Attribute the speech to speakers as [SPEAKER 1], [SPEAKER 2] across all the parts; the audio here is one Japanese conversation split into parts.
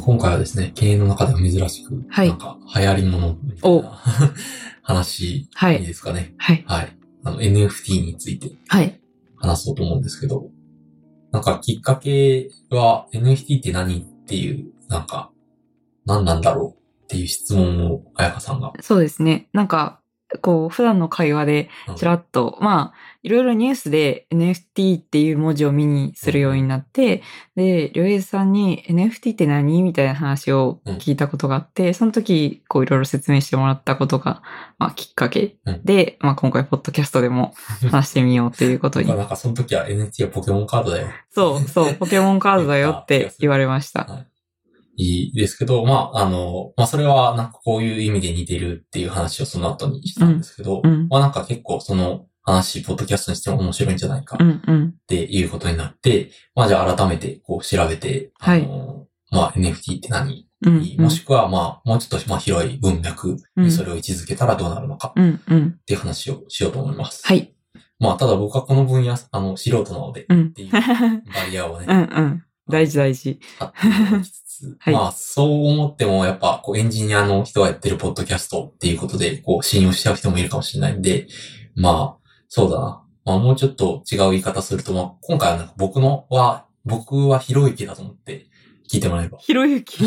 [SPEAKER 1] 今回はですね、経営の中では珍しく、
[SPEAKER 2] はい
[SPEAKER 1] なんか流行り物みたい
[SPEAKER 2] お
[SPEAKER 1] な 話、、
[SPEAKER 2] はい
[SPEAKER 1] い
[SPEAKER 2] い。
[SPEAKER 1] ですかね。
[SPEAKER 2] はい。
[SPEAKER 1] はい。あの、NFT について
[SPEAKER 2] はい。
[SPEAKER 1] 話そうと思うんですけど、なんかきっかけは NFT って何っていう、なんか、何なんだろうっていう質問を、彩香さんが。
[SPEAKER 2] そうですね。なんか、こう、普段の会話で
[SPEAKER 1] うん、
[SPEAKER 2] ちらっと、まあ、いろいろニュースで NFT っていう文字を目にするようになって、で、りょうえいさんに NFT って何みたいな話を聞いたことがあって、その時、こう、いろいろ説明してもらったことが、まあ、きっかけ
[SPEAKER 1] うん
[SPEAKER 2] で、まあ、今回、ポッドキャストで も話してみようということに
[SPEAKER 1] まあ。なんかその時は NFT はポケモンカードだよ。
[SPEAKER 2] そう、 そう、ポケモンカードだよって言われました。
[SPEAKER 1] いいですけど、まあ、あの、まあ、それは、なんかこういう意味で似てるっていう話をその後にしたんですけど、
[SPEAKER 2] うんうん
[SPEAKER 1] まあ、なんか結構その話、ポッドキャストにしても面白いんじゃないか
[SPEAKER 2] う
[SPEAKER 1] っ
[SPEAKER 2] ん、うん。
[SPEAKER 1] ていうことになって、まあ、じゃあ改めてこう調べて、
[SPEAKER 2] はい
[SPEAKER 1] あの、まあ、NFT って何、
[SPEAKER 2] うん、うん
[SPEAKER 1] もしくは、まあ、もうちょっと、まあ、広い文脈にそれを位置づけたらどうなるのか
[SPEAKER 2] うん、うん。
[SPEAKER 1] っていう話をしようと思います。
[SPEAKER 2] はい。
[SPEAKER 1] まあ、ただ僕はこの分野、あの、素人なので、
[SPEAKER 2] う
[SPEAKER 1] っ
[SPEAKER 2] ん。
[SPEAKER 1] て いうバリアをね、
[SPEAKER 2] うん、うん。大事、大事。
[SPEAKER 1] あって思いつつ
[SPEAKER 2] はい
[SPEAKER 1] まあ、そう思っても、やっぱ、こう、エンジニアの人がやってるポッドキャストっていうことで、こう、信用しちゃう人もいるかもしれないんで、まあ、そうだな。まあ、もうちょっと違う言い方すると、まあ、今回はなんか僕のは、僕はひろゆきだと思って聞いてもらえば。
[SPEAKER 2] ひろゆき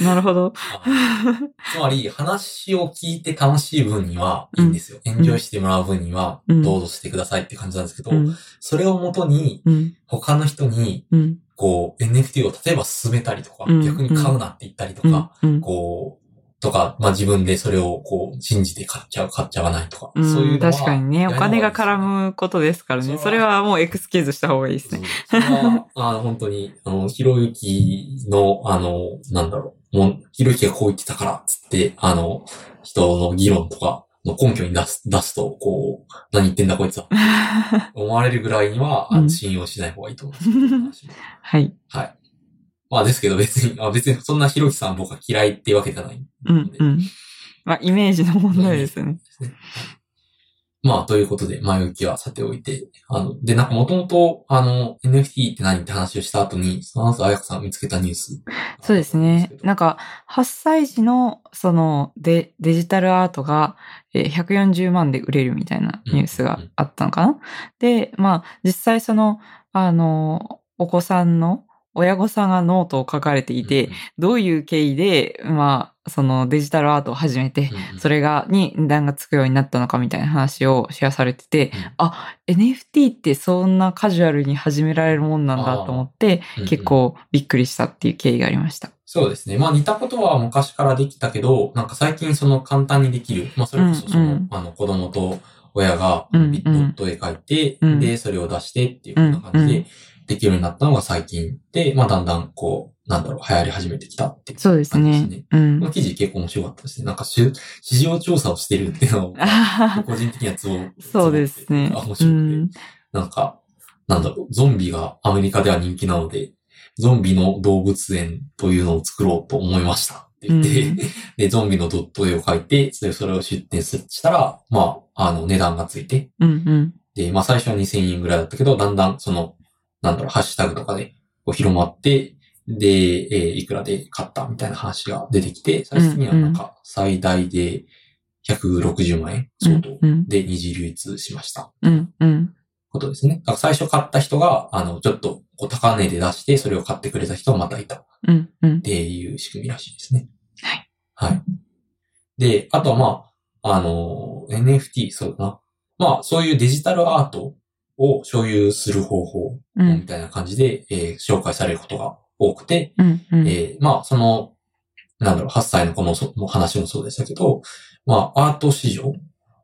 [SPEAKER 2] なるほど。
[SPEAKER 1] あつまり、話を聞いて楽しい分にはいいんですよ。エンジョイしてもらう分には、
[SPEAKER 2] うん
[SPEAKER 1] どうぞしてくださいって感じなんですけど、
[SPEAKER 2] うん、
[SPEAKER 1] それをもとに、
[SPEAKER 2] うん、
[SPEAKER 1] 他の人に、
[SPEAKER 2] うん、
[SPEAKER 1] こう、NFT を例えば勧めたりとか、
[SPEAKER 2] うん
[SPEAKER 1] 逆に買うなって言ったりとか、
[SPEAKER 2] うん、うん。
[SPEAKER 1] こう、とか、まあ自分でそれをこう、信じて買っちゃう、買っちゃわないとか、
[SPEAKER 2] うん
[SPEAKER 1] そういうのは。
[SPEAKER 2] 確かにね、お金が絡むことですからね。
[SPEAKER 1] そ
[SPEAKER 2] そ
[SPEAKER 1] れ
[SPEAKER 2] れ
[SPEAKER 1] は
[SPEAKER 2] はもうエクスキューズした方がいいです
[SPEAKER 1] そう。
[SPEAKER 2] ね。
[SPEAKER 1] それは、あの本当に、あの、ひろゆきの、あの、なんだろう、もう、ひろゆきがこう言ってたから、つって、あの、人の議論とかの根拠に出す、出すと、こう、何言ってんだこいつ は、思われるぐらいには、あ
[SPEAKER 2] う
[SPEAKER 1] の
[SPEAKER 2] ん
[SPEAKER 1] 信用しない方がいいと思います。
[SPEAKER 2] はい。
[SPEAKER 1] はい。まあですけど別に、あ別にそんなひろゆきさん僕は嫌いってわけじゃない。
[SPEAKER 2] うん、うん。まあ、イメージの問題ですね。
[SPEAKER 1] まあ、ということで、前置きはさておいて、あの、で、なんかもともと、あの、NFT って何って話をした後に、その後、あやかさんが見つけたニュース。
[SPEAKER 2] そうですね。なん
[SPEAKER 1] か、
[SPEAKER 2] か、8歳児の、そのデ、デジタルアートが、えー140万で売れるみたいなニュースがあったのかな、で、まあ、実際その、あの、お子さんの、親御さんがノートを書かれていて、どういう経緯で、まあ、そのデジタルアートを始めて
[SPEAKER 1] う、んうん、
[SPEAKER 2] それが、に値段がつくようになったのかみたいな話をシェアされてて、
[SPEAKER 1] うん
[SPEAKER 2] あ、NFT ってそんなカジュアルに始められるもんなんだと思って、
[SPEAKER 1] うんうん
[SPEAKER 2] 結。構びっくりしたっていう経緯がありました。
[SPEAKER 1] そうですね。まあ、似たことは昔からできたけど、なんか最近その簡単にできる。まあ、それこそその、
[SPEAKER 2] うんうん
[SPEAKER 1] あの、子供と親が、
[SPEAKER 2] うんうん
[SPEAKER 1] ビットドット絵描いて、
[SPEAKER 2] うん
[SPEAKER 1] で、それを出してっていうような感じで
[SPEAKER 2] うん、
[SPEAKER 1] できるようになったのが最近で、まあ、だんだんこう、なんだろう、流行り始めてきたっていう
[SPEAKER 2] そうです
[SPEAKER 1] 感
[SPEAKER 2] ね
[SPEAKER 1] じですね。
[SPEAKER 2] うん
[SPEAKER 1] この。記事結構面白かったですね。なんか市、市場調査をしてるっていう のを、個人的にはツボ。
[SPEAKER 2] そうですね。
[SPEAKER 1] あ、面白
[SPEAKER 2] う
[SPEAKER 1] く
[SPEAKER 2] ん
[SPEAKER 1] て。なんか、なんだろう、ゾンビがアメリカでは人気なので、ゾンビの動物園というのを作ろうと思いましたって言って、
[SPEAKER 2] うん
[SPEAKER 1] で、ゾンビのドット絵を描いて、それそれを出展するしたら、まあ、あの、値段がついて、
[SPEAKER 2] うんうん。
[SPEAKER 1] で、まあ最初は2000円ぐらいだったけど、だんだんその、なんだろう、ハッシュタグとかでこう広まって、で、えーいくらで買ったみたいな話が出てきて、最終的にはなんか最大で160万円相当
[SPEAKER 2] うん
[SPEAKER 1] で二次流通しました。
[SPEAKER 2] うんうん。
[SPEAKER 1] ことですね。だから最初買った人が、あの、ちょっとこう高値で出して、それを買ってくれた人がまたいた。
[SPEAKER 2] うんうん
[SPEAKER 1] っ。ていう仕組みらしいですね。
[SPEAKER 2] はい。
[SPEAKER 1] はい。で、あとはまあ、あの、NFT、そうだな。まあ、そういうデジタルアートを所有する方法
[SPEAKER 2] う
[SPEAKER 1] み
[SPEAKER 2] ん
[SPEAKER 1] たいな感じで、えー紹介されることが多くて、
[SPEAKER 2] うんうん。
[SPEAKER 1] えーまあ、その、なんだろう、8歳の子のその話もそうでしたけど、まあ、アート市場、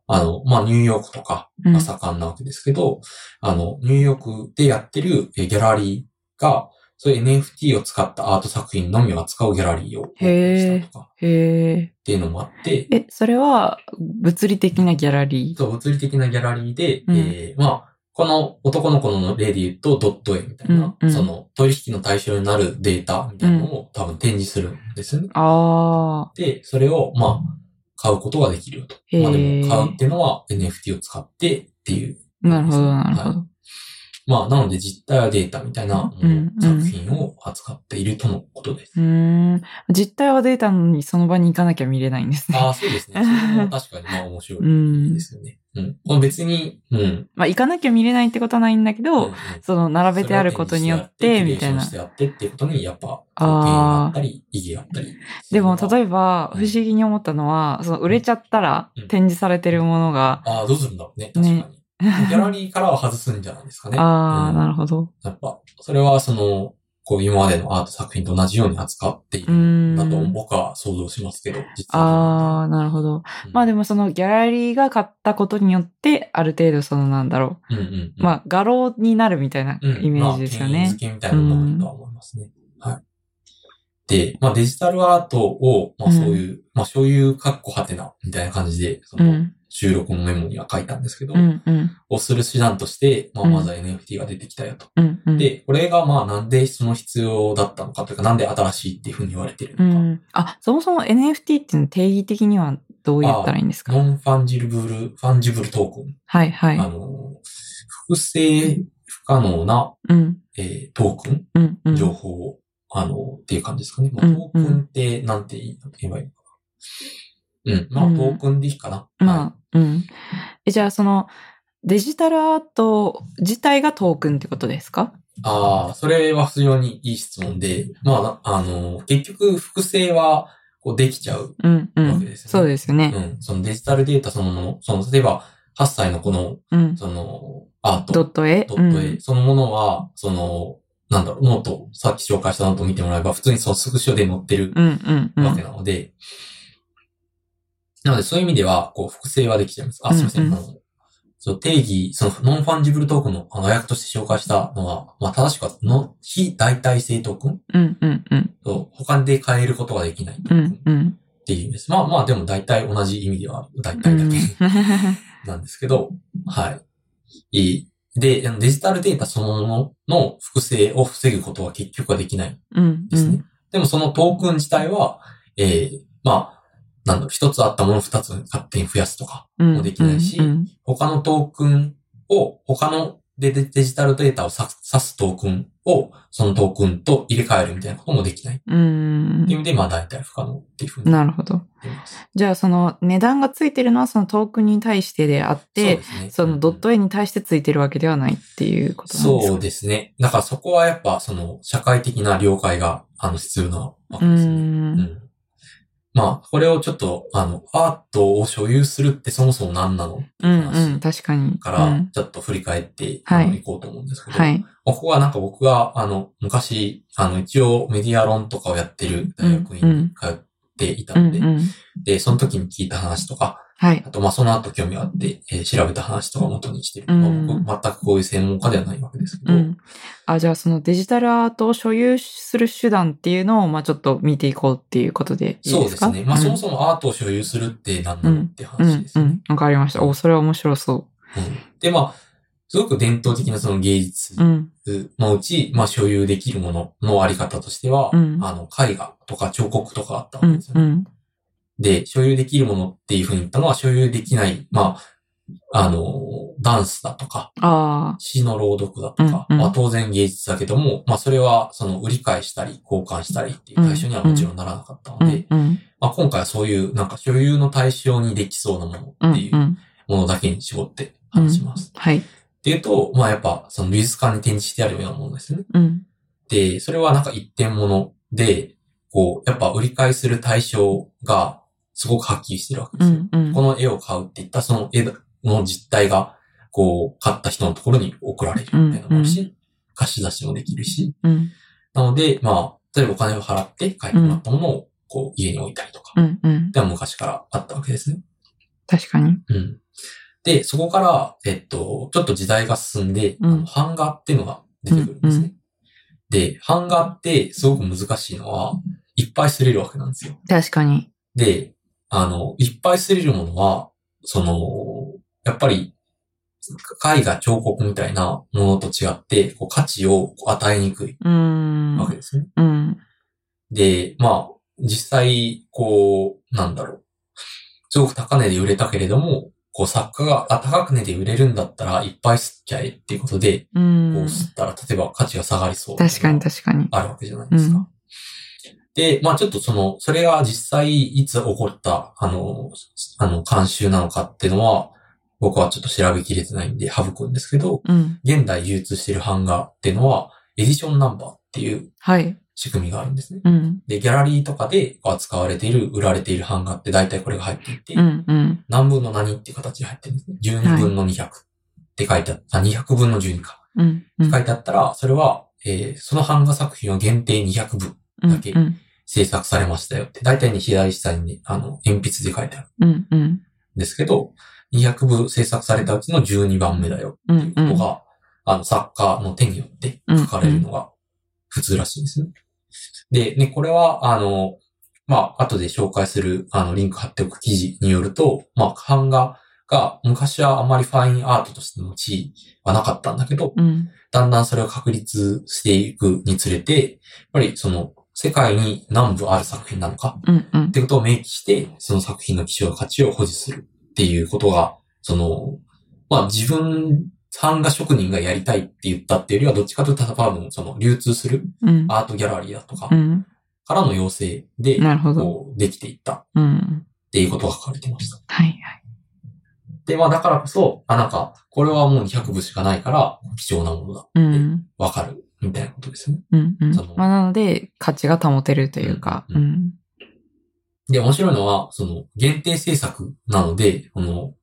[SPEAKER 1] あの、まあ、ニューヨークとか
[SPEAKER 2] うん
[SPEAKER 1] が盛んなわけですけど、あの、ニューヨークでやってるえーギャラリーが、そういう NFT を使ったアート作品のみを扱うギャラリーをオープンしたりとか
[SPEAKER 2] へー
[SPEAKER 1] っていうのもあって、
[SPEAKER 2] え、それは物理的なギャラリー。
[SPEAKER 1] そう物理的なギャラリーで、
[SPEAKER 2] うん
[SPEAKER 1] えーまあ、この男の子の例で言うとドット絵みたいな、
[SPEAKER 2] うんうん
[SPEAKER 1] その取引の対象になるデータみたいなのを多分展示するんですよね。
[SPEAKER 2] ああ。
[SPEAKER 1] で、それを、まあ、買うことができるよと。
[SPEAKER 2] へー
[SPEAKER 1] まあでも、買うっていうのは NFT を使ってっていう。
[SPEAKER 2] なるほど、なるほど。
[SPEAKER 1] まあ、なので実態はデータみたいなもの
[SPEAKER 2] うんうん
[SPEAKER 1] 作品を扱っているとのことです。
[SPEAKER 2] うーん。実態はデータなのにその場に行かなきゃ見れないんですね。
[SPEAKER 1] ああ、そうです ね。それも確かに、まあ面白いですよね。うん。まあ別に、うん。
[SPEAKER 2] まあ、行かなきゃ見れないってことはないんだけど、
[SPEAKER 1] うん
[SPEAKER 2] その、並べてあることによって、みたい
[SPEAKER 1] そ。れを手に
[SPEAKER 2] な
[SPEAKER 1] してやって、キュレーションしてやってっていうことに、やっぱ、
[SPEAKER 2] あー
[SPEAKER 1] 原因があったり、意義があったり。
[SPEAKER 2] でも、例
[SPEAKER 1] え
[SPEAKER 2] えば、
[SPEAKER 1] う
[SPEAKER 2] 不
[SPEAKER 1] ん
[SPEAKER 2] 思議に思ったのは、その、売れちゃったら
[SPEAKER 1] うん
[SPEAKER 2] 展示されてるものが、
[SPEAKER 1] ば。ああ、どうするんだろうね。確かに。
[SPEAKER 2] ね
[SPEAKER 1] ギャラリーからは外すんじゃないですかね。
[SPEAKER 2] あ
[SPEAKER 1] う
[SPEAKER 2] あ、
[SPEAKER 1] ん
[SPEAKER 2] なるほど。
[SPEAKER 1] やっぱ、それはその、こう今までのアート作品と同じように扱っていうる
[SPEAKER 2] ー
[SPEAKER 1] ん
[SPEAKER 2] ん。
[SPEAKER 1] だと僕は想像しますけど、実
[SPEAKER 2] ああ、なるほど。まあで
[SPEAKER 1] も、
[SPEAKER 2] もそのギャラリーが買ったことによって、ある程度そのなんだろ
[SPEAKER 1] うんうん
[SPEAKER 2] う。まあ画廊になるみたいな
[SPEAKER 1] うん、うん
[SPEAKER 2] イメージですよ
[SPEAKER 1] まあ、権威
[SPEAKER 2] ね
[SPEAKER 1] づ。けみたいなものだとは思いますね。はい。で、まあデジタルアートを、まあそういう、まあ所有かっこはてな、みたいな感じで、そうの
[SPEAKER 2] ん。
[SPEAKER 1] 収録のメモには書いたんですけど、
[SPEAKER 2] うん。うん。
[SPEAKER 1] をする手段として、まあ
[SPEAKER 2] うん
[SPEAKER 1] まずは NFT が出てきたよと。
[SPEAKER 2] うん。うん。
[SPEAKER 1] で、これがまあなんでその必要だったのかというか、なんで新しいっていうふうに言われてるの
[SPEAKER 2] う
[SPEAKER 1] か。
[SPEAKER 2] ん。あ、そもそも NFT っていうの定義的にはどう言ったらいいんですか
[SPEAKER 1] ノンファンジルブル、ファンジブルトークン。
[SPEAKER 2] はいは
[SPEAKER 1] あ
[SPEAKER 2] い。
[SPEAKER 1] の、複製不可能な、
[SPEAKER 2] うん。
[SPEAKER 1] えートークン、
[SPEAKER 2] うん。うん。
[SPEAKER 1] 情報を、あの、っていう感じですかね。まあ、
[SPEAKER 2] うん
[SPEAKER 1] トークンってなんて言えばいいのかな。うん。まあ、
[SPEAKER 2] うん
[SPEAKER 1] トークンでいいかな。はい
[SPEAKER 2] まあ、うん。え、じゃあその、デジタルアート自体がトークンってことですか
[SPEAKER 1] ああ、それは非常にいい質問で、まあ、あの、結局、複製は、こう、できちゃう。
[SPEAKER 2] うん。う
[SPEAKER 1] わけで
[SPEAKER 2] ん。
[SPEAKER 1] すよね
[SPEAKER 2] そうですよ
[SPEAKER 1] う
[SPEAKER 2] ね。
[SPEAKER 1] ん。そのデジタルデータそのもの、その、例えば、8歳のこの、
[SPEAKER 2] うん。
[SPEAKER 1] その、アート。
[SPEAKER 2] ドット絵。
[SPEAKER 1] ドット絵、そのものは、その、なんだろう、ノート、さっき紹介したノートを見てもらえば、普通にそのスクショで載ってる
[SPEAKER 2] うん。うん。うん。う
[SPEAKER 1] わけ
[SPEAKER 2] ん。
[SPEAKER 1] なので、なのでそういう意味では、こう、複製はできちゃいます。あ、すいません。
[SPEAKER 2] うんうん
[SPEAKER 1] あのそう定義、その、ノンファンジブルトークンの、あの、訳として紹介したのは、まあ、正しくは、の、非代替性トークン
[SPEAKER 2] うん。うん。うん。
[SPEAKER 1] と、他で変えることができないトー
[SPEAKER 2] う
[SPEAKER 1] クン
[SPEAKER 2] ん。うん。
[SPEAKER 1] っていう意味です。まあまあ、でも大体同じ意味では、大体だけ。なんですけど、はい。いいで、あのデジタルデータそのものの複製を防ぐことは結局はできないん
[SPEAKER 2] うん。
[SPEAKER 1] ですね。でもそのトークン自体は、えーまあ、なんだろう、一つあったものを二つ勝手に増やすとか、
[SPEAKER 2] うん。
[SPEAKER 1] もできないし
[SPEAKER 2] うんうん
[SPEAKER 1] 他のトークンを、他のデデデジタルデータを指す指すトークンを、そのトークンと入れ替えるみたいなこともできない。っ
[SPEAKER 2] うーん
[SPEAKER 1] ていう意味で、まあ大体不可能っていうふうに言っ
[SPEAKER 2] なるほど。
[SPEAKER 1] てます。
[SPEAKER 2] じゃあその値段がついてるのはそのトークンに対してであっ
[SPEAKER 1] そう
[SPEAKER 2] て、
[SPEAKER 1] ですね
[SPEAKER 2] そのドット絵に対してついてるわけではないっていうことなんですか
[SPEAKER 1] そうですね。だからそこはやっぱその社会的な了解があの必要なわけ
[SPEAKER 2] う
[SPEAKER 1] ですね。う
[SPEAKER 2] ー。
[SPEAKER 1] んんまあ、これをちょっと、あの、アートを所有するってそもそも何なのって
[SPEAKER 2] う
[SPEAKER 1] いうん
[SPEAKER 2] うん、
[SPEAKER 1] 話
[SPEAKER 2] 確かに。
[SPEAKER 1] から、
[SPEAKER 2] うん
[SPEAKER 1] ちょっと振り返って、
[SPEAKER 2] はい
[SPEAKER 1] あのいこうと思うんですけど、
[SPEAKER 2] はい。
[SPEAKER 1] ここはなんか僕が、あの、昔、あの、一応メディア論とかをやってる大学院に通っていた
[SPEAKER 2] うん
[SPEAKER 1] ので、
[SPEAKER 2] うん。
[SPEAKER 1] で、その時に聞いた話とか、
[SPEAKER 2] はい
[SPEAKER 1] あ。と、まあ、その後興味があって、えー調べた話とかを元にしてる。まあ
[SPEAKER 2] うん
[SPEAKER 1] 僕、全くこういう専門家ではないわけですけ
[SPEAKER 2] う
[SPEAKER 1] ど、
[SPEAKER 2] ん。あ、じゃあそのデジタルアートを所有する手段っていうのを、まあちょっと見ていこうっていうことでいい
[SPEAKER 1] そう
[SPEAKER 2] で
[SPEAKER 1] です
[SPEAKER 2] か
[SPEAKER 1] すね。まあ、そも
[SPEAKER 2] も。
[SPEAKER 1] そもアートを所有するって何なのって
[SPEAKER 2] う
[SPEAKER 1] 話
[SPEAKER 2] ん
[SPEAKER 1] です
[SPEAKER 2] う
[SPEAKER 1] よね。
[SPEAKER 2] ん。わかりました。お、それは面白そ
[SPEAKER 1] うんで、まあ、すごく伝統的なその芸術
[SPEAKER 2] う。うん。
[SPEAKER 1] のうち、まあ、所有できるもののあり方としては、
[SPEAKER 2] うん
[SPEAKER 1] あの、絵画とか彫刻とかあった
[SPEAKER 2] う
[SPEAKER 1] わけ
[SPEAKER 2] ん
[SPEAKER 1] ですよ
[SPEAKER 2] う
[SPEAKER 1] ね。
[SPEAKER 2] ん。
[SPEAKER 1] で、所有できるものっていうふうに言ったのは、所有できない、まあ、あの、ダンスだとか、
[SPEAKER 2] ああ。
[SPEAKER 1] 詩の朗読だとか、
[SPEAKER 2] うんうん
[SPEAKER 1] まあ、当然芸術だけども、まあ、それは、その、売り買いしたり、交換したりっていう対象にはもちろんならなかったので、
[SPEAKER 2] うんうん。
[SPEAKER 1] まあ、今回はそういう、なんか、所有の対象にできそうなも
[SPEAKER 2] う
[SPEAKER 1] の
[SPEAKER 2] ん。
[SPEAKER 1] っていううんものだけに絞って話します。
[SPEAKER 2] はい。
[SPEAKER 1] っていうと、まあやっぱ、その美術館に展示してあるようなものですね。
[SPEAKER 2] うん。
[SPEAKER 1] で、それはなんか一点物で、こう、やっぱ売り買いする対象がすごくはっきりしてるわけ
[SPEAKER 2] う
[SPEAKER 1] ですよ。
[SPEAKER 2] んうん
[SPEAKER 1] こ。の絵を買うって言ったその絵の実態が、こう、買った人のところに送られるみたいなのもあるし、貸し出しもできるし、
[SPEAKER 2] うん
[SPEAKER 1] なので、まあ、例えばお金を払って買いてもらったものを、こう、家に置いたりとか、
[SPEAKER 2] うんうん。
[SPEAKER 1] では昔からあったわけですね。
[SPEAKER 2] 確かに。
[SPEAKER 1] うん。で、そこから、えっと、ちょっと時代が進んで、
[SPEAKER 2] う
[SPEAKER 1] あ
[SPEAKER 2] ん
[SPEAKER 1] の版画っていうのが出てくるんですね。で、版画ってすごく難しいのは、いっぱい擦れるわけなんですよ。
[SPEAKER 2] 確かに。
[SPEAKER 1] で、あの、いっぱい擦れるものは、その、やっぱり、絵画、彫刻みたいなものと違って、こう価値をこう与えにくいう
[SPEAKER 2] ーん。
[SPEAKER 1] わけですね。
[SPEAKER 2] うん。
[SPEAKER 1] で、まあ、実際、こう、なんだろう。すごく高値で売れたけれども、こう作家があ高く値で売れるんだったらいっぱい吸っちゃえっていうことで、
[SPEAKER 2] う。
[SPEAKER 1] こうん吸ったら例えば価値が下がりそう。
[SPEAKER 2] 確かに確かに。
[SPEAKER 1] あるわけじゃないですか。
[SPEAKER 2] うん
[SPEAKER 1] で、まあちょっとその、それが実際いつ起こった、あの、あの、慣習なのかっていうのは、僕はちょっと調べきれてないんで省くんですけど、
[SPEAKER 2] うん。
[SPEAKER 1] 現代流通している版画っていうのは、エディションナンバーっていう
[SPEAKER 2] はい。
[SPEAKER 1] 仕組みがあるんですね。
[SPEAKER 2] うん。
[SPEAKER 1] で、ギャラリーとかで扱われている、売られている版画って大体これが入っていて、
[SPEAKER 2] うん。うん。
[SPEAKER 1] 何分の何っていう形で入ってるんですね。12分の200って書いてあった、200分の12か。
[SPEAKER 2] うん。うん。
[SPEAKER 1] 書いてあったら、それは、えーその版画作品は限定200部だけ
[SPEAKER 2] うん。
[SPEAKER 1] 制作されましたよって、大体に左下に、あの、鉛筆で書いてある
[SPEAKER 2] うん。うん。
[SPEAKER 1] んですけど、200部制作されたうちの12番目だよ
[SPEAKER 2] うん。う
[SPEAKER 1] っていうこと
[SPEAKER 2] ん。
[SPEAKER 1] が、あの、作家の手によって書かれるのが普通らしいんですね。で、ね、これは、あの、まあ、後で紹介する、あの、リンク貼っておく記事によると、まあ、版画が昔はあまりファインアートとしての地位はなかったんだけど、
[SPEAKER 2] うん。
[SPEAKER 1] だんだんそれを確立していくにつれて、やっぱりその、世界に何部ある作品なのか
[SPEAKER 2] うん。うん
[SPEAKER 1] ってことを明記して、その作品の希少価値を保持するっていうことが、その、まあ自分、版画職人がやりたいって言ったっていうよりは、どっちかというと多分、その流通する
[SPEAKER 2] うん。
[SPEAKER 1] アートギャラリーだとか
[SPEAKER 2] うん。
[SPEAKER 1] からの要請で、
[SPEAKER 2] なるほど。
[SPEAKER 1] こう、できていったっ
[SPEAKER 2] うん。
[SPEAKER 1] ていうことが書かれてました。
[SPEAKER 2] はいはい。
[SPEAKER 1] で、まあだからこそ、あ、なんか、これはもう200部しかないから、貴重なものだ。
[SPEAKER 2] うん。
[SPEAKER 1] わかる。みたいなことですよね。
[SPEAKER 2] うん。うん
[SPEAKER 1] その。
[SPEAKER 2] まあ、なので、価値が保てるというか。
[SPEAKER 1] う
[SPEAKER 2] うん。
[SPEAKER 1] で、面白いのは、その、限定制作なので、この、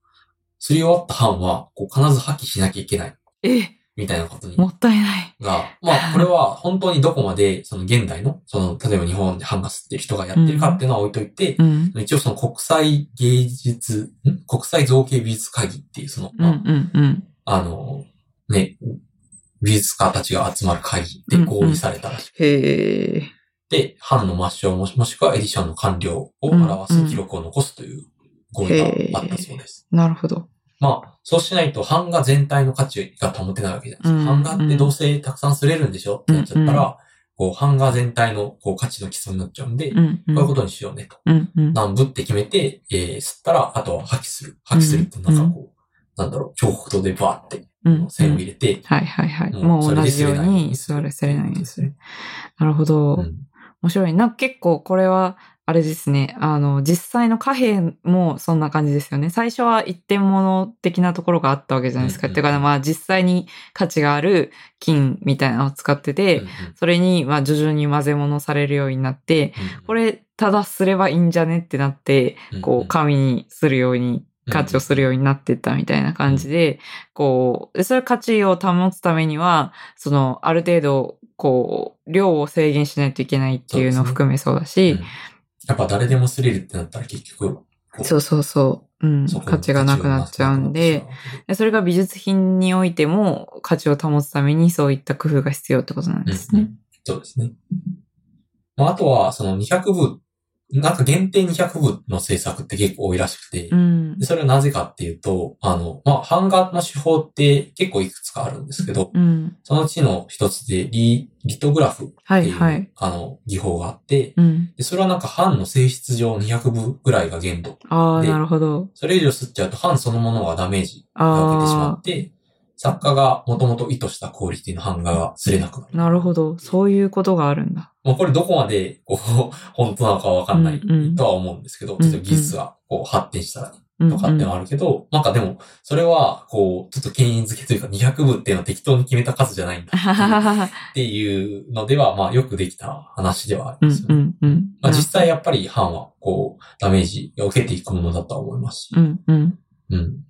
[SPEAKER 1] すり終わった版は、こう、必ず破棄しなきゃいけない、
[SPEAKER 2] え、
[SPEAKER 1] みたいなことに。
[SPEAKER 2] もったいない。
[SPEAKER 1] が、まあ、これは本当にどこまで、その現代の、その、例えば日本で版画吸ってる人がやってるかっていうのは置いといて、
[SPEAKER 2] うん。
[SPEAKER 1] 一応その国際芸術、ん国際造形美術会議っていう、その、
[SPEAKER 2] うん。
[SPEAKER 1] ま
[SPEAKER 2] うん。うん。
[SPEAKER 1] あ、あの、ね、美術家たちが集まる会議で合意されたらしく
[SPEAKER 2] へえ。
[SPEAKER 1] て、版の抹消もしもしくはエディションの完了を表す記録を残すという合意があったそうです。
[SPEAKER 2] なるほど。
[SPEAKER 1] まあ、そうしないと版画全体の価値が保てないわけじゃないですか。
[SPEAKER 2] うん
[SPEAKER 1] 版画ってどうせたくさん擦れるんでしょってなっちゃった
[SPEAKER 2] う
[SPEAKER 1] ら、こう版画全体のこう価値の基礎になっちゃうんで、こ
[SPEAKER 2] うん。うん
[SPEAKER 1] ういうことにしようねと。
[SPEAKER 2] うん。うん。
[SPEAKER 1] 何部って決めて、えー吸ったら、あとは破棄する。破棄するってなんかこう、なんだろう、彫刻刀でバーって
[SPEAKER 2] うん。
[SPEAKER 1] 線を入れて、
[SPEAKER 2] はいはいはい。
[SPEAKER 1] もう
[SPEAKER 2] も
[SPEAKER 1] そうれ
[SPEAKER 2] 同
[SPEAKER 1] で
[SPEAKER 2] じよう
[SPEAKER 1] 擦れないよう
[SPEAKER 2] に
[SPEAKER 1] に
[SPEAKER 2] 座れ、されないようにする。なるほど。
[SPEAKER 1] うん
[SPEAKER 2] 面白い。なんか結構これは、あれですね。あの、実際の貨幣もそんな感じですよね。最初は一点物的なところがあったわけじゃないですか。
[SPEAKER 1] うんうん
[SPEAKER 2] てか、まあ実際に価値がある金みたいなのを使ってて、
[SPEAKER 1] うんうん
[SPEAKER 2] それに、まあ徐々に混ぜ物されるようになって、これ、ただすればいいんじゃねってなって、
[SPEAKER 1] うん
[SPEAKER 2] こう、紙にするように価値をするようになってったみたいな感じで、こう、でそういう価値を保つためには、その、ある程度、こう、量を制限しないといけないっていうのを含めそうだ
[SPEAKER 1] う
[SPEAKER 2] し
[SPEAKER 1] ん、やっぱ誰でも擦れるってなったら結局、こう
[SPEAKER 2] そうそうそう、うん、
[SPEAKER 1] そこに
[SPEAKER 2] 価値がなくなっちゃうんで、でそれが美術品においても価値を保つためにそういった工夫が必要ってことなんです
[SPEAKER 1] う
[SPEAKER 2] ね。
[SPEAKER 1] んそうですね。まあ、あとは、その200部、なんか限定200部の制作って結構多いらしくて、
[SPEAKER 2] うん
[SPEAKER 1] で。それはなぜかっていうと、あの、まあ、版画の手法って結構いくつかあるんですけど、
[SPEAKER 2] うん。
[SPEAKER 1] そのうちの一つでリ、リトグラフって
[SPEAKER 2] はい
[SPEAKER 1] いう、
[SPEAKER 2] はい。
[SPEAKER 1] あの、技法があって、
[SPEAKER 2] うん。
[SPEAKER 1] でそれはなんか版の性質上200部ぐらいが限度。
[SPEAKER 2] ああ、
[SPEAKER 1] で
[SPEAKER 2] なるほど。
[SPEAKER 1] それ以上吸っちゃうと版そのものがダメージが受けてしま
[SPEAKER 2] あ
[SPEAKER 1] って、作家がもともと意図したクオリティの版画が擦れなくなる
[SPEAKER 2] あ、。なるほど。そういうことがあるんだ。
[SPEAKER 1] まあ、これどこまで、こう、 本当なのかわかんない
[SPEAKER 2] うんうん
[SPEAKER 1] とは思うんですけど、
[SPEAKER 2] うんうん
[SPEAKER 1] ちょっと技術がこう発展したらね
[SPEAKER 2] うんう
[SPEAKER 1] とかっての
[SPEAKER 2] ん、
[SPEAKER 1] はあるけど、なんかでも、それは、こう、ちょっと権威づけというか200部っていうのは適当に決めた数じゃないんだっていうのでは、まあよくできた話ではあ
[SPEAKER 2] う
[SPEAKER 1] り
[SPEAKER 2] ん
[SPEAKER 1] ますよ
[SPEAKER 2] う
[SPEAKER 1] ね。
[SPEAKER 2] んうん。
[SPEAKER 1] まあ実際やっぱり版は、こう、ダメージを受けていくものだとは思いますし
[SPEAKER 2] う、んうん。
[SPEAKER 1] うん。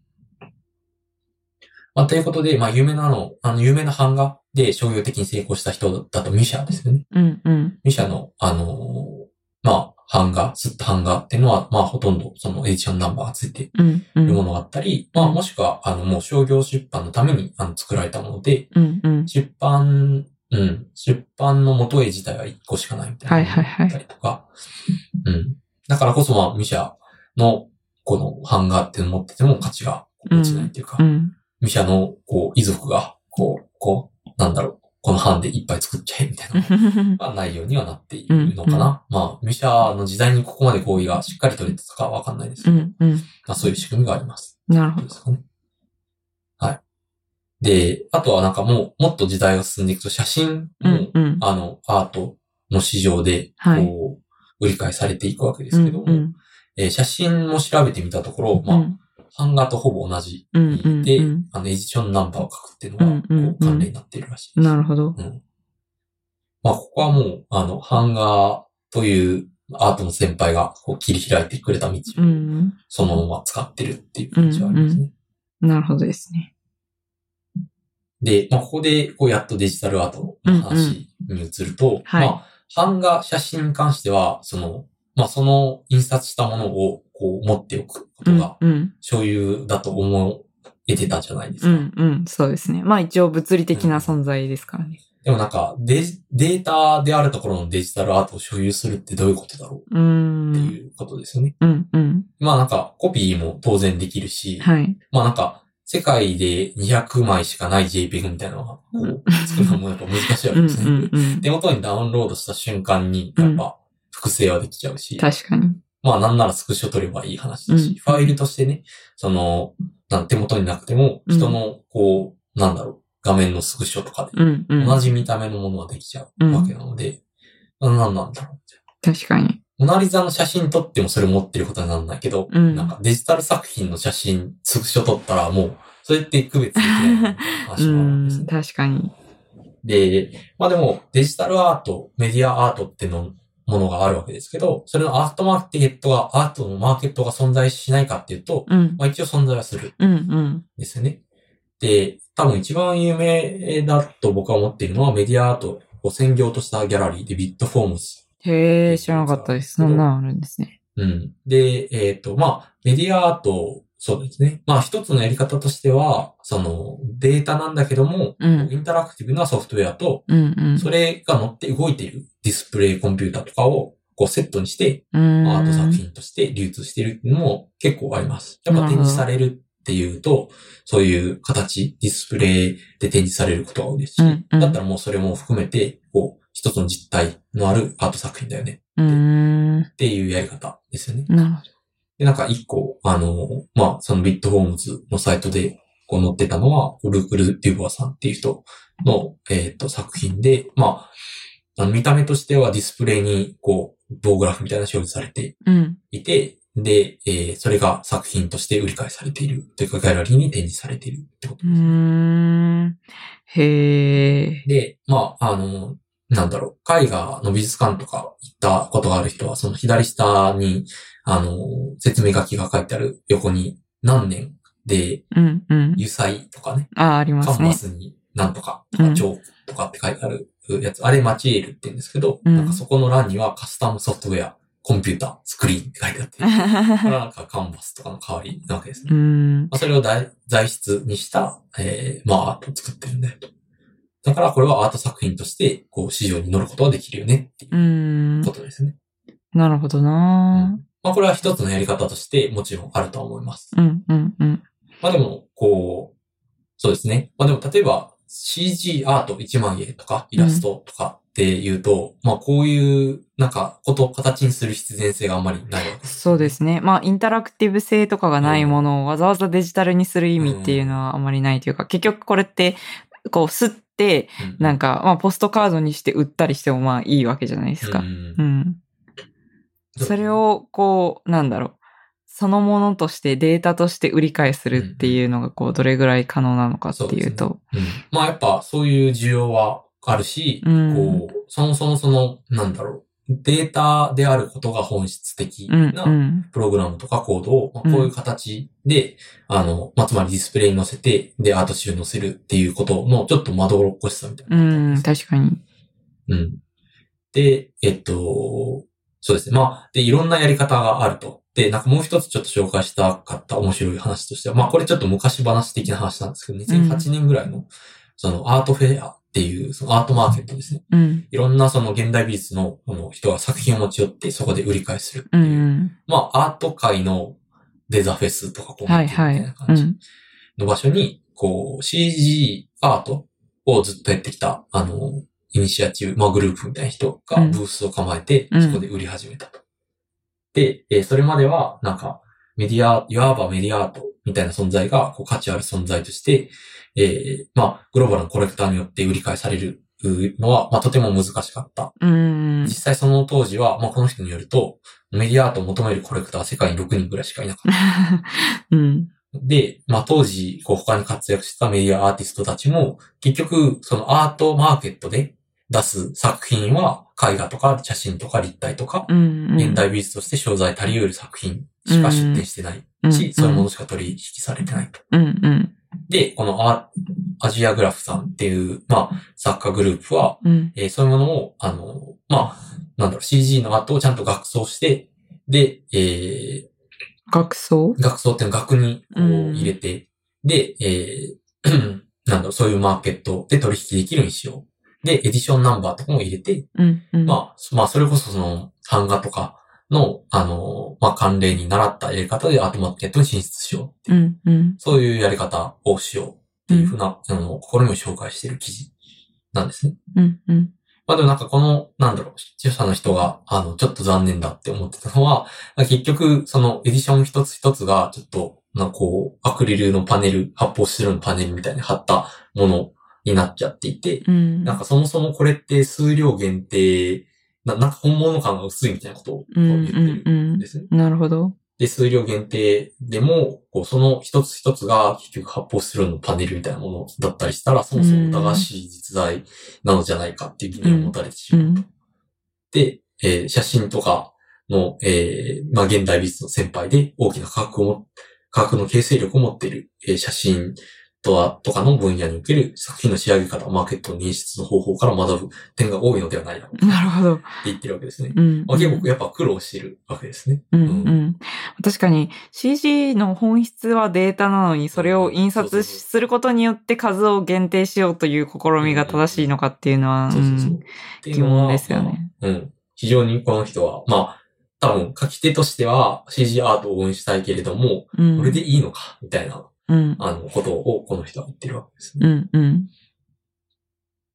[SPEAKER 1] まあ、ということで、まあ、有名なの、あの、有名な版画で商業的に成功した人だとミシャですよね。
[SPEAKER 2] うんうん。
[SPEAKER 1] ミシャの、あのーまあ、版画、吸った版画っていうのは、まあ、ほとんどそのエディションナンバーがついて
[SPEAKER 2] うんう
[SPEAKER 1] いる
[SPEAKER 2] ん。
[SPEAKER 1] ものがあったり、まあ、もしくは、あの、もう商業出版のためにあの作られたもので、
[SPEAKER 2] うんうん。
[SPEAKER 1] 出版、うん、出版の元絵自体は1個しかないみたいな。
[SPEAKER 2] はいはいはい
[SPEAKER 1] ったりとか、うん。だからこそ、まあ、ミシャの、この版画っていうのを持ってても価値が落ちないっていうか、
[SPEAKER 2] うん。
[SPEAKER 1] ミシャの、こう、遺族が、こう、こう、なんだろう、この班でいっぱい作っちゃえみたいな。はないようにはなっているのかな。まあ、ミシャの時代にここまで合意がしっかり取れてたかはわかんないですけ
[SPEAKER 2] う
[SPEAKER 1] ど、
[SPEAKER 2] ん、うん。
[SPEAKER 1] まあ、そういう仕組みがあります。
[SPEAKER 2] なるほ
[SPEAKER 1] そう
[SPEAKER 2] ど。
[SPEAKER 1] ですかね。はい。で、あとはなんかもう、もっと時代が進んでいくと写真
[SPEAKER 2] う
[SPEAKER 1] も、
[SPEAKER 2] ん、うん。
[SPEAKER 1] あの、アートの市場で、
[SPEAKER 2] はい
[SPEAKER 1] こう、売り買いされていくわけで
[SPEAKER 2] う
[SPEAKER 1] すけども、
[SPEAKER 2] ん、うん。
[SPEAKER 1] えー写真も調べてみたところ、まあ、
[SPEAKER 2] うん、
[SPEAKER 1] 版画とほぼ同じ
[SPEAKER 2] う
[SPEAKER 1] に
[SPEAKER 2] ん、う
[SPEAKER 1] い
[SPEAKER 2] ん
[SPEAKER 1] て、
[SPEAKER 2] うん。
[SPEAKER 1] あの、エディションナンバーを書くっていうのが、こ
[SPEAKER 2] うんうんうん
[SPEAKER 1] う、関連になっているらしいです。
[SPEAKER 2] なるほど。
[SPEAKER 1] うん。まあ、ここはもう、あの、版画というアートの先輩がこう切り開いてくれた道を
[SPEAKER 2] うん。
[SPEAKER 1] そのまま使ってるっていう感じはありますね。
[SPEAKER 2] なるほどですね。
[SPEAKER 1] で、まあ、ここで、こう、やっとデジタルアートの話に移ると、
[SPEAKER 2] はい
[SPEAKER 1] まあ、版画、写真に関しては、その、まあ、その印刷したものを、こう、持っておくこ
[SPEAKER 2] う
[SPEAKER 1] と
[SPEAKER 2] ん
[SPEAKER 1] が、、
[SPEAKER 2] うん。
[SPEAKER 1] 所有だと思えてたじゃないです
[SPEAKER 2] う
[SPEAKER 1] か。
[SPEAKER 2] ん、うん。そうですね。まあ一応物理的な存在ですからね。
[SPEAKER 1] でもなんかデジ、データであるところのデジタルアートを所有するってどういうことだろ
[SPEAKER 2] うー
[SPEAKER 1] うって
[SPEAKER 2] ん。
[SPEAKER 1] いうことですよね。
[SPEAKER 2] うん、うん。
[SPEAKER 1] まあなんか、コピーも当然できるし、
[SPEAKER 2] はい。
[SPEAKER 1] まあなんか、世界で200枚しかない JPEG みたいなのが、こう、作るのもやっぱ難しいわ
[SPEAKER 2] う
[SPEAKER 1] け
[SPEAKER 2] ん、
[SPEAKER 1] で
[SPEAKER 2] う
[SPEAKER 1] すね
[SPEAKER 2] ん。、うん。
[SPEAKER 1] 手元にダウンロードした瞬間に、やっぱ、複製はできちゃうし、
[SPEAKER 2] 確かに。
[SPEAKER 1] まあなんならスクショ取ればいい話だし、
[SPEAKER 2] うん
[SPEAKER 1] ファイルとしてね、その、なん手元になくても、
[SPEAKER 2] うん
[SPEAKER 1] 人の、こう、なんだろう、画面のスクショとかで、
[SPEAKER 2] うん、うん。
[SPEAKER 1] 同じ見た目のものはできちゃうわけなので、なんなんなんだろうみたいな。
[SPEAKER 2] 確かに。
[SPEAKER 1] モナリザの写真撮ってもそれ持ってることにならないけど、
[SPEAKER 2] うん
[SPEAKER 1] なんかデジタル作品の写真、スクショ撮ったらもう、それって区別できないみたいな
[SPEAKER 2] う
[SPEAKER 1] 話もあるんです
[SPEAKER 2] ん、
[SPEAKER 1] ね。
[SPEAKER 2] 確かに。
[SPEAKER 1] で、まあでもデジタルアート、メディアアートってのものがあるわけですけど、それのアートマーケットが、アートのマーケットが存在しないかっていうと、
[SPEAKER 2] うん、
[SPEAKER 1] まあ一応存在はするん
[SPEAKER 2] うん、うん。
[SPEAKER 1] ですよね。で、多分一番有名だと僕は思っているのはメディアアートを専業としたギャラリーでビットフォームス。
[SPEAKER 2] へえ、知らなかったです。そんなのあるんですね。
[SPEAKER 1] うん。で、えっ、と、まあ、メディアアート、そうですね。まあ一つのやり方としては、そのデータなんだけども、
[SPEAKER 2] うん、
[SPEAKER 1] インタラクティブなソフトウェアと
[SPEAKER 2] うん、うん。
[SPEAKER 1] それが乗って動いているディスプレイコンピューターとかをこうセットにして、
[SPEAKER 2] うーん
[SPEAKER 1] アート作品として流通しているっていうのも結構あります。やっぱ展示されるっていうと、そういう形、ディスプレイで展示されることが多いですし、
[SPEAKER 2] うんうん
[SPEAKER 1] だったらもうそれも含めて、こう、一つの実体のあるアート作品だよね
[SPEAKER 2] うーん。
[SPEAKER 1] っていうやり方ですよね。
[SPEAKER 2] なるほ
[SPEAKER 1] で、なんか一個、あの、まあ、そのビットフォームズのサイトで、こう載ってたのは、ルークル・デュボアさんっていう人の、えっ、と、作品で、まあ、あの見た目としてはディスプレイに、こう、棒グラフみたいな表示されて
[SPEAKER 2] ど。うん、
[SPEAKER 1] いて、で、えーそれが作品として売り買いされている、というかギャラリーに展示されているってこと
[SPEAKER 2] う。ーん。へえ。
[SPEAKER 1] で、まあ、あの、なんだろう、絵画の美術館とか行ったことがある人は、その左下に、あの、説明書きが書いてある横に、何年で、
[SPEAKER 2] うん、うん。
[SPEAKER 1] 油彩とかね、
[SPEAKER 2] あ、ありま
[SPEAKER 1] カ
[SPEAKER 2] す
[SPEAKER 1] ンマ
[SPEAKER 2] ね。
[SPEAKER 1] スになんとか、
[SPEAKER 2] うん
[SPEAKER 1] チョークとかって書いてあるやつ、あれマチエールって言うんですけど、
[SPEAKER 2] うん
[SPEAKER 1] なんかそこの欄にはカスタムソフトウェア、コンピューター、スクリーンって書いてあって、これはなんかカンバスとかの代わりなわけですね。
[SPEAKER 2] うーん。
[SPEAKER 1] まあ、それを材材質にした、えー、まあ、アートを作ってるんだよと。だからこれはアート作品として、こう、市場に乗ることができるよねっていう
[SPEAKER 2] ーん
[SPEAKER 1] うこ。とですね。
[SPEAKER 2] なるほどな
[SPEAKER 1] まあ、これは一つのやり方として、もちろんあるとは思います。
[SPEAKER 2] うん、うん、うん。
[SPEAKER 1] まあでも、こう、そうですね。まあでも、例えば、CG アート1万円とか、イラストとかっていうと、まあこういう、なんか、ことを形にする必然性があんまりないわけです。
[SPEAKER 2] そうですね。まあ、インタラクティブ性とかがないものをわざわざデジタルにする意味っていうのはあまりないというか、結局これって、こう、吸って、
[SPEAKER 1] うん
[SPEAKER 2] なんか、まあ、ポストカードにして売ったりしてもまあいいわけじゃないですか
[SPEAKER 1] う。ん
[SPEAKER 2] うん。それ、を、こう、なんだろう。そのものとして、データとして売り買いするっていうのが、こう、どれぐらい可能なのかっていうと。
[SPEAKER 1] うんまあやっぱそういう需要はあるし、
[SPEAKER 2] うん
[SPEAKER 1] こう、そもそもその、なんだろう、データであることが本質的
[SPEAKER 2] うん、う。
[SPEAKER 1] なんプログラムとかコードを、まあ
[SPEAKER 2] うん
[SPEAKER 1] こういう形で、あの、まあ、つまりディスプレイに載せて、で、アート集に載せるっていうことのちょっとまどろっこしさみたいな。
[SPEAKER 2] うん、確かに。
[SPEAKER 1] うん。で、えっと、そうですね。まあ、で、いろんなやり方があると。で、なんかもう一つちょっと紹介したかった面白い話としては、まあ、これちょっと昔話的な話なんですけど、2008年ぐらいの、そのアートフェアっていう、そのアートマーケットですね。
[SPEAKER 2] うん、
[SPEAKER 1] いろんなその現代美術のこの人が作品を持ち寄って、そこで売り買いするって
[SPEAKER 2] う
[SPEAKER 1] い
[SPEAKER 2] ん、
[SPEAKER 1] う。
[SPEAKER 2] うん。
[SPEAKER 1] まあ、アート界のデザフェスとかコン
[SPEAKER 2] は
[SPEAKER 1] テ
[SPEAKER 2] い、
[SPEAKER 1] みた
[SPEAKER 2] はいい
[SPEAKER 1] な。
[SPEAKER 2] う
[SPEAKER 1] 感じ
[SPEAKER 2] ん、
[SPEAKER 1] の場所に、こう、CG アートをずっとやってきた、あの、イニシアチブ、まあ、グループみたいな人が
[SPEAKER 2] うん
[SPEAKER 1] ブースを構えて、
[SPEAKER 2] うん
[SPEAKER 1] そこで売り始めたと。で、えーそれまでは、なんか、メディア、いわばメディアアートみたいな存在が、こう、価値ある存在として、えーまあ、グローバルのコレクターによって売り買いされるのは、まあ、とても難しかった。
[SPEAKER 2] うん
[SPEAKER 1] 実。際その当時は、まあ、この人によると、メディアアートを求めるコレクターは世界に6人ぐらいしかいなかった。
[SPEAKER 2] うん。
[SPEAKER 1] で、まあ当時、こう他に活躍したメディアアーティストたちも、結局、そのアートマーケットで出す作品は、絵画とか写真とか立体とか、
[SPEAKER 2] うん。
[SPEAKER 1] 現代美術として商材足り得る作品しか出展してないし、そういうものしか取引されてないと。
[SPEAKER 2] うん。うん。
[SPEAKER 1] で、このアアジアグラフさんっていう、まあ、作家グループは、
[SPEAKER 2] うん。
[SPEAKER 1] えーそういうものを、あの、まあ、なんだろう、CG のアートをちゃんと学装して、で、えー、
[SPEAKER 2] 学装
[SPEAKER 1] 学装っていうの額にこ
[SPEAKER 2] うん
[SPEAKER 1] う入れて、で、えー なんだろう、そういうマーケットで取引できるようにしよう。で、エディションナンバーとかも入れて、
[SPEAKER 2] うん。うん。
[SPEAKER 1] まあ、そまあ、それこそその、版画とかの、あのーまあ、関連に習ったやり方でアートマーケットに進出しよう。
[SPEAKER 2] うん。うん。
[SPEAKER 1] そういうやり方をしようっていうふうな、あの、試みを紹介している記事なんですね。
[SPEAKER 2] うん。うん。
[SPEAKER 1] まあでもなんかこの、なんだろう、著者の人が、あの、ちょっと残念だって思ってたのは、結局、そのエディション一つ一つが、ちょっと、なんかこう、アクリルのパネル、発泡スチロールのパネルみたいに貼ったものになっちゃっていて、
[SPEAKER 2] うん。
[SPEAKER 1] なんかそもそもこれって数量限定、ななんか本物感が薄いみたいなことを
[SPEAKER 2] う
[SPEAKER 1] 言っ
[SPEAKER 2] ん。
[SPEAKER 1] て
[SPEAKER 2] うん。
[SPEAKER 1] る
[SPEAKER 2] うん
[SPEAKER 1] んですね。
[SPEAKER 2] なるほど。
[SPEAKER 1] で、数量限定でも、こうその一つ一つが結局発泡スチロールのパネルみたいなものだったりしたら、そもそも疑わしい実在なのじゃないかっていう疑念を持たれてし
[SPEAKER 2] う
[SPEAKER 1] まう。
[SPEAKER 2] ん。
[SPEAKER 1] で、えー写真とかの、えーまあ、現代美術の先輩で大きな科学をも、科学の形成力を持っている、えー写真とは、とかの分野における作品の仕上げ方、マーケットの演出の方法から学ぶ点が多いのではないかって
[SPEAKER 2] なるほど。
[SPEAKER 1] 言ってるわけですね。
[SPEAKER 2] うん。
[SPEAKER 1] まあ、結構やっぱ苦労してるわけですね。
[SPEAKER 2] うんうん、確かに CG の本質はデータなのにそれを印
[SPEAKER 1] そう
[SPEAKER 2] 刷
[SPEAKER 1] そうそう
[SPEAKER 2] することによって数を限定しようという試みが正しいのかっていうのは、
[SPEAKER 1] そうそうそう。
[SPEAKER 2] うん
[SPEAKER 1] っていう
[SPEAKER 2] 疑
[SPEAKER 1] のは
[SPEAKER 2] 問ですよね。
[SPEAKER 1] うん。非常にこの人は、まあ、多分書き手としては CG アートを応援したいけれども、
[SPEAKER 2] うん、
[SPEAKER 1] これでいいのか、みたいな、
[SPEAKER 2] うん
[SPEAKER 1] あの、ことをこの人は言ってるわけですね。
[SPEAKER 2] うんうん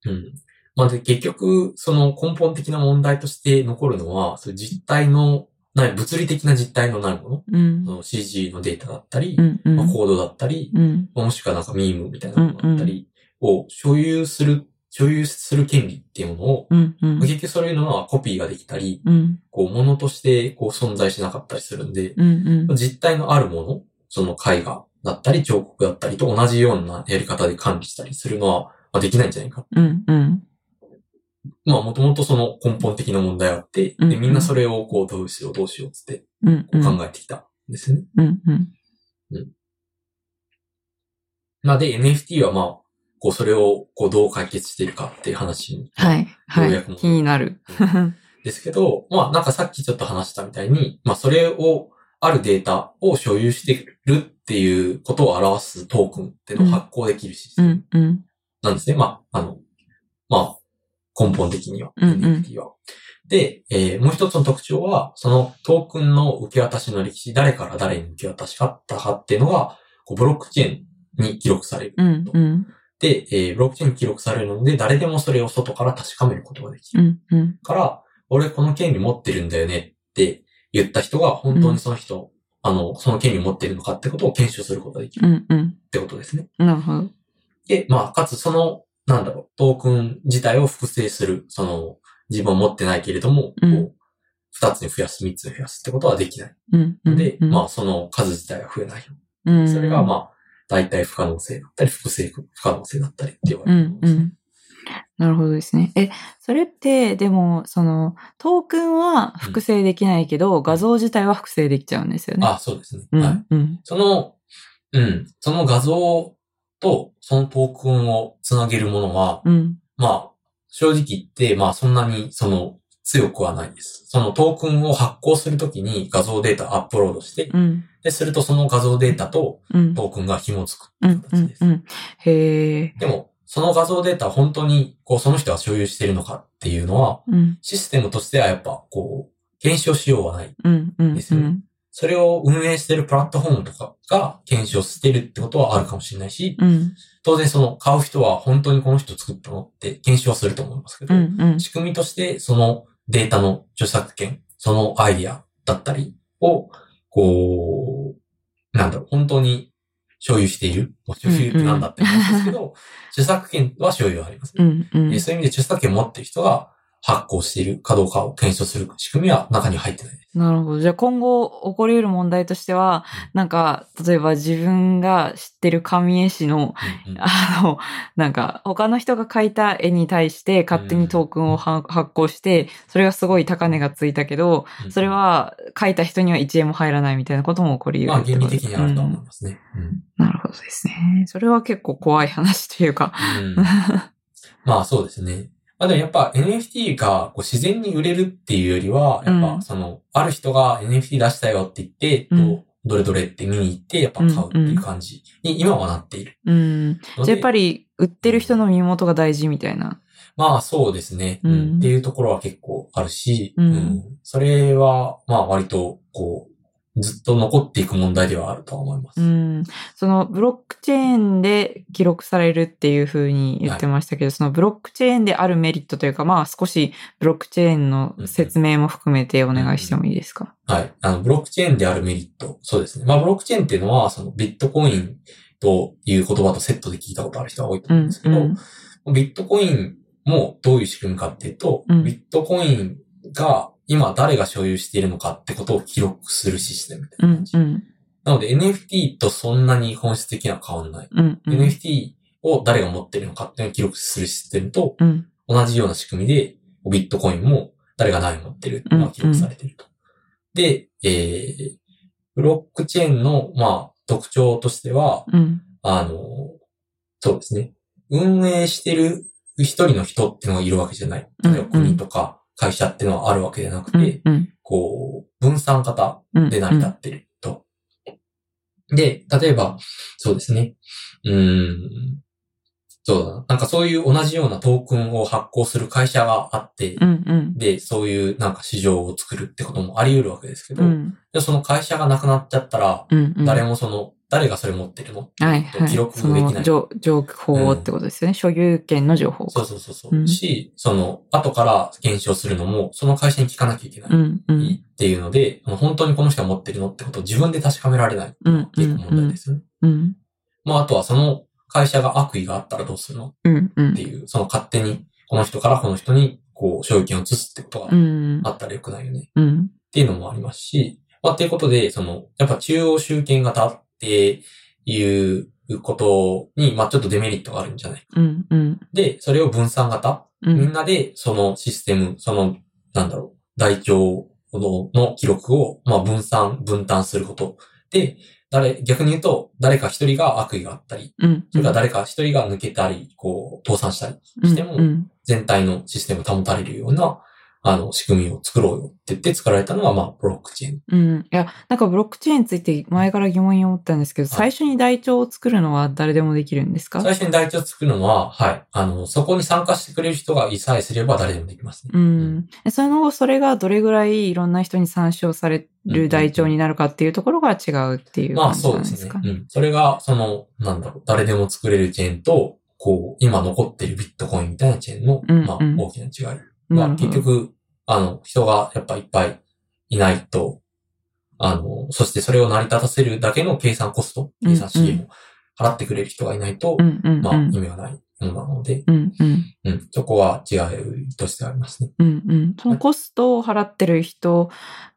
[SPEAKER 1] うん。まあ、で、結局、その根本的な問題として残るのは、そういう実体のない、物理的な実体のないもの
[SPEAKER 2] う、ん
[SPEAKER 1] その CG のデータだったり
[SPEAKER 2] う、んうん
[SPEAKER 1] まあ、コードだったり、
[SPEAKER 2] うん
[SPEAKER 1] もしくはなんかミームみたいなものだったりを所有する、所有する権利っていうものを、
[SPEAKER 2] うんう
[SPEAKER 1] まあ
[SPEAKER 2] ん
[SPEAKER 1] 結局そういうのはコピーができたり、
[SPEAKER 2] うん
[SPEAKER 1] こう、物としてこう存在しなかったりするんで、
[SPEAKER 2] うん
[SPEAKER 1] 実体のあるもの、その絵画だったり彫刻だったりと同じようなやり方で管理したりするのは、まあ、できないんじゃないか
[SPEAKER 2] うんうん
[SPEAKER 1] まあ、もともとその根本的な問題があって、
[SPEAKER 2] うんう
[SPEAKER 1] で、
[SPEAKER 2] ん
[SPEAKER 1] みんなそれをこう、どうしよう、どうしようっつって
[SPEAKER 2] うん
[SPEAKER 1] こう考えてきたんですよね。
[SPEAKER 2] うんうん
[SPEAKER 1] なので、NFT はまあ、こう、それをこう、どう解決しているかっていう話に
[SPEAKER 2] はいは
[SPEAKER 1] ようやく
[SPEAKER 2] い気になる
[SPEAKER 1] ですけど、まあ、なんかさっきちょっと話したみたいに、まあ、それを、あるデータを所有してるっていうことを表すトークンっていうのを発行できるシステ
[SPEAKER 2] う
[SPEAKER 1] ム
[SPEAKER 2] んうん
[SPEAKER 1] なんですね。まあ、あの、まあ、根本的には、
[SPEAKER 2] うんうん
[SPEAKER 1] NFT は。で、えーもう一つの特徴は、そのトークンの受け渡しの歴史、誰から誰に受け渡しかったかっていうのが、こうブロックチェーンに記録される。
[SPEAKER 2] うんうん
[SPEAKER 1] で、えーブロックチェーンに記録されるので、誰でもそれを外から確かめることができ
[SPEAKER 2] う
[SPEAKER 1] る。
[SPEAKER 2] んうん
[SPEAKER 1] から、俺この権利持ってるんだよねって言った人が、本当にその人、あの、その権利持ってるのかってことを検証することができ
[SPEAKER 2] う
[SPEAKER 1] る
[SPEAKER 2] んうん
[SPEAKER 1] ってことですね。
[SPEAKER 2] なるほど
[SPEAKER 1] で、まあ、かつその、なんだろう、トークン自体を複製する、その、自分は持ってないけれども、
[SPEAKER 2] うん
[SPEAKER 1] こう、二つに増やす、三つに増やすってことはできない
[SPEAKER 2] うんう
[SPEAKER 1] の
[SPEAKER 2] ん
[SPEAKER 1] で、
[SPEAKER 2] うん
[SPEAKER 1] まあ、その数自体は増えない。
[SPEAKER 2] うん
[SPEAKER 1] それが、まあ、大体不可能性だったり、複製不可能性だったりって言わ
[SPEAKER 2] う
[SPEAKER 1] れる
[SPEAKER 2] ん
[SPEAKER 1] ん
[SPEAKER 2] う
[SPEAKER 1] ですね。
[SPEAKER 2] ん。なるほどですね。え、それって、でも、その、トークンは複製できないけど、画像自体は複製できちゃうんですよね。
[SPEAKER 1] あ、そうですね。
[SPEAKER 2] う
[SPEAKER 1] はい。
[SPEAKER 2] ん、うん、
[SPEAKER 1] その、うん、その画像とそのトークンをつなげるものは、
[SPEAKER 2] うん、
[SPEAKER 1] まあ、正直言って、まあそんなにその強くはないです。そのトークンを発行するときに画像データアップロードして、
[SPEAKER 2] うん、
[SPEAKER 1] で、するとその画像データと
[SPEAKER 2] うん、
[SPEAKER 1] トークンが紐づく
[SPEAKER 2] う
[SPEAKER 1] って
[SPEAKER 2] ん、う
[SPEAKER 1] 形
[SPEAKER 2] ん
[SPEAKER 1] です。
[SPEAKER 2] うん。へえ、
[SPEAKER 1] でも、その画像データ本当にこうその人が所有しているのかっていうのは、
[SPEAKER 2] うん、
[SPEAKER 1] システムとしてはやっぱこう、検証しようはない。
[SPEAKER 2] うん、うん、
[SPEAKER 1] ですよ
[SPEAKER 2] う
[SPEAKER 1] ね
[SPEAKER 2] ん。
[SPEAKER 1] それを運営してるプラットフォームとかが検証してるってことはあるかもしれないし、
[SPEAKER 2] うん。
[SPEAKER 1] 当然その買う人は本当にこの人作ったのって検証はすると思いますけ
[SPEAKER 2] う
[SPEAKER 1] ど、
[SPEAKER 2] ん。うん。
[SPEAKER 1] 仕組みとしてそのデータの著作権、そのアイディアだったりを、こう、なんだろう、本当に所有している、まあ所有ってなんだって話ですけど、著作権は所有あります、
[SPEAKER 2] うん。うん
[SPEAKER 1] えー。そういう意味で著作権持ってる人が発行しているかどうかを検証する仕組みは中に入ってない。
[SPEAKER 2] なるほど。じゃあ今後起こり得る問題としては、なんか、例えば自分が知ってる神絵師の、
[SPEAKER 1] うんうん
[SPEAKER 2] あの、なんか、他の人が描いた絵に対して勝手にトークンをは発行して、それがすごい高値がついたけど、
[SPEAKER 1] うん
[SPEAKER 2] それ、は描いた人には1円も入らないみたいなことも起こり
[SPEAKER 1] まあ
[SPEAKER 2] 得るっ
[SPEAKER 1] 原理
[SPEAKER 2] てことで
[SPEAKER 1] 的
[SPEAKER 2] す
[SPEAKER 1] にあるとは
[SPEAKER 2] う
[SPEAKER 1] 思い
[SPEAKER 2] ん
[SPEAKER 1] ますね。うん
[SPEAKER 2] なるほどですね。それは結構怖い話というか。
[SPEAKER 1] うんまあそうですね。まあでもやっぱ NFT がこう自然に売れるっていうよりは、やっ
[SPEAKER 2] う
[SPEAKER 1] ぱ
[SPEAKER 2] ん
[SPEAKER 1] その、ある人が NFT 出したよって言って、
[SPEAKER 2] うん
[SPEAKER 1] どうどれどれって見に行って、やっぱ買うっていう感じに今はなっている
[SPEAKER 2] うん。
[SPEAKER 1] の
[SPEAKER 2] じゃあ
[SPEAKER 1] で。
[SPEAKER 2] やっぱり、売ってる人の身元が大事みたいな。
[SPEAKER 1] まあそうですね、
[SPEAKER 2] うん
[SPEAKER 1] うんっていうところは結構あるし、
[SPEAKER 2] うん
[SPEAKER 1] それはまあ割とこう、ずっと残っていく問題ではあるとは思います。
[SPEAKER 2] うん、そのブロックチェーンで記録されるっていうふうに言ってましたけど、そのブロックチェーンであるメリットというか、まあ少しブロックチェーンの説明も含めてお願いしてもいいですか、
[SPEAKER 1] はい。あの、ブロックチェーンであるメリット。そうですね。まあ、ブロックチェーンっていうのは、そのビットコインという言葉とセットで聞いたことある人が多いと
[SPEAKER 2] うん
[SPEAKER 1] 思うんですけど、ビットコインもどういう仕組みかっていうと、
[SPEAKER 2] うん
[SPEAKER 1] ビットコインが今誰が所有しているのかってことを記録するシステムみたい
[SPEAKER 2] うん
[SPEAKER 1] な感じ。
[SPEAKER 2] うん
[SPEAKER 1] なので NFT とそんなに本質的には変わんない。
[SPEAKER 2] うん
[SPEAKER 1] NFT を誰が持ってるのかっていうのを記録するシステムと
[SPEAKER 2] うん
[SPEAKER 1] 同じような仕組みで、ビットコインも誰が何を持ってるっていうのが記録されてると。で、えー、ブロックチェーンの、まあ、特徴としては、
[SPEAKER 2] うん
[SPEAKER 1] あの、そうですね。運営してる一人の人っていうのがいるわけじゃない。
[SPEAKER 2] うんうん
[SPEAKER 1] 例えば国とか会社っていうのはあるわけじゃなくて、
[SPEAKER 2] うんうん
[SPEAKER 1] こう、分散型
[SPEAKER 2] うん
[SPEAKER 1] で成り立ってると。で、例えば、そうですね。うーん。そうだな。なんかそういう同じようなトークンを発行する会社があって、
[SPEAKER 2] うんうん
[SPEAKER 1] で、そういうなんか市場を作るってこともあり得るわけですけど、
[SPEAKER 2] うん
[SPEAKER 1] でその会社がなくなっちゃったら、
[SPEAKER 2] うんうん
[SPEAKER 1] 誰もその、誰がそれ持ってるの
[SPEAKER 2] はいはい、
[SPEAKER 1] 記録でき
[SPEAKER 2] そ
[SPEAKER 1] ない
[SPEAKER 2] の情情報ってことですよね、所有権の情報
[SPEAKER 1] そう
[SPEAKER 2] う
[SPEAKER 1] そうそうそうう。
[SPEAKER 2] ん
[SPEAKER 1] し、その、後から検証するのも、その会社に聞かなきゃいけない。
[SPEAKER 2] んうん
[SPEAKER 1] っていうので、もう本当にこの人が持ってるのってことを自分で確かめられない。
[SPEAKER 2] うんう
[SPEAKER 1] 結
[SPEAKER 2] ん
[SPEAKER 1] 構問題ですよね。
[SPEAKER 2] うん
[SPEAKER 1] まあ、あとはその会社が悪意があったらどうするのっ
[SPEAKER 2] うんうん
[SPEAKER 1] ていう、その勝手に、この人からこの人に、こう、所有権を移すってこと
[SPEAKER 2] う
[SPEAKER 1] が
[SPEAKER 2] ん
[SPEAKER 1] あったらよくないよね。っ
[SPEAKER 2] うん
[SPEAKER 1] ていうのもありますし、まあ、っていうことで、その、やっぱ中央集権型っていうことに、まあ、ちょっとデメリットがあるんじゃない
[SPEAKER 2] うんうん
[SPEAKER 1] で、それを分散型
[SPEAKER 2] う
[SPEAKER 1] みん
[SPEAKER 2] ん
[SPEAKER 1] なでそのシステム、その、なんだろう、台帳のの記録を、まあ、分散、分担すること。で、誰、逆に言うと、誰か一人が悪意があったり、
[SPEAKER 2] うん
[SPEAKER 1] それから誰か一人が抜けたり、こう、倒産したり、しても
[SPEAKER 2] うんうん
[SPEAKER 1] 全体のシステムを保たれるような、あの、仕組みを作ろうよって言って作られたのが、まあ、ブロックチェーン。
[SPEAKER 2] うん。いや、なんかブロックチェーンについて前から疑問に思ったんですけど、
[SPEAKER 1] はい
[SPEAKER 2] 最初に台帳を作るのは誰でもできるんですか
[SPEAKER 1] 最初に台帳を作るのは、はい、あの、そこに参加してくれる人がいさえすれば誰でもできますね。
[SPEAKER 2] うん。でその後、それがどれぐらいいろんな人に参照される台帳になるかっていうところが違うっていう
[SPEAKER 1] ま
[SPEAKER 2] 感
[SPEAKER 1] あ
[SPEAKER 2] じ
[SPEAKER 1] そ
[SPEAKER 2] な
[SPEAKER 1] うんで
[SPEAKER 2] ですす
[SPEAKER 1] ね
[SPEAKER 2] か。。
[SPEAKER 1] うん。それが、その、なんだろう、誰でも作れるチェーンと、こう、今残ってるビットコインみたいなチェーンの、
[SPEAKER 2] うん
[SPEAKER 1] まあ
[SPEAKER 2] うん
[SPEAKER 1] 大きな違い。
[SPEAKER 2] な
[SPEAKER 1] まあ
[SPEAKER 2] るほ
[SPEAKER 1] 結
[SPEAKER 2] ど。
[SPEAKER 1] 局、あの、人がやっぱいっぱいいないと、あの、そしてそれを成り立たせるだけの計算コスト、
[SPEAKER 2] うん
[SPEAKER 1] 計算資源を払ってくれる人がいないと
[SPEAKER 2] う、んうん
[SPEAKER 1] まあ
[SPEAKER 2] うん
[SPEAKER 1] 意味はないものなので、
[SPEAKER 2] うんうん
[SPEAKER 1] うん、そこは違いとしてありますね。
[SPEAKER 2] うんうん。そのコストを払ってる人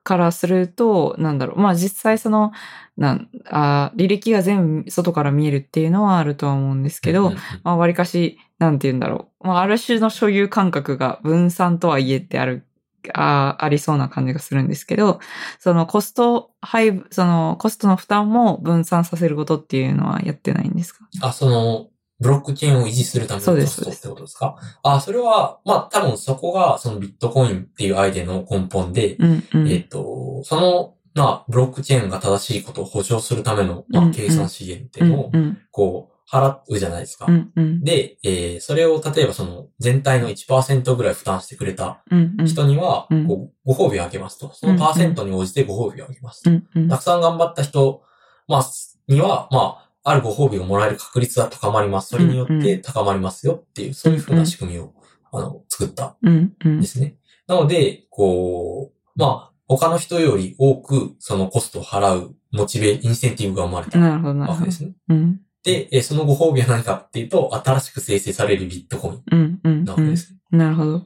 [SPEAKER 2] からすると、なんだろう。まあ実際その、なんあー履歴が全部外から見えるっていうのはあるとは思うんですけど、
[SPEAKER 1] うんうん
[SPEAKER 2] まあ、わりかし、なんて言うんだろう。まあ、ある種の所有感覚が分散とはいえってある、あーありそうな感じがするんですけど、そのコスト配分、そのコストの負担も分散させることっていうのはやってないんですか
[SPEAKER 1] あ、その、ブロックチェーンを維持するための
[SPEAKER 2] そうで
[SPEAKER 1] コ
[SPEAKER 2] す
[SPEAKER 1] ストってことですかあ、それは、まあ多分そこが、そのビットコインっていうアイデアの根本で、
[SPEAKER 2] うんうん。
[SPEAKER 1] えっ、と、その、まあ、ブロックチェーンが正しいことを保証するための、ま
[SPEAKER 2] う
[SPEAKER 1] あ
[SPEAKER 2] んう、ん
[SPEAKER 1] 計算資源って
[SPEAKER 2] う
[SPEAKER 1] いうんのを、
[SPEAKER 2] うん
[SPEAKER 1] こう、払うじゃないですか。
[SPEAKER 2] うんうん。
[SPEAKER 1] で、えーそれを例えばその全体の1%ぐらい負担してくれた
[SPEAKER 2] うんうん。
[SPEAKER 1] 人には、
[SPEAKER 2] うん
[SPEAKER 1] こうご褒美をあげますと。そのパーセントに応じてご褒美をあげます
[SPEAKER 2] う
[SPEAKER 1] と。
[SPEAKER 2] んうん。
[SPEAKER 1] たくさん頑張った人、まあ、すには、まあ、あるご褒美をもらえる確率が高まります。それによっ
[SPEAKER 2] うんう
[SPEAKER 1] て高まりますよっていう、そういうふうな仕組みを、あの、作った
[SPEAKER 2] うんうんん
[SPEAKER 1] で。すね。なので、こう、まあ、他の人より多く、そのコストを払う、モチベ、インセンティブが生まれた
[SPEAKER 2] なるほど、なる
[SPEAKER 1] わ
[SPEAKER 2] ほ
[SPEAKER 1] けで
[SPEAKER 2] ど。
[SPEAKER 1] すね。
[SPEAKER 2] うん。
[SPEAKER 1] で、えーそのご褒美は何かっていうと、新しく生成されるビットコイン
[SPEAKER 2] うんうん
[SPEAKER 1] なわ
[SPEAKER 2] う
[SPEAKER 1] けで
[SPEAKER 2] ん。
[SPEAKER 1] すね。
[SPEAKER 2] なるほど。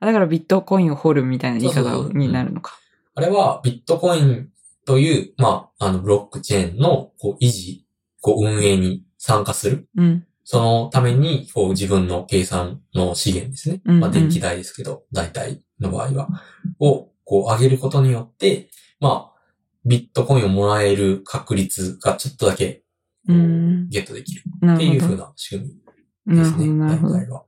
[SPEAKER 2] あだからビットコインを掘るみたいな言い
[SPEAKER 1] そう
[SPEAKER 2] 方
[SPEAKER 1] そうそう
[SPEAKER 2] になるのか。
[SPEAKER 1] あれは、ビットコインという、まあ、あの、ブロックチェーンの、こう、維持、こう、運営に参加する。
[SPEAKER 2] うん。
[SPEAKER 1] そのために、こう、自分の計算の資源ですね。
[SPEAKER 2] うんうん
[SPEAKER 1] まあ、電気代ですけど、大体の場合は。を、こう、上げることによって、まあ、ビットコインをもらえる確率がちょっとだけ、こ
[SPEAKER 2] う。
[SPEAKER 1] うんゲットできる
[SPEAKER 2] な
[SPEAKER 1] ってい
[SPEAKER 2] る
[SPEAKER 1] う
[SPEAKER 2] ほ
[SPEAKER 1] 風
[SPEAKER 2] ど。
[SPEAKER 1] な仕組みで
[SPEAKER 2] なる
[SPEAKER 1] す
[SPEAKER 2] ほ
[SPEAKER 1] ね。
[SPEAKER 2] ど、なるほど
[SPEAKER 1] 大。体は。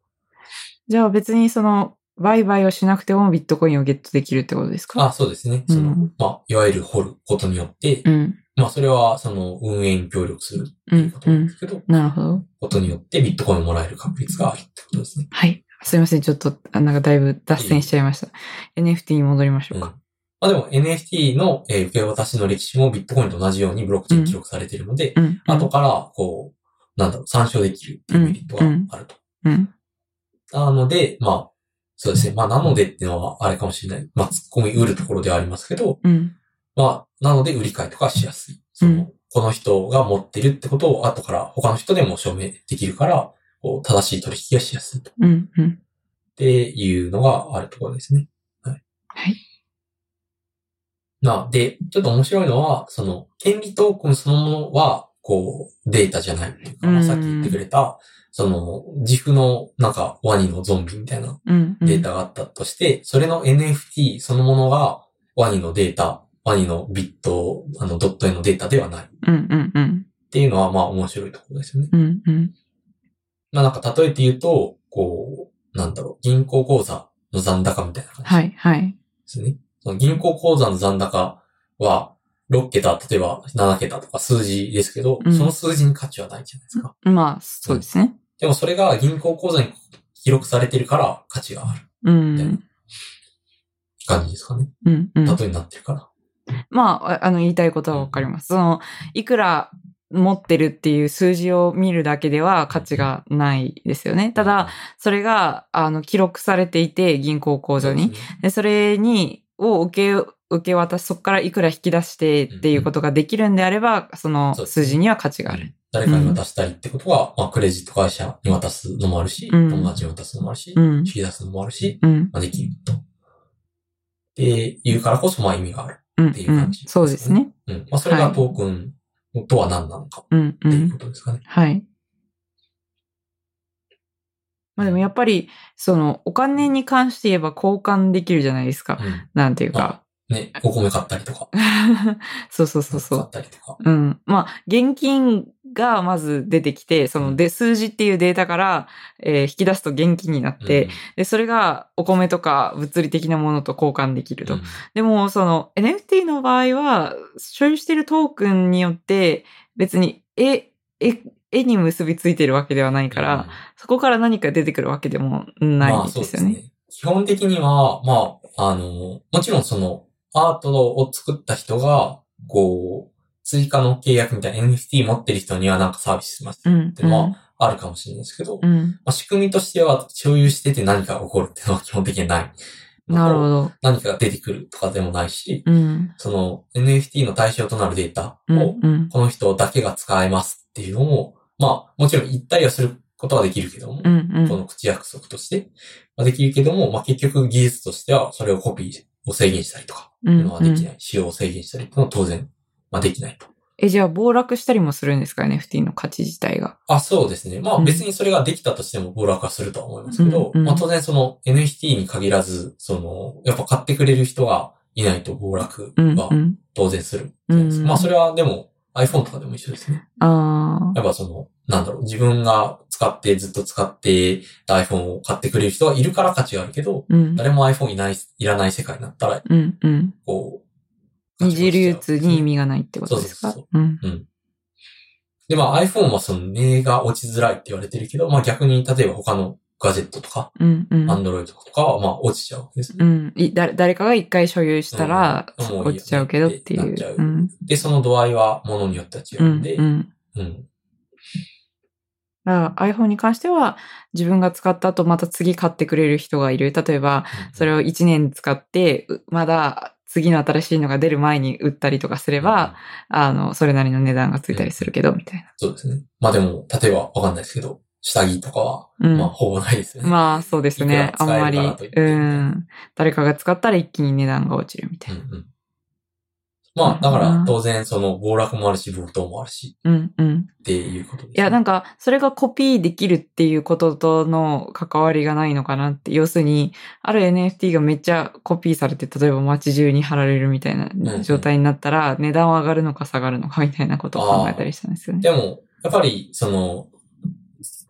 [SPEAKER 2] じゃあ別にその、売買をしなくてもビットコインをゲットできるってことですか
[SPEAKER 1] あ、そうですね。その、
[SPEAKER 2] うん
[SPEAKER 1] まあ、いわゆる掘ることによって、
[SPEAKER 2] うん。
[SPEAKER 1] まあ、それは、その、運営に協力する
[SPEAKER 2] う
[SPEAKER 1] というんこ。と
[SPEAKER 2] う
[SPEAKER 1] なんで
[SPEAKER 2] ん。
[SPEAKER 1] すけど、
[SPEAKER 2] なるほど。
[SPEAKER 1] ことによってビットコインをもらえる確率があるってことですね。
[SPEAKER 2] はい。すいません。ちょっと、あなんかだいぶ脱線しちゃいました。NFT に戻りましょ
[SPEAKER 1] う。
[SPEAKER 2] うん
[SPEAKER 1] ま
[SPEAKER 2] か。
[SPEAKER 1] あでも NFT の、えー受け渡しの歴史もビットコインと同じようにブロックチェーンに記録されているので、
[SPEAKER 2] うん。うん
[SPEAKER 1] 後。から、こう、なんだろう、参照できるっていうメリットがあると。
[SPEAKER 2] うん。
[SPEAKER 1] なので、まあ、そうですね。まあ、なのでっていうのはあれかもしれない。まあ、突っ込み売るところではありますけど、
[SPEAKER 2] うん。
[SPEAKER 1] まあ、なので売り買いとかしやすい。その、
[SPEAKER 2] うん
[SPEAKER 1] この人が持ってるってことを後から他の人でも証明できるから、こう正しい取引がしやすいと。っ
[SPEAKER 2] うん。うん。
[SPEAKER 1] ていうのがあるところですね。
[SPEAKER 2] はい。
[SPEAKER 1] な、で、ちょっと面白いのは、その、権利トークンそのものは、こう、データじゃないっていうか。
[SPEAKER 2] うん
[SPEAKER 1] さっき言ってくれた、その、自負の、なんか、ワニのゾンビみたいな
[SPEAKER 2] うん。うん
[SPEAKER 1] データがあったとして、それの NFT そのものが、ワニのデータ、ワニのビット、あの、ドット絵のデータではないっ
[SPEAKER 2] うん。うん。うん。
[SPEAKER 1] ていうのは、まあ、面白いところですよね。
[SPEAKER 2] うん。うん。
[SPEAKER 1] まあ、なんか、例えて言うと、こう、なんだろう、銀行口座の残高みたいな感じ。
[SPEAKER 2] はい。はい。
[SPEAKER 1] ですね。その銀行口座の残高は、6桁、例えば7桁とか数字ですけど、
[SPEAKER 2] うん
[SPEAKER 1] その数字に価値はないじゃないですか。
[SPEAKER 2] まあ、そうですね。
[SPEAKER 1] でもそれが銀行口座に記録されてるから価値がある
[SPEAKER 2] うん。
[SPEAKER 1] 感じですかね。
[SPEAKER 2] うん。うん。
[SPEAKER 1] 例えになってるから。
[SPEAKER 2] まああ、あの、言いたいことはわかります。その、いくら持ってるっていう数字を見るだけでは価値がないですよね。ただ、、それが、あの、記録されていて、銀行口座に。。で、それに、を受け、受け渡し、そこからいくら引き出してっていうことができるんであれば、その
[SPEAKER 1] そうですね
[SPEAKER 2] 数字には価値がある。
[SPEAKER 1] 誰かに渡したりってことは、まあ、クレジット会社に渡すのもあるし、
[SPEAKER 2] うん
[SPEAKER 1] 友達に渡すのもあるし、
[SPEAKER 2] うん
[SPEAKER 1] 引き出すのもあるし、
[SPEAKER 2] うん。
[SPEAKER 1] まあ、できると。っていうからこそ、まあ、意味がある。
[SPEAKER 2] うん。
[SPEAKER 1] っていう感じ
[SPEAKER 2] うんそうですね。
[SPEAKER 1] うん。まあ、それが
[SPEAKER 2] はい
[SPEAKER 1] トークンとは何なのか
[SPEAKER 2] うん。う。
[SPEAKER 1] っていうんことですかね。
[SPEAKER 2] はい。まあでもやっぱり、その、お金に関して言えば交換できるじゃないですか。
[SPEAKER 1] うん。
[SPEAKER 2] なんていうか。
[SPEAKER 1] ね、お米買ったりとか、
[SPEAKER 2] そうそうそうそ
[SPEAKER 1] 買
[SPEAKER 2] う
[SPEAKER 1] っ。たりとか。
[SPEAKER 2] うん。まあ、現金がまず出てきて、そので、数字っていうデータから、えー引き出すと現金になって、で、それがお米とか物理的なものと交換できる
[SPEAKER 1] うん、
[SPEAKER 2] と。でも、その NFT の場合は、所有しているトークンによって、別に絵、絵、絵に結びついてるわけではないから、そこから何か出てくるわけでも
[SPEAKER 1] うん、
[SPEAKER 2] ないですよ
[SPEAKER 1] まあそう
[SPEAKER 2] ね。
[SPEAKER 1] ね。基本的には、まあ、あの、もちろんその、アートを作った人が、こう、追加の契約みたいな NFT 持ってる人にはなんかサービスします
[SPEAKER 2] う。ん
[SPEAKER 1] ていうのはあるかもしれないですけど、
[SPEAKER 2] う
[SPEAKER 1] ま
[SPEAKER 2] ん。うん。
[SPEAKER 1] あ、仕組みとしては、所有してて何かが起こるっていうのは基本的にない。
[SPEAKER 2] なるほ
[SPEAKER 1] ど。
[SPEAKER 2] ど。
[SPEAKER 1] 何かが出てくるとかでもないし、
[SPEAKER 2] うん。
[SPEAKER 1] その NFT の対象となるデータ
[SPEAKER 2] うん。
[SPEAKER 1] を
[SPEAKER 2] うん。
[SPEAKER 1] この人だけが使えますっていうのも、まあ、もちろん言ったりはすることはできるけども、
[SPEAKER 2] うん。うん
[SPEAKER 1] この口約束として、まあ、できるけども、まあ結局技術としてはそれをコピーを制限したりとか、
[SPEAKER 2] う
[SPEAKER 1] い
[SPEAKER 2] ん
[SPEAKER 1] うのはできない。使用を制限したりっていうのは当然、まあできないと。
[SPEAKER 2] え、じゃあ暴落したりもするんですか ?NFT の価値自体が。
[SPEAKER 1] あ、そうですね。まあ
[SPEAKER 2] うん
[SPEAKER 1] 別にそれができたとしても暴落はするとは思いますけど、
[SPEAKER 2] うんうん
[SPEAKER 1] まあ当然その NFT に限らず、その、やっぱ買ってくれる人がいないと暴落
[SPEAKER 2] うん、
[SPEAKER 1] は
[SPEAKER 2] うん。
[SPEAKER 1] 当然するじゃないですか。
[SPEAKER 2] うん
[SPEAKER 1] まあそれはでも iPhone とかでも一緒ですね。
[SPEAKER 2] ああ。
[SPEAKER 1] やっぱその、なんだろう、自分が使って、ずっと使ってた iPhone を買ってくれる人はいるから価値があるけど、
[SPEAKER 2] うん。
[SPEAKER 1] 誰も iPhone いない、いらない世界になったら、
[SPEAKER 2] うん、うん。
[SPEAKER 1] こう、
[SPEAKER 2] 二次流通に意味がないってことです
[SPEAKER 1] そう
[SPEAKER 2] か
[SPEAKER 1] そう
[SPEAKER 2] うん。
[SPEAKER 1] で、まあ iPhone はその値が落ちづらいって言われてるけど、まあ逆に、例えば他のガジェットとか、
[SPEAKER 2] うんうん。
[SPEAKER 1] Android とかはまあ落ちちゃうわけですね。
[SPEAKER 2] うん。いだ誰かが一回所有したら、
[SPEAKER 1] うんもういいよ
[SPEAKER 2] 落ちちゃうけどってい
[SPEAKER 1] なっちゃ
[SPEAKER 2] う
[SPEAKER 1] う。
[SPEAKER 2] うん。
[SPEAKER 1] で、その度合いは物によっては違
[SPEAKER 2] う
[SPEAKER 1] うん
[SPEAKER 2] ん。
[SPEAKER 1] で、
[SPEAKER 2] うん。
[SPEAKER 1] うん。
[SPEAKER 2] だから iPhone に関しては、自分が使った後また次買ってくれる人がいる。例えば、それを1年使って、うまだ次の新しいのが出る前に売ったりとかすれば、、あの、それなりの値段がついたりするけど、みたい
[SPEAKER 1] そうですね。まあでも、例えばわかんないですけど、下着とかは、
[SPEAKER 2] な。うん。
[SPEAKER 1] まあほぼないですよね。
[SPEAKER 2] まあそうです
[SPEAKER 1] い
[SPEAKER 2] ね
[SPEAKER 1] く。ら
[SPEAKER 2] あん
[SPEAKER 1] 使え
[SPEAKER 2] ま
[SPEAKER 1] る
[SPEAKER 2] り、
[SPEAKER 1] かなと言ってみた
[SPEAKER 2] う。
[SPEAKER 1] いなん
[SPEAKER 2] 誰かが使ったら一気に値段が落ちるみた
[SPEAKER 1] う
[SPEAKER 2] い
[SPEAKER 1] ん
[SPEAKER 2] な。
[SPEAKER 1] うん。まあ、だから当然その暴落もあるし、暴騰もあるし、
[SPEAKER 2] うんうん。
[SPEAKER 1] っていうことです、ね。
[SPEAKER 2] いや、なんか、それがコピーできるっていうこととの関わりがないのかなって。要するに、ある NFT がめっちゃコピーされて、例えば街中に貼られるみたい
[SPEAKER 1] んうん
[SPEAKER 2] な状態になったら、値段は上がるのか下がるのかみたいなことを考えたりしたんですよね。
[SPEAKER 1] でも、やっぱり、その、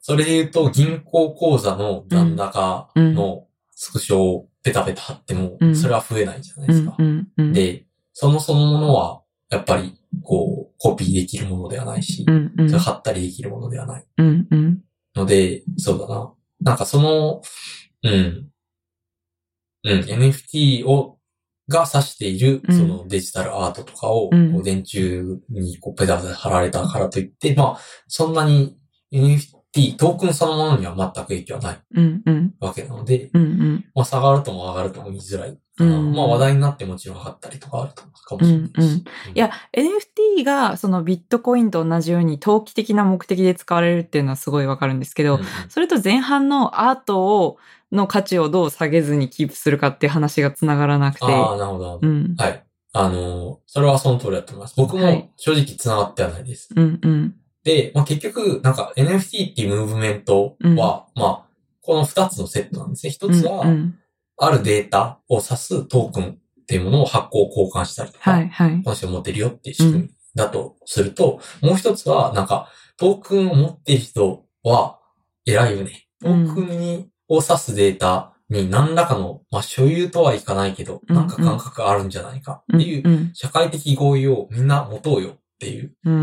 [SPEAKER 1] それで言うと、銀行口座の残高のスクショをペタペタ貼っても
[SPEAKER 2] う、ん
[SPEAKER 1] それは増えないじゃないうです
[SPEAKER 2] ん
[SPEAKER 1] か。
[SPEAKER 2] うんうん。
[SPEAKER 1] で、そのそのものは、やっぱり、こう、コピーできるものではないし
[SPEAKER 2] う、んうん
[SPEAKER 1] それ貼ったりできるものではない
[SPEAKER 2] うんうん
[SPEAKER 1] ので、そうだな。なんかその、うん。うん、NFT を、が指している、
[SPEAKER 2] うん
[SPEAKER 1] そのデジタルアートとかを、
[SPEAKER 2] うん
[SPEAKER 1] こう電柱にこうペダルで貼られたからといって、まあ、そんなに NFT、トークンそのものには全く影響はない
[SPEAKER 2] うんうん
[SPEAKER 1] わけなので、
[SPEAKER 2] うんうん
[SPEAKER 1] まあ、下がるとも上がるとも言いづらいかな。
[SPEAKER 2] うん
[SPEAKER 1] まあ、話題になってもちろん上がったりとかあると思うかも
[SPEAKER 2] う
[SPEAKER 1] しれなんいし。
[SPEAKER 2] うん。いや、NFT がそのビットコインと同じように投機的な目的で使われるっていうのはすごいわかるんですけ
[SPEAKER 1] うん、
[SPEAKER 2] ど、
[SPEAKER 1] うん
[SPEAKER 2] それと前半のアートを、の価値をどう下げずにキープするかっていう話がつながらなくて。
[SPEAKER 1] ああ、なるほど。なるほ
[SPEAKER 2] う
[SPEAKER 1] ど
[SPEAKER 2] ん。
[SPEAKER 1] はい。あのー、それはその通りだと思います。僕
[SPEAKER 2] はい
[SPEAKER 1] も正直繋がってはないです。
[SPEAKER 2] うんうん。
[SPEAKER 1] で、まあ、結局、なんか NFT っていうムーブメントは、まあ、この二つのセットなんですね。一
[SPEAKER 2] うん
[SPEAKER 1] つ
[SPEAKER 2] う
[SPEAKER 1] は、
[SPEAKER 2] ん。
[SPEAKER 1] あるデータを指すトークンっていうものを発行交換したりとか、
[SPEAKER 2] はいはい。
[SPEAKER 1] 本社を持ってるよっていう仕組みだとすると、もう一つは、なんか、トークンを持ってる人は偉いよね。トークンに、を指すデータに何らかの、まあ、所有とはいかないけど、
[SPEAKER 2] うん
[SPEAKER 1] なんか感覚があるんじゃないかっていう、
[SPEAKER 2] うん
[SPEAKER 1] 社会的合意をみんな持とうよっていう
[SPEAKER 2] うん。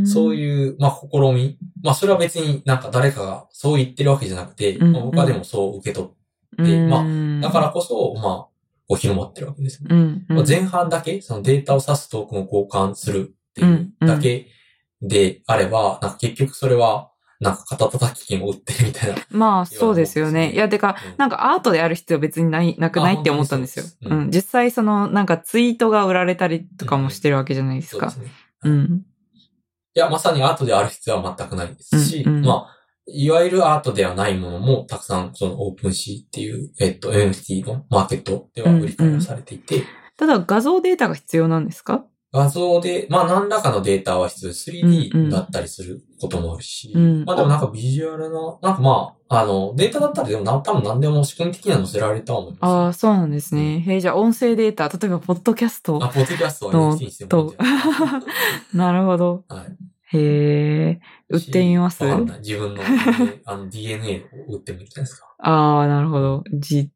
[SPEAKER 2] うーん。
[SPEAKER 1] そう
[SPEAKER 2] う。
[SPEAKER 1] いう、まあ、試み。まあ、それは別になんか誰かがそう言ってるわけじゃなくて、
[SPEAKER 2] うん
[SPEAKER 1] まあ僕はでもそう受け取ってま
[SPEAKER 2] あ
[SPEAKER 1] る。だから、こそ、まあ、こう広まってるわけですね。
[SPEAKER 2] うんうん。
[SPEAKER 1] まあ、前半だけ、そのデータを指すトークンを交換するって
[SPEAKER 2] う
[SPEAKER 1] い
[SPEAKER 2] んう
[SPEAKER 1] うんだけであれば、なんか結局それは、なんか肩叩き金を売ってるみたいな。
[SPEAKER 2] まあ、そうですよね。いや、てか、
[SPEAKER 1] うん
[SPEAKER 2] なんかアートである必要別にない、なくないって思ったんですよ
[SPEAKER 1] あ本。当に
[SPEAKER 2] う
[SPEAKER 1] そうです
[SPEAKER 2] ん。実際、その、なんかツイートが売られたりとかもしてるわけじゃないです
[SPEAKER 1] そうで
[SPEAKER 2] か
[SPEAKER 1] す。ね。
[SPEAKER 2] うん。
[SPEAKER 1] いや、まさにアートである必要は全くないですし、
[SPEAKER 2] うんうん
[SPEAKER 1] まあ、いわゆるアートではないものもたくさん、そのオープンシーっていう、えっと、NFT のマーケットでは売り買いがされていて、
[SPEAKER 2] ただ、画像データが必要なんですか
[SPEAKER 1] 画像で、まあ何らかのデータは必要です
[SPEAKER 2] うんう
[SPEAKER 1] 3D
[SPEAKER 2] ん
[SPEAKER 1] だったりすることもあるし、
[SPEAKER 2] うん
[SPEAKER 1] まあでもなんかビジュアルな、なんかまあ、あの、データだったらでもな多分何でも仕組み的には載せられたと思いますよ。
[SPEAKER 2] ああ、そうなんですね。へえ、じゃあ、音声データ、例えば、ポッドキャス
[SPEAKER 1] あ、
[SPEAKER 2] ト。
[SPEAKER 1] ポッドキャストを NFT にしてもいいんじゃないです
[SPEAKER 2] なるほど。
[SPEAKER 1] か。はい。
[SPEAKER 2] へえ、 売ってみます
[SPEAKER 1] わかん
[SPEAKER 2] あ
[SPEAKER 1] ない。自分のあの DNA を売ってもいいんじゃないですか。
[SPEAKER 2] あー、なるほど。G、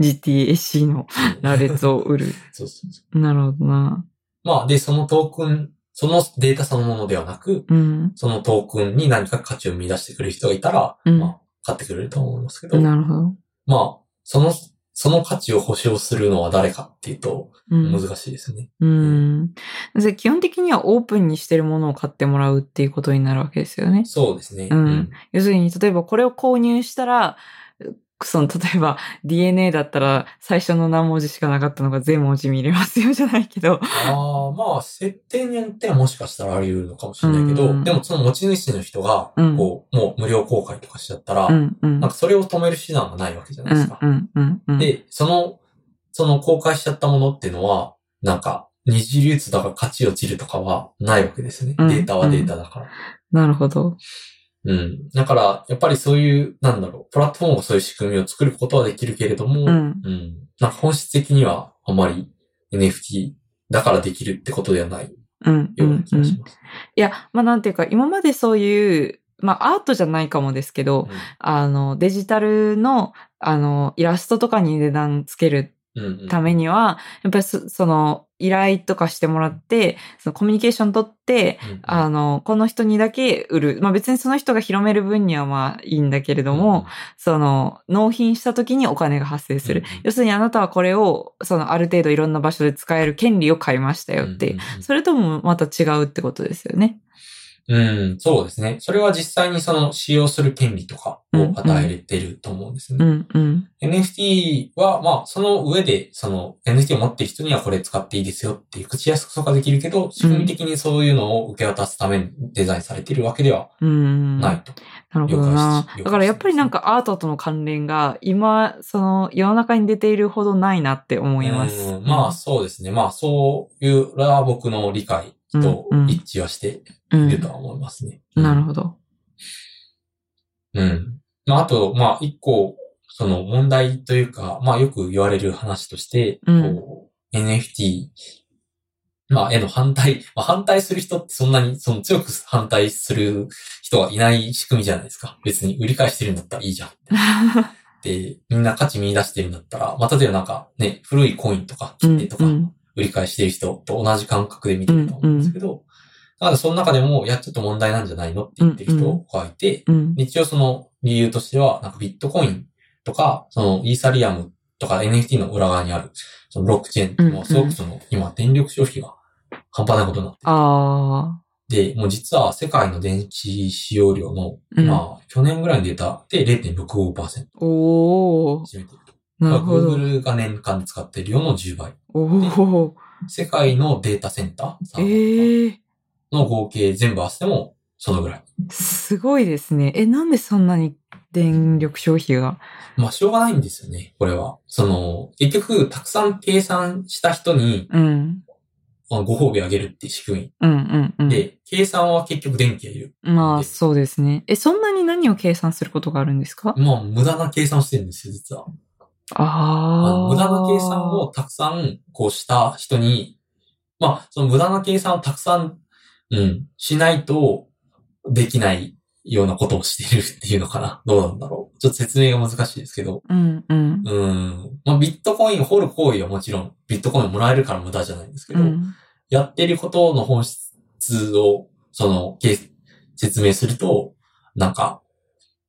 [SPEAKER 2] GTSC の
[SPEAKER 1] うん
[SPEAKER 2] 羅列を 売る。
[SPEAKER 1] そうそうそう。
[SPEAKER 2] なるほどな。
[SPEAKER 1] まあ、で、そのトークン、そのデータそのものではなく、
[SPEAKER 2] うん。
[SPEAKER 1] そのトークンに何か価値を見出してくれる人がいたら、
[SPEAKER 2] うん
[SPEAKER 1] まあ、買ってくれると思いますけど、
[SPEAKER 2] なるほど。
[SPEAKER 1] まあ、その、その価値を保証するのは誰かっていうと、
[SPEAKER 2] うん。
[SPEAKER 1] 難しいですね。
[SPEAKER 2] うん。で基本的にはオープンにしてるものを買ってもらうっていうことになるわけですよね。
[SPEAKER 1] そうですね。
[SPEAKER 2] うん要するに、例えばこれを購入したら、うその、例えば DNA だったら最初の何文字しかなかったのが全文字見れますよじゃないけど。
[SPEAKER 1] ああ、まあ、設定によってはもしかしたらあり得るのかもしれないけど、
[SPEAKER 2] うん
[SPEAKER 1] でもその持ち主の人が、
[SPEAKER 2] うん
[SPEAKER 1] こう、もう無料公開とかしちゃったら、
[SPEAKER 2] うんうん。う
[SPEAKER 1] なん
[SPEAKER 2] ん
[SPEAKER 1] かそれを止める手段がないわけじゃないですか。
[SPEAKER 2] うんうんうん。
[SPEAKER 1] で、その、その公開しちゃったものっていうのは、なんか、二次流通だから価値落ちるとかはないわけですね。
[SPEAKER 2] うん
[SPEAKER 1] データはデータだから。
[SPEAKER 2] なるほど。
[SPEAKER 1] うん。だから、やっぱりそういう、なんだろう、プラットフォームがそういう仕組みを作ることはできるけれども、
[SPEAKER 2] うん
[SPEAKER 1] なんか本質的にはあまり NFT だからできるってことではない
[SPEAKER 2] うんう
[SPEAKER 1] ようなん気
[SPEAKER 2] う
[SPEAKER 1] が
[SPEAKER 2] ん。
[SPEAKER 1] し
[SPEAKER 2] い
[SPEAKER 1] ます。
[SPEAKER 2] や、まあなんていうか、今までそういう、まあアートじゃないかもですけど、あの、デジタルの、あの、イラストとかに値段つける
[SPEAKER 1] うんうんうん
[SPEAKER 2] ためには、やっぱりそその、依頼とかしてもらって、そのコミュニケーション取って、
[SPEAKER 1] うん
[SPEAKER 2] あの、この人にだけ売る。まあ別にその人が広める分にはまあいいんだけれども、、その、納品した時にお金が発生する。要するにあなたはこれを、そのある程度いろんな場所で使える権利を買いましたよっていう。それともまた違うってことですよね。
[SPEAKER 1] うん、うん、そうですね。それは実際にその使用する権利とかを与えてると思うんですよね
[SPEAKER 2] う。んうん。
[SPEAKER 1] NFT は、まあ、その上で、その NFT を持っている人にはこれ使っていいですよっていう口約束ができるけど、仕組み的にそういうのを受け渡すためにデザインされているわけでは
[SPEAKER 2] うん。
[SPEAKER 1] ないと。
[SPEAKER 2] なるほど
[SPEAKER 1] 了
[SPEAKER 2] な
[SPEAKER 1] 解し。
[SPEAKER 2] だからやっぱりなんかアートとの関連が今、その世の中に出ているほどないなって思います。
[SPEAKER 1] うんまあ、そうですね。まあ、そういうらは僕の理解と
[SPEAKER 2] うん
[SPEAKER 1] 一致はして
[SPEAKER 2] あ、
[SPEAKER 1] いるとは思いますね。
[SPEAKER 2] なる
[SPEAKER 1] ど。
[SPEAKER 2] ほど。
[SPEAKER 1] うん。まあ、あと、まあ、一個、その問題というか、まあ、よく言われる話として、
[SPEAKER 2] うん
[SPEAKER 1] こう NFT、まあ、への反対、 まあ、反対する人ってそんなに、その強く反対する人はいない仕組みじゃないですか。別に売り返してるんだったらいいじゃんっ
[SPEAKER 2] う
[SPEAKER 1] て。みんな価値見出してるんだったら、まあ、例えばなんかね、古いコインとか切
[SPEAKER 2] ん
[SPEAKER 1] 手とか、
[SPEAKER 2] うん
[SPEAKER 1] 売り返してる人と同じ感覚で見てると思うんですけど、だからその中でも、いや、ちょっと問題なんじゃないのって言ってる人がいて、
[SPEAKER 2] うん
[SPEAKER 1] 一応その理由としては、なんかビットコインとか、そのイーサリアムとか NFT の裏側にある、そのブロックチェーンってもうすごくその、今電力消費が半端ないことになっ
[SPEAKER 2] ああ。
[SPEAKER 1] てて、で、もう実は世界の電池使用量の、
[SPEAKER 2] うん
[SPEAKER 1] まあ、去年ぐらいのデータで0.65%占
[SPEAKER 2] おお。
[SPEAKER 1] めてる。
[SPEAKER 2] な
[SPEAKER 1] ま
[SPEAKER 2] る
[SPEAKER 1] あ
[SPEAKER 2] ほど。
[SPEAKER 1] Google が年間で使ってる量の10倍。
[SPEAKER 2] おお。
[SPEAKER 1] 世界のデータセンターさん
[SPEAKER 2] ええ
[SPEAKER 1] の合計全部合わせても、そのぐらい。
[SPEAKER 2] すごいですね。え、なんでそんなに電力消費が。
[SPEAKER 1] まあ、しょうがないんですよね、これは。その、結局、たくさん計算した人に、
[SPEAKER 2] うん。
[SPEAKER 1] まあご褒美あげるっていう仕組
[SPEAKER 2] うんうんうん。
[SPEAKER 1] み。で、計算は結局電気がいる。
[SPEAKER 2] まあ、
[SPEAKER 1] で
[SPEAKER 2] そうですね。え、そんなに何を計算することがあるんですか
[SPEAKER 1] まあ、無駄な計算をしてるんですよ、実は。あ
[SPEAKER 2] あ
[SPEAKER 1] の
[SPEAKER 2] あ。
[SPEAKER 1] 無駄な計算をたくさん、こうした人に、まあ、その無駄な計算をたくさん、うん、しないと、できないようなことをしてるっていうのかな。どうなんだろう。ちょっと説明が難しいですけど。
[SPEAKER 2] うんうん。
[SPEAKER 1] うん。まあ、ビットコインを掘る行為はもちろん、ビットコインをもらえるから無駄じゃないんですけ
[SPEAKER 2] う
[SPEAKER 1] ど、
[SPEAKER 2] ん。
[SPEAKER 1] やってることの本質を、その、け説明すると、なんか、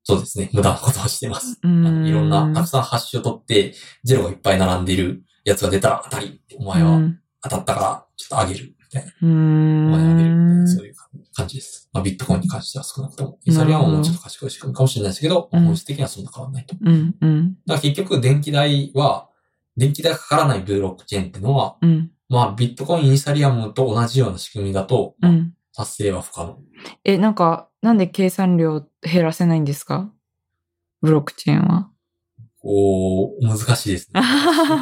[SPEAKER 1] そうですね、無駄なことをしてます。
[SPEAKER 2] う
[SPEAKER 1] あ
[SPEAKER 2] ん。
[SPEAKER 1] のいろんな、たくさんハッシュを取って、ゼロがいっぱい並んでいるやつが出たら当たり、お前
[SPEAKER 2] う
[SPEAKER 1] は
[SPEAKER 2] ん
[SPEAKER 1] 当たったから、ちょっとあげる、みたいな。
[SPEAKER 2] う
[SPEAKER 1] お前はあげる、みたい
[SPEAKER 2] ん
[SPEAKER 1] な、そういう感じです。まあ、ビットコインに関しては少なくとも。イーサリアムはもうちょっと賢い仕組みかもしれないですけど、
[SPEAKER 2] うん
[SPEAKER 1] 本質的にはそんな変わらないと。だか
[SPEAKER 2] うんうん
[SPEAKER 1] ら結局、電気代は、電気代がかからないブロックチェーンっていうのは、
[SPEAKER 2] うん
[SPEAKER 1] まあ、ビットコイン、イーサリアムと同じような仕組みだと、
[SPEAKER 2] うん。
[SPEAKER 1] 達成は不可能。
[SPEAKER 2] え、なんか、なんで計算量減らせないんですかブロックチェーンは。
[SPEAKER 1] こう、難しいですね。資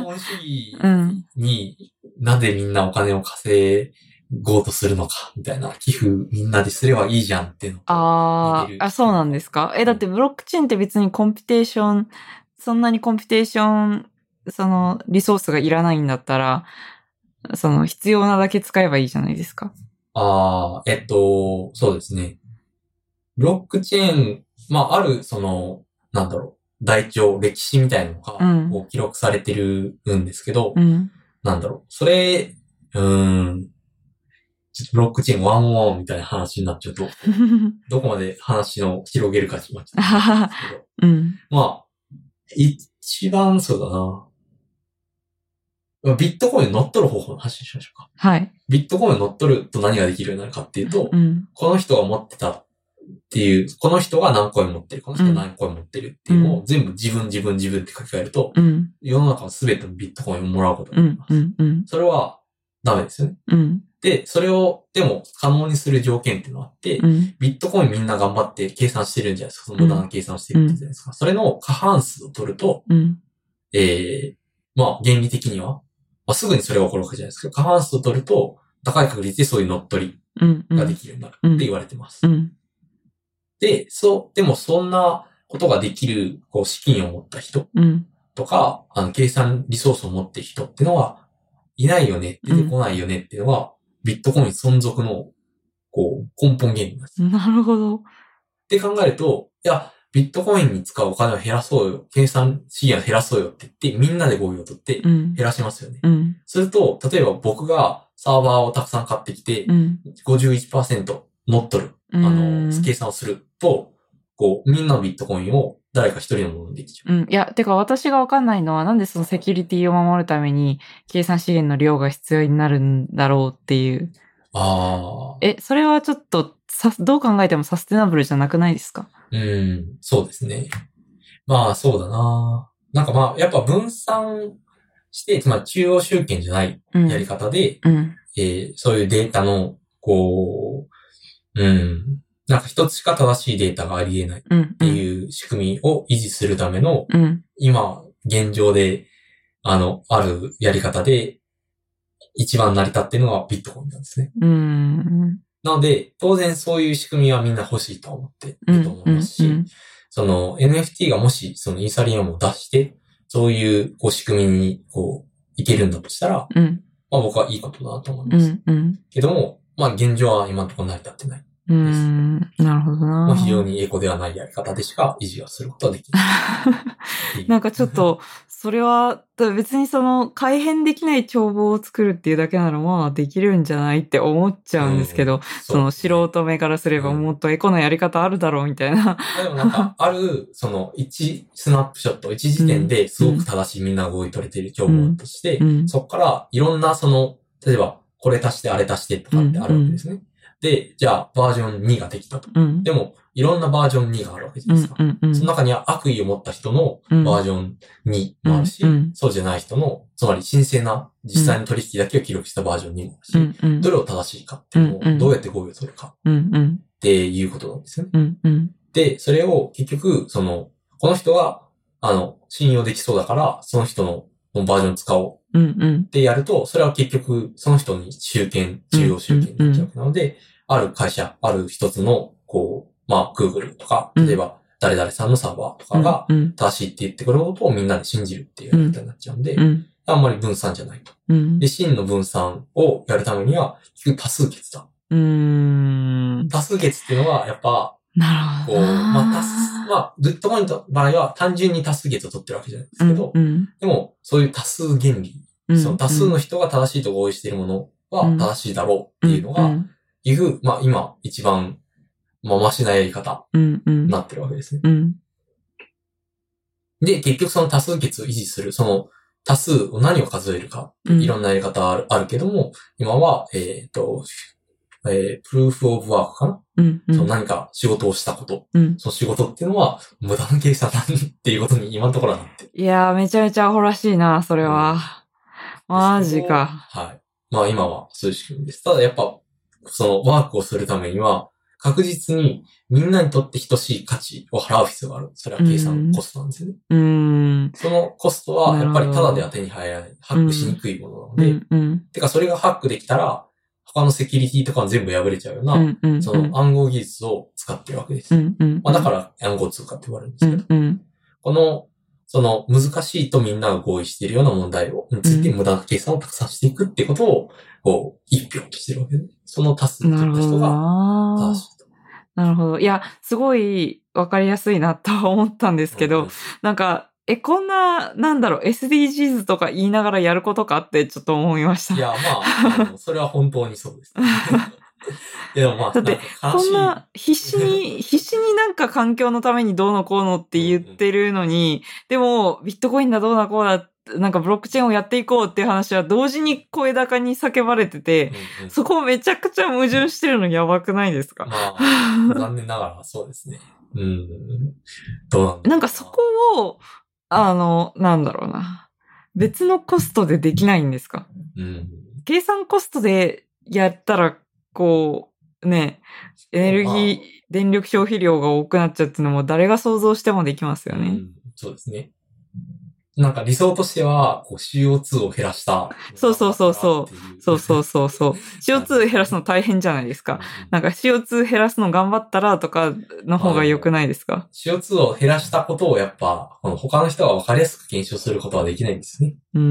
[SPEAKER 1] 本主義
[SPEAKER 2] うん。
[SPEAKER 1] になぜみんなお金を稼ごうとするのか、みたいな。寄付みんなですればいいじゃんっていうのと。
[SPEAKER 2] あ
[SPEAKER 1] 似てる
[SPEAKER 2] あ、あ、そうなんですかえ、だってブロックチェーンって別にコンピテーション、そんなにコンピテーション、その、リソースがいらないんだったら、その、必要なだけ使えばいいじゃないですか。
[SPEAKER 1] ああ、えっと、そうですね。ブロックチェーン、まあ、ある、その、なんだろう、台帳、歴史みたいなのが、
[SPEAKER 2] うん
[SPEAKER 1] こう記録されてるんですけど、
[SPEAKER 2] うん。
[SPEAKER 1] なんだろう、それ、うーん、ちょっとブロックチェーンワンワンみたいな話になっちゃうと、どこまで話の広げるかしました。
[SPEAKER 2] うん。
[SPEAKER 1] まあ、一番そうだなまあ。ビットコインを乗っ取る方法の話にしましょうか。
[SPEAKER 2] はい。
[SPEAKER 1] ビットコインを乗っ取ると何ができるようになるかっていうと
[SPEAKER 2] う、ん。
[SPEAKER 1] この人が持ってたっていう、この人が何コイン持ってる、この人が何コイン持ってるっていうのを全部自分自分自分って書き換えると、
[SPEAKER 2] うん。
[SPEAKER 1] 世の中の全てのビットコインをもらうことが
[SPEAKER 2] う
[SPEAKER 1] でき
[SPEAKER 2] ん
[SPEAKER 1] ま。
[SPEAKER 2] う
[SPEAKER 1] す。
[SPEAKER 2] ん。うん。
[SPEAKER 1] それはダメですよね。
[SPEAKER 2] うん。
[SPEAKER 1] で、それを、でも可能にする条件っていうのがあって、
[SPEAKER 2] うん。
[SPEAKER 1] ビットコインみんな頑張って計算してるんじゃないですか。その無駄な計算してるんじゃないですか。それの過半数を取ると、
[SPEAKER 2] うん。
[SPEAKER 1] ええまあ、原理的には、まあ、すぐにそれが起こるわけじゃないですけど、過半数を取ると、高い確率でそういう乗っ取
[SPEAKER 2] うん。う
[SPEAKER 1] りがで
[SPEAKER 2] ん。
[SPEAKER 1] きるようになるって言われてます。
[SPEAKER 2] うん。
[SPEAKER 1] で、そう、でもそんなことができる、こう、資金を持った人
[SPEAKER 2] うん。
[SPEAKER 1] とか、あの、計算リソースを持ってる人ってのは、いないよね、出てこないよねっていうのは、ビットコイン存続の、こう、根本原理なんです。
[SPEAKER 2] なるほど。
[SPEAKER 1] って考えると、いや、ビットコインに使うお金を減らそうよ、計算資源を減らそうよって言って、みんなで合意を取って
[SPEAKER 2] うん。
[SPEAKER 1] 減らしますよね。
[SPEAKER 2] うん。
[SPEAKER 1] すると、例えば僕がサーバーをたくさん買ってきて、
[SPEAKER 2] うん。
[SPEAKER 1] 51%乗っ取る、
[SPEAKER 2] あ
[SPEAKER 1] あの、計算をすると、こう、みんなのビットコインを誰か一人のものにできちゃう。
[SPEAKER 2] うん。いや、てか私がわかんないのは、なんでそのセキュリティを守るために、計算資源の量が必要になるんだろうっていう。
[SPEAKER 1] ああ、
[SPEAKER 2] え、それはちょっと、さ、どう考えてもサステナブルじゃなくないですか
[SPEAKER 1] うん、そうですね。まあ、そうだな。なんかまあ、やっぱ分散して、つまり中央集権じゃない
[SPEAKER 2] うん。
[SPEAKER 1] やり方で、
[SPEAKER 2] うん。
[SPEAKER 1] えーそういうデータの、こう、うん、なんか一つしか正しいデータがあり得ないっ
[SPEAKER 2] うん。
[SPEAKER 1] て
[SPEAKER 2] う。
[SPEAKER 1] いう仕組みを維持するための、
[SPEAKER 2] うん。
[SPEAKER 1] 今、現状で、あの、あるやり方で、一番成り立ってるのがビットコインなんですね。
[SPEAKER 2] うん。
[SPEAKER 1] なので、当然そういう仕組みはみんな欲しいと思っていると思いますし、
[SPEAKER 2] うん。
[SPEAKER 1] その NFT がもしそのイーサリアムを出して、そういうこう仕組みにこう、いけるんだとしたら、
[SPEAKER 2] うん。
[SPEAKER 1] まあ僕はいいことだなと思いま
[SPEAKER 2] う
[SPEAKER 1] す。
[SPEAKER 2] ん。うん。
[SPEAKER 1] けども、まあ現状は今のところ成り立ってない。
[SPEAKER 2] うん。なるほど
[SPEAKER 1] まあ
[SPEAKER 2] な。
[SPEAKER 1] 非常にエコではないやり方でしか維持はすることはできないっていう。
[SPEAKER 2] なんかちょっと、それは、別にその、改変できない帳簿を作るっていうだけなら、まあ、できるんじゃないって思っちゃうんですけど、その素
[SPEAKER 1] 人。
[SPEAKER 2] 人目からすれば
[SPEAKER 1] うん
[SPEAKER 2] もっとエコなやり方あるだろうみたいな。
[SPEAKER 1] まあでもなんか、ある、その、一、スナップショット、一時点ですごく正しいみんなが合意取れている情報として
[SPEAKER 2] う、ん。
[SPEAKER 1] そこからいろんなその、例えば、これ足してあれ足してとかってあるわけですね。で、じゃあ、バージョン2ができたと。
[SPEAKER 2] うん。
[SPEAKER 1] でも、いろんなバージョン2があるわけじゃ
[SPEAKER 2] う
[SPEAKER 1] ない
[SPEAKER 2] ん。
[SPEAKER 1] ですか。
[SPEAKER 2] うん。うん
[SPEAKER 1] その中には悪意を持った人のバージョン2もあるし、
[SPEAKER 2] うんうん
[SPEAKER 1] そうじゃない人の、つまり神聖な実際の取引だけを記録したバージョン2もあるし、
[SPEAKER 2] うん。うん。
[SPEAKER 1] どれを正しいかっていう
[SPEAKER 2] うんう
[SPEAKER 1] のを
[SPEAKER 2] ん
[SPEAKER 1] どうやって合意を取るかっ
[SPEAKER 2] うん。うん。
[SPEAKER 1] ていうことなんですよね。
[SPEAKER 2] うん。うん。
[SPEAKER 1] で、それを結局、その、この人が、あの、信用できそうだから、その人のバージョン使おう
[SPEAKER 2] うん。うん
[SPEAKER 1] っ。てやると、それは結局、その人に集権、中央集権になっちゃうわけなので、ある会社、ある一つの、こう、まあ、Google とか、
[SPEAKER 2] うん
[SPEAKER 1] 例えば、誰々さんのサーバーとかが、
[SPEAKER 2] うん。
[SPEAKER 1] 正しいって言ってくれることをみんなで信じるっていうやり方になっちゃうんで
[SPEAKER 2] う、ん。
[SPEAKER 1] あんまり分散じゃないと。
[SPEAKER 2] うん
[SPEAKER 1] で、。真の分散をやるためには、結局多数決だ。
[SPEAKER 2] うん。
[SPEAKER 1] 多数決っていうのは、やっぱ、
[SPEAKER 2] なるほ
[SPEAKER 1] こう、
[SPEAKER 2] どな。
[SPEAKER 1] まあ、多数、まあ、ビットコインの場合は単純に多数決を取ってるわけじゃないですけど
[SPEAKER 2] う、ん。
[SPEAKER 1] でも、そういう多数原理
[SPEAKER 2] うん。
[SPEAKER 1] その多数の人が正しいと合意しているものは
[SPEAKER 2] うん
[SPEAKER 1] 正しいだろうっていうのが、
[SPEAKER 2] うん。
[SPEAKER 1] いう、まあ今一番、まあマシなやり方
[SPEAKER 2] うん。うん
[SPEAKER 1] に。なってるわけですね。
[SPEAKER 2] うん。
[SPEAKER 1] で、結局その多数決を維持する、その多数を何を数えるか、
[SPEAKER 2] うん
[SPEAKER 1] いろんなやり方あるあるけども、今は、えっ、と、えー、プルーフオブワークかな、
[SPEAKER 2] うん。うん
[SPEAKER 1] その何か仕事をしたこと。
[SPEAKER 2] うん
[SPEAKER 1] その仕事っていうのは無駄な計算だっていうことに今のところはなってる。
[SPEAKER 2] いやー、めちゃめちゃアホらしいな、それは。マジか。
[SPEAKER 1] はい。まあ今はそういう仕組みです。ただやっぱ、そのワークをするためには、確実にみんなにとって等しい価値を払う必要がある。それは計算コストなんですよね。
[SPEAKER 2] うーん。
[SPEAKER 1] そのコストはやっぱり
[SPEAKER 2] なる
[SPEAKER 1] た
[SPEAKER 2] ほど
[SPEAKER 1] だでは手に入らない。ハックしにくいものなの
[SPEAKER 2] う
[SPEAKER 1] で。
[SPEAKER 2] ん。うん。
[SPEAKER 1] てかそれがハックできたら、他のセキュリティとかも全部破れちゃうような、
[SPEAKER 2] うん。うん。
[SPEAKER 1] その暗号技術を使ってるわけです。
[SPEAKER 2] うん。うん。
[SPEAKER 1] まあだから暗号通貨って言われるんです
[SPEAKER 2] う
[SPEAKER 1] けど、
[SPEAKER 2] ん。うん。
[SPEAKER 1] この、その難しいとみんなが合意しているような問題を、について無駄な計算をたくさんしていくってことを、こう、一票としてるわけで、その多数を
[SPEAKER 2] な
[SPEAKER 1] 取
[SPEAKER 2] る
[SPEAKER 1] っ
[SPEAKER 2] ほ
[SPEAKER 1] た
[SPEAKER 2] ど
[SPEAKER 1] 人が
[SPEAKER 2] な
[SPEAKER 1] 正
[SPEAKER 2] ー
[SPEAKER 1] しいと。
[SPEAKER 2] なるほど。いや、すごいわかりやすいなとは思ったんですけ
[SPEAKER 1] う
[SPEAKER 2] ど、
[SPEAKER 1] ん
[SPEAKER 2] なんか、え、こんな、なんだろう、SDGs とか言いながらやることかってちょっと思いました。
[SPEAKER 1] いや、まあ、 あのそれは本当にそうです。でもまあ、
[SPEAKER 2] だって
[SPEAKER 1] なんか悲
[SPEAKER 2] こ
[SPEAKER 1] しい
[SPEAKER 2] んな必 死に、必死になんか環境のためにどうのこうのって言ってるのに、でもビットコインだどうだこうだ、なんかブロックチェーンをやっていこうっていう話は同時に声高に叫ばれてて、
[SPEAKER 1] うんうん
[SPEAKER 2] そこめちゃくちゃ矛盾してるのやばくないですか
[SPEAKER 1] まあ、残念ながらそうですね。うん。どうなんだろう
[SPEAKER 2] なんかそこを、あの、なんだろうな。別のコストでできないんですか
[SPEAKER 1] うん。
[SPEAKER 2] 計算コストでやったら、こう、ね、エネルギー、電力消費量が多くなっちゃうっていうのも誰が想像してもできますよ
[SPEAKER 1] う
[SPEAKER 2] ね。
[SPEAKER 1] んそうですね。なんか理想としては、こう CO2 を減らした。。
[SPEAKER 2] そうそうそうそうそうそうそうそう。CO2 減らすの大変じゃないですか。
[SPEAKER 1] うん
[SPEAKER 2] なんか CO2 減らすの頑張ったらとかの方が良くないですか
[SPEAKER 1] CO2 を減らしたことをやっぱ、この他の人が分かりやすく検証することはできないんですね。
[SPEAKER 2] うー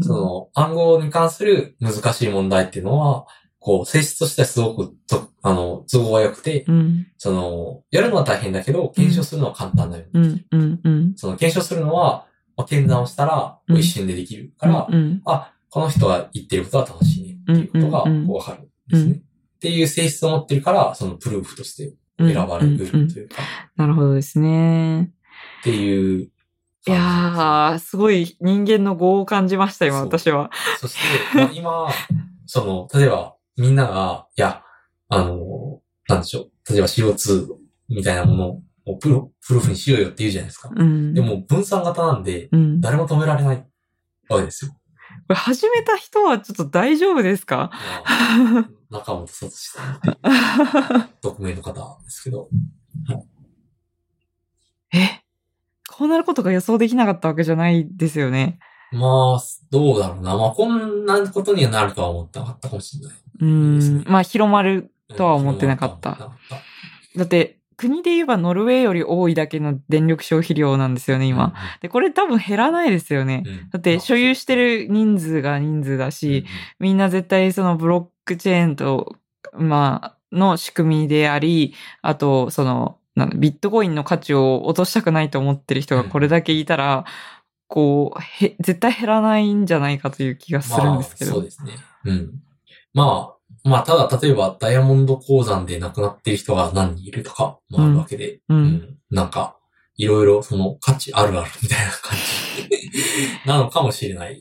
[SPEAKER 2] ん。
[SPEAKER 1] その暗号に関する難しい問題っていうのは、こう、性質としてはすごくと、あの、都合が良くて、
[SPEAKER 2] うん。
[SPEAKER 1] その、やるのは大変だけど、検証するのは簡単だよね。
[SPEAKER 2] うん。うん。うん。
[SPEAKER 1] その、検証するのは、まあ、検断をしたら、
[SPEAKER 2] うん
[SPEAKER 1] こう一瞬でできるから、
[SPEAKER 2] うん。
[SPEAKER 1] あ、この人が言ってることは楽しいね、っていうことが、こ
[SPEAKER 2] うんうんうん
[SPEAKER 1] うわかるんですね。
[SPEAKER 2] うん
[SPEAKER 1] っていう性質を持ってるから、そのプルーフとして
[SPEAKER 2] うん
[SPEAKER 1] 選ばれると
[SPEAKER 2] うんうん
[SPEAKER 1] いうか、
[SPEAKER 2] なるほどですね。
[SPEAKER 1] っていう
[SPEAKER 2] いやー、すごい人間の業を感じました、今、
[SPEAKER 1] そう
[SPEAKER 2] 私は。
[SPEAKER 1] そして、まあ、今、その、例えば、みんなが、いや、あの、なんでしょう。例えば CO2 みたいなものをプロ、プルーフにしようよって言うじゃないですか。
[SPEAKER 2] うん。
[SPEAKER 1] で、も、分散型なんで、
[SPEAKER 2] うん。こ
[SPEAKER 1] 誰も止められないわけ ですよ。
[SPEAKER 2] れ始めた人はちょっと大丈夫ですか
[SPEAKER 1] まあ中本聡さん、 匿名の方ですけど。
[SPEAKER 2] え、こうなることが予想できなかったわけじゃないですよね。
[SPEAKER 1] まあ、どうだろうな。まあ、こんなことにはなるとは思ってなかったかもしれない。
[SPEAKER 2] う
[SPEAKER 1] ですね
[SPEAKER 2] ん。まあ、広まる。とは思ってなかった
[SPEAKER 1] うん。そう
[SPEAKER 2] だって、国で言えばノルウェーより多いだけの電力消費量なんですよね、
[SPEAKER 1] 思っ
[SPEAKER 2] 今。で、これ多分減らないですよね
[SPEAKER 1] てなかった。。うん
[SPEAKER 2] だって、所有して、る人数が人数だ
[SPEAKER 1] うん
[SPEAKER 2] し、みんな絶対そのブロックチェーンと、まあ、の仕組みであり、あと、その、なんだビットコインの価値を落としたくないと思ってる人がこれだけいたら、こう、へ、絶対減らないんじゃないかという気がするんですけ
[SPEAKER 1] まあ、そ
[SPEAKER 2] ど。
[SPEAKER 1] うですね。うん。まあ、まあ、ただ、例えば、ダイヤモンド鉱山で亡くなってる人が何人いるとかもあるわけで、
[SPEAKER 2] う。
[SPEAKER 1] うんなんか、いろいろ、その、価値あるあるみたいな感じ なのかもしれない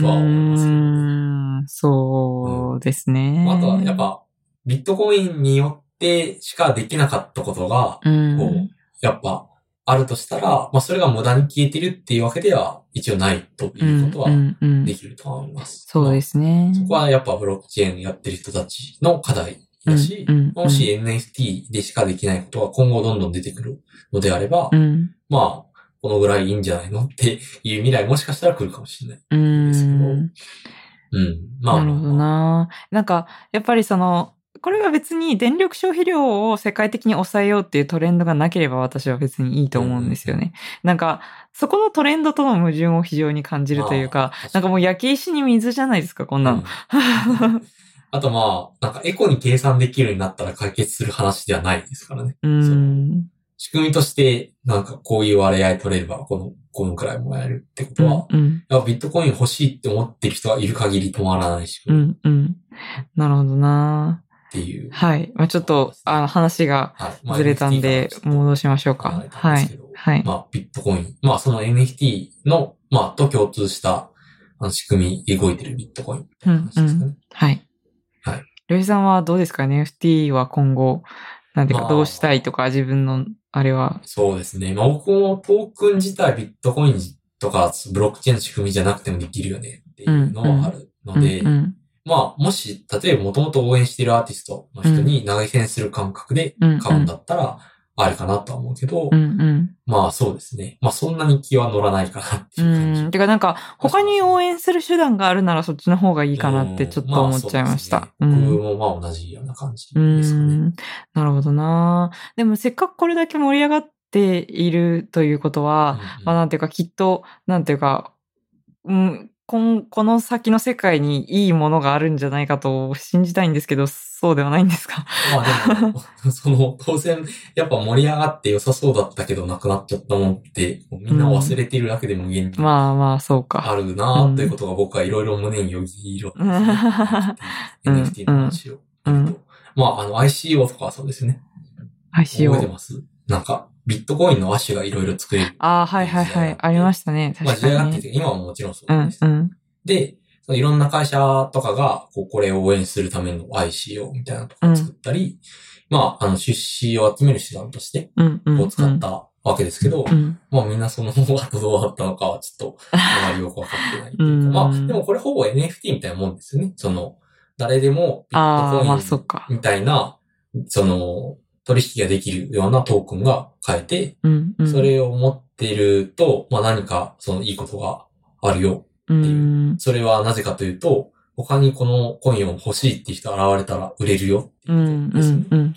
[SPEAKER 1] とは思いますけどね、
[SPEAKER 2] うーん、そうですね。
[SPEAKER 1] あとは、やっ、ぱ、ビットコインによってしかできなかったことが、こ
[SPEAKER 2] う。
[SPEAKER 1] うんやっぱ、あるとしたら、まあ、それが無駄に消えてるっていうわけでは、一応ないということ
[SPEAKER 2] う
[SPEAKER 1] は、
[SPEAKER 2] んうんうん
[SPEAKER 1] できるとは思います。
[SPEAKER 2] そうですすね。
[SPEAKER 1] そこはやっぱブロックチェーンやってる人たちの課題だし、
[SPEAKER 2] うんうんうん
[SPEAKER 1] もし NFT でしかできないことが今後どんどん出てくるのであれば、
[SPEAKER 2] うん。
[SPEAKER 1] まあ、このぐらいいいんじゃないのっていう未来もしかしたら来るかもしれない。
[SPEAKER 2] う
[SPEAKER 1] ですけど
[SPEAKER 2] ん。
[SPEAKER 1] うん。まあ、
[SPEAKER 2] なるほどな。なんか、やっぱりその、これは別に電力消費量を世界的に抑えようっていうトレンドがなければ私は別にいいと思うんですよね。なんか、そこのトレンドとの矛盾を非常に感じるというか
[SPEAKER 1] あー、
[SPEAKER 2] なんかもう焼け石に水じゃないですか、こんな
[SPEAKER 1] うん
[SPEAKER 2] の。
[SPEAKER 1] あとまあ、なんかエコに計算できるようになったら解決する話ではないですからね。
[SPEAKER 2] うん。
[SPEAKER 1] 仕組みとして、なんかこういう割合取れれば、この、このくらいもらえるってこと
[SPEAKER 2] う
[SPEAKER 1] は
[SPEAKER 2] ん、うん。
[SPEAKER 1] やっぱビットコイン欲しいって思ってる人がいる限り止まらないし、
[SPEAKER 2] う
[SPEAKER 1] っ
[SPEAKER 2] ん。うん。なるほどな。
[SPEAKER 1] ていう。
[SPEAKER 2] はい。まあちょっと、あの、話が
[SPEAKER 1] はいまあ
[SPEAKER 2] ずれたん
[SPEAKER 1] NFT から
[SPEAKER 2] で
[SPEAKER 1] ちょっと
[SPEAKER 2] 戻しましょう
[SPEAKER 1] 考
[SPEAKER 2] か
[SPEAKER 1] え。たん
[SPEAKER 2] は
[SPEAKER 1] ですけ
[SPEAKER 2] い。
[SPEAKER 1] ど
[SPEAKER 2] はい。
[SPEAKER 1] まあ、ビットコイン。まあ、その NFT の、まあ、と共通した、あの、仕組み、動いてるビットコインみたいな話ですかね。
[SPEAKER 2] はい。
[SPEAKER 1] はい。
[SPEAKER 2] りょうじさんはどうですか ?NFT は今後、なんていう
[SPEAKER 1] ま
[SPEAKER 2] か、
[SPEAKER 1] あ
[SPEAKER 2] どうしたいとか、自分の、あれは。
[SPEAKER 1] そうですね。まあ、僕もトークン自体ビットコインとか、ブロックチェーンの仕組みじゃなくてもできるよねっていうのはあるので、
[SPEAKER 2] うんうん
[SPEAKER 1] まあ、もし、例えばもともと応援してるアーティストの人に投げ銭する感覚で
[SPEAKER 2] うんうん
[SPEAKER 1] 買うんだったら、あるかなとは思うけど、
[SPEAKER 2] うんうん。
[SPEAKER 1] まあそうですね。まあそんなに気は乗らないかなって
[SPEAKER 2] う
[SPEAKER 1] いう感じ。
[SPEAKER 2] ん。てか、なんか、他に応援する手段があるなら、そっちの方がいいかなって、ちょっと思っちゃいまし
[SPEAKER 1] まあ
[SPEAKER 2] た。
[SPEAKER 1] そううですね
[SPEAKER 2] ん
[SPEAKER 1] 僕もまあ同じような感じ
[SPEAKER 2] う
[SPEAKER 1] ですかね。
[SPEAKER 2] ん。なるほどな。でも、せっかくこれだけ盛り上がっているということは、まあ、なんていうか、きっと、なんていうか、うん、こんこの先の世界にいいものがあるんじゃないかと信じたいんですけど、そうではないんで すか。
[SPEAKER 1] まあでも、 その、当然、やっぱ盛り上がって良さそうだったけど、なくなっちゃったもんって、みんな忘れているだけで無限に
[SPEAKER 2] まあまあ、そうか。
[SPEAKER 1] あるな
[SPEAKER 2] う
[SPEAKER 1] あ
[SPEAKER 2] ん
[SPEAKER 1] ということが僕はいろいろ胸によぎるんです
[SPEAKER 2] う
[SPEAKER 1] ね。
[SPEAKER 2] ん
[SPEAKER 1] NFT の話を。
[SPEAKER 2] うん
[SPEAKER 1] まあ、あの、ICO とかはそうですね。覚えて
[SPEAKER 2] ICO。
[SPEAKER 1] ますなんか、ビットコインの足がいろいろ作れる。
[SPEAKER 2] ああ、はいはいはい。ありましたね。
[SPEAKER 1] まあ、時
[SPEAKER 2] 確
[SPEAKER 1] 代が
[SPEAKER 2] か
[SPEAKER 1] あって
[SPEAKER 2] に
[SPEAKER 1] て
[SPEAKER 2] ね。、
[SPEAKER 1] 今はもちろんそう
[SPEAKER 2] う
[SPEAKER 1] なんで
[SPEAKER 2] ん
[SPEAKER 1] す
[SPEAKER 2] う。ん。
[SPEAKER 1] で、そのいろんな会社とかが、こう、これを応援するための ICO みたいなところを作ったり、まあ、あの、出資を集める手段として、
[SPEAKER 2] うんうん。
[SPEAKER 1] こう使ったわけですけど、
[SPEAKER 2] うん。
[SPEAKER 1] まあみんなその後がどうだったのかはちょっと、あまりよくわかってないっていううか。ま
[SPEAKER 2] ん
[SPEAKER 1] あ、でもこれほぼ NFT みたいなもんですよね。その、誰でもビッ
[SPEAKER 2] あ
[SPEAKER 1] ト
[SPEAKER 2] あ、まあ、
[SPEAKER 1] コ
[SPEAKER 2] そ
[SPEAKER 1] イ
[SPEAKER 2] っか。
[SPEAKER 1] ンみたいな、その、取引ができるようなトークンが買えて、
[SPEAKER 2] うんうん。
[SPEAKER 1] それを持ってると、まあ何か、そのいいことがあるよ
[SPEAKER 2] うん、
[SPEAKER 1] ていう
[SPEAKER 2] うん。
[SPEAKER 1] それはなぜかというと、他にこのコインを欲しいって人現れたら売れるよって
[SPEAKER 2] う
[SPEAKER 1] い
[SPEAKER 2] ん
[SPEAKER 1] うこ
[SPEAKER 2] う
[SPEAKER 1] とですね
[SPEAKER 2] んうん。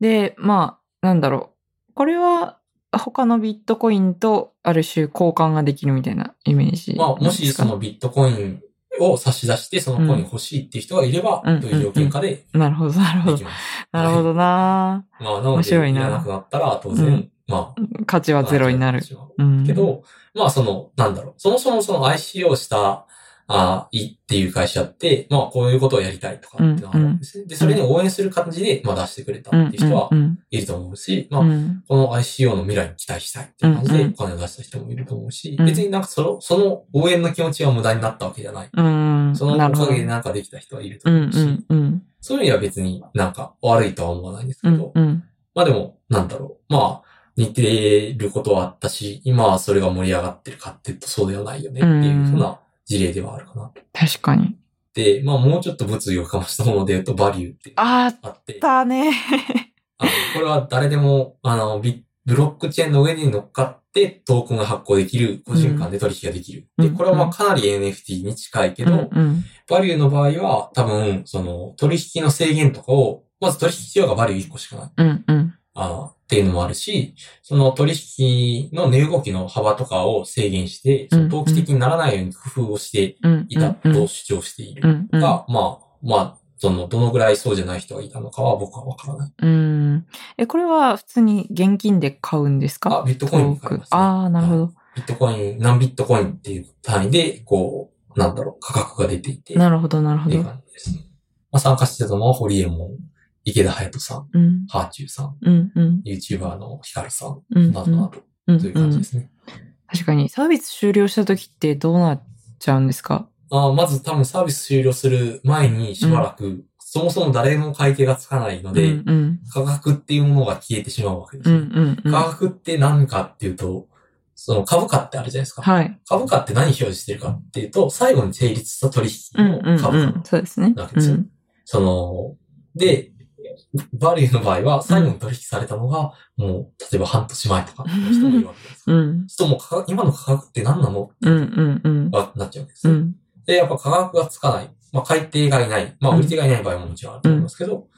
[SPEAKER 2] で、まあ、なんだろう。これは、他のビットコインとある種交換ができるみたいなイメージですか。
[SPEAKER 1] まあ、もしそのビットコインを差し出して、そのコイン欲しいっていう人がいれば、
[SPEAKER 2] うん
[SPEAKER 1] どういう条件かで
[SPEAKER 2] なるほど、なるほ
[SPEAKER 1] で
[SPEAKER 2] ど
[SPEAKER 1] き。ます。
[SPEAKER 2] なるほどな
[SPEAKER 1] まあ、なの
[SPEAKER 2] 面
[SPEAKER 1] で、い
[SPEAKER 2] 白いな
[SPEAKER 1] らなくなったら、当
[SPEAKER 2] う
[SPEAKER 1] 然
[SPEAKER 2] ん、
[SPEAKER 1] まあ、
[SPEAKER 2] 価値はゼロになる。うん。
[SPEAKER 1] け、ど、まあその、なんだろう。そもそもその ICO した、あいっていう会社って、まあこういうことをやりたいとかってのがあるんですね。で、それに応援する感じで、まあ出してくれた
[SPEAKER 2] うん、
[SPEAKER 1] っていう人は
[SPEAKER 2] うんうん
[SPEAKER 1] いると思うし、
[SPEAKER 2] う
[SPEAKER 1] まあ、
[SPEAKER 2] ん
[SPEAKER 1] この ICO の未来に期待したいっていう感じ
[SPEAKER 2] う
[SPEAKER 1] で
[SPEAKER 2] んうん
[SPEAKER 1] お金を出した人もいると思うし、
[SPEAKER 2] うん
[SPEAKER 1] 別になんかその、その応援の気持ちは無駄になったわけじゃない。
[SPEAKER 2] うん。
[SPEAKER 1] そのお
[SPEAKER 2] なるほ
[SPEAKER 1] か
[SPEAKER 2] ど
[SPEAKER 1] げでなんかできた人はいると
[SPEAKER 2] う、
[SPEAKER 1] 思うんし、
[SPEAKER 2] うん、うん。
[SPEAKER 1] そういう意味では別になんか悪いとは思わないんですけ
[SPEAKER 2] う
[SPEAKER 1] ど、
[SPEAKER 2] ん、うん。
[SPEAKER 1] まあでも、なんだろう。まあ、似てることはあったし、今はそれが盛り上がってるかっていうとそうではないよねっていうふうな事例ではあるかな。
[SPEAKER 2] 確かに。
[SPEAKER 1] で、まあもうちょっと物議をかましたもので言うと、バリューって
[SPEAKER 2] あっ
[SPEAKER 1] あって、
[SPEAKER 2] たね。
[SPEAKER 1] あのこれは誰でも、あの、ビブロックチェーンの上に乗っかってトークンが発行できる、個人間で取引ができる。
[SPEAKER 2] うん
[SPEAKER 1] で、これはまあかなり NFT に近いけど、
[SPEAKER 2] うんうん
[SPEAKER 1] バリューの場合は多分、その取引の制限とかを、まず取引費用がバリュー1個しかない。
[SPEAKER 2] うん、うん。
[SPEAKER 1] あの、っていうのもあるし、その取引の値動きの幅とかを制限して、その投機的にならないように工夫をして
[SPEAKER 2] うん。
[SPEAKER 1] いた
[SPEAKER 2] うん
[SPEAKER 1] と主張している
[SPEAKER 2] うんうん
[SPEAKER 1] が、まあ、まあ、その、どのぐらいそうじゃない人がいたのかは僕はわからない。
[SPEAKER 2] うん。え、これは普通に現金で買うんですか
[SPEAKER 1] あビットコインで買いますね
[SPEAKER 2] トークンああ、なるほど。
[SPEAKER 1] ビットコイン、何ビットコインっていう単位で、こう、なんだろう、価格が出ていて、
[SPEAKER 2] なるほど、なるほ
[SPEAKER 1] っていう
[SPEAKER 2] ど。
[SPEAKER 1] 感じです。まあ、参加してたのは、ホリエモン、池田隼人さん、
[SPEAKER 2] うん。
[SPEAKER 1] ハーチューさん、
[SPEAKER 2] うん、うん。
[SPEAKER 1] YouTuber のヒカルさん、
[SPEAKER 2] うん。
[SPEAKER 1] などなど、
[SPEAKER 2] うん
[SPEAKER 1] という感じですね。
[SPEAKER 2] 確かに、サービス終了した時ってどうなっちゃうんですか
[SPEAKER 1] あーまず多分サービス終了する前にしばらく、そもそも誰も会計がつかないの
[SPEAKER 2] うん、う
[SPEAKER 1] で、
[SPEAKER 2] ん。
[SPEAKER 1] 価格っていうものが消えてしまうわけで
[SPEAKER 2] う
[SPEAKER 1] す
[SPEAKER 2] ん、
[SPEAKER 1] よ、
[SPEAKER 2] うん、うん。
[SPEAKER 1] 価格って何かっていうと、その株価ってあるじゃないですか。
[SPEAKER 2] はい。
[SPEAKER 1] 株価って何表示してるかっていうと、最後に成立した取
[SPEAKER 2] う
[SPEAKER 1] 引
[SPEAKER 2] ん、
[SPEAKER 1] の
[SPEAKER 2] うん、
[SPEAKER 1] 株価。
[SPEAKER 2] うん。そうですね。
[SPEAKER 1] なわけですよ
[SPEAKER 2] うん
[SPEAKER 1] その、で、バリューの場合は最後に取引されたのが、もう、例えば半年前とかの人もいるわけ です。
[SPEAKER 2] うん、
[SPEAKER 1] そうするともう価格今の価格って何なの
[SPEAKER 2] うん、うん、うん。
[SPEAKER 1] がなっちゃうわけです
[SPEAKER 2] う
[SPEAKER 1] よ。
[SPEAKER 2] ん、
[SPEAKER 1] で、やっぱ価格がつかない。まあ、買い手がいない。まあ、
[SPEAKER 2] うん
[SPEAKER 1] 売り手がいない場合ももちろんあると思いますけど、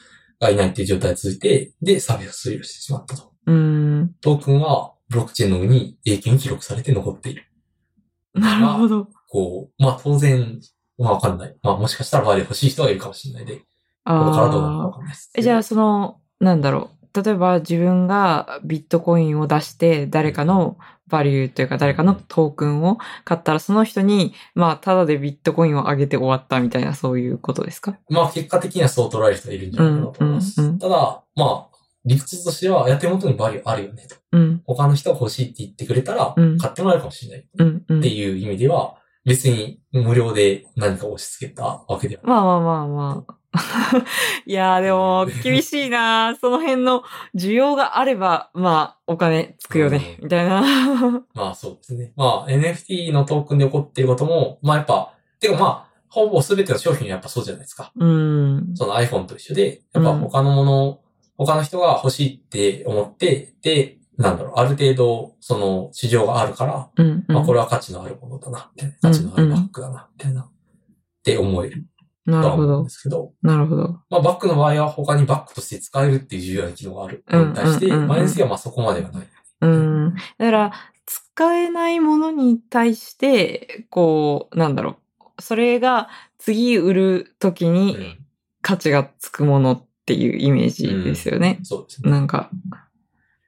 [SPEAKER 1] がいないっていう状態が続いて、で、サービスを推流してしまったと。
[SPEAKER 2] うん。
[SPEAKER 1] トークンは、ブロックチェーンの上に永久に記録されて残っている。
[SPEAKER 2] なるほど。
[SPEAKER 1] こう、まあ、当然、まあ、わかんない。まあ、もしかしたら場合で欲しい人はいるかもしれないで、これからどうなるかわ
[SPEAKER 2] ああ。
[SPEAKER 1] かんないです。
[SPEAKER 2] え、じゃあ、、その、なんだろう。例えば自分がビットコインを出して誰かのバリューというか誰かのトークンを買ったらその人にまあただでビットコインを上げて終わったみたいなそういうことですか
[SPEAKER 1] まあ、結果的にはそう捉える人がいるんじゃないかなと思います。
[SPEAKER 2] うんうんうん
[SPEAKER 1] ただ、まあ、理屈としては、いや手元にバリューあるよねと。
[SPEAKER 2] うん、
[SPEAKER 1] 他の人が欲しいって言ってくれたら、
[SPEAKER 2] うん
[SPEAKER 1] 買ってもらえるかもしれない。
[SPEAKER 2] うん、うん
[SPEAKER 1] って。いう意味では、別に無料で何か押し付けたわけではない。
[SPEAKER 2] まあまあまあまあ。 いやーでも厳しいなーその辺の需要があればまあお金つくよね、
[SPEAKER 1] う
[SPEAKER 2] みたい な。
[SPEAKER 1] まあそうですね。まあ NFT のトークンで起こっていることも、まあやっぱ、てかまあ、ほぼ全ての商品はやっぱそうじゃないですか。
[SPEAKER 2] うん。
[SPEAKER 1] その iPhone と一緒で、やっぱ他のもの、他の人が欲しいって思って、で、なんだろう、ある程度、その市場があるから、
[SPEAKER 2] うん、うん。
[SPEAKER 1] まあこれは価値のあるものだな、みたいな。価値のあるバッグだな、みたいな。って思えると
[SPEAKER 2] なる
[SPEAKER 1] は
[SPEAKER 2] ほ
[SPEAKER 1] 思うん
[SPEAKER 2] ど
[SPEAKER 1] で。すけど、
[SPEAKER 2] なるほど。
[SPEAKER 1] まあバッグの場合は他にバッグとして使えるっていう重要な機能があるのに対して、
[SPEAKER 2] うんうんうんうん
[SPEAKER 1] マイナスはまあそこまではない。
[SPEAKER 2] うん。だから、使えないものに対して、こう、なんだろう。それが次売るとき
[SPEAKER 1] う
[SPEAKER 2] に
[SPEAKER 1] ん
[SPEAKER 2] 価値がつくものっていうイメージですよね。
[SPEAKER 1] そうですね。
[SPEAKER 2] なんか。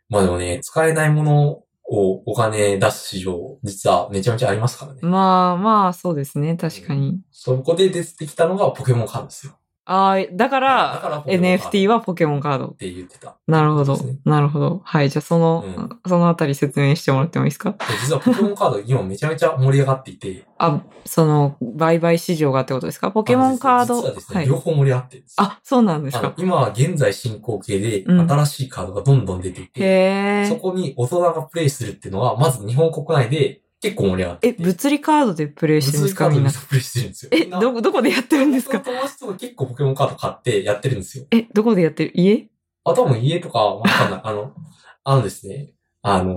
[SPEAKER 1] まあでもね、使えないものをお金出す市場、実はめちゃめちゃありますからね。
[SPEAKER 2] まあまあ、そうですね。確かに。
[SPEAKER 1] そこで出てきたのがポケモンカードですよ。
[SPEAKER 2] ああ、だ
[SPEAKER 1] だ
[SPEAKER 2] から、
[SPEAKER 1] からポケモンカード
[SPEAKER 2] NFT はポケモンカード
[SPEAKER 1] っ。て言ってた。
[SPEAKER 2] なるほど
[SPEAKER 1] そうですね。
[SPEAKER 2] なるほど。はい。じゃあ、その、そのあたり説明してもらってもいいですか
[SPEAKER 1] で実はポケモンカード今めちゃめちゃ盛り上がっていて。
[SPEAKER 2] あ、その、売買市場がってことですか ポケモンカード。
[SPEAKER 1] 実はですね、
[SPEAKER 2] はい
[SPEAKER 1] 両。方盛り上がってるんですよ。
[SPEAKER 2] あ、そうなんです
[SPEAKER 1] あの
[SPEAKER 2] か。
[SPEAKER 1] 今は現在進行形で
[SPEAKER 2] うん
[SPEAKER 1] 新しいカードがどんどん出ていて、
[SPEAKER 2] へー
[SPEAKER 1] そこに大人がプレイするっていうのは、まず日本国内で結構盛り上がって
[SPEAKER 2] え、
[SPEAKER 1] いて。
[SPEAKER 2] 物理カードでプレイしてるん
[SPEAKER 1] 物
[SPEAKER 2] で
[SPEAKER 1] 理
[SPEAKER 2] す
[SPEAKER 1] カード
[SPEAKER 2] かみん
[SPEAKER 1] みん
[SPEAKER 2] な
[SPEAKER 1] な。プレイしてるんですよ。
[SPEAKER 2] え、ど、どこでやってるん ですか
[SPEAKER 1] 僕の友達とか結構ポケモンカード買ってやってるんですよ。
[SPEAKER 2] え、どこでやってる家
[SPEAKER 1] あ、多分家とかわかんない。あの、あのですね、あの、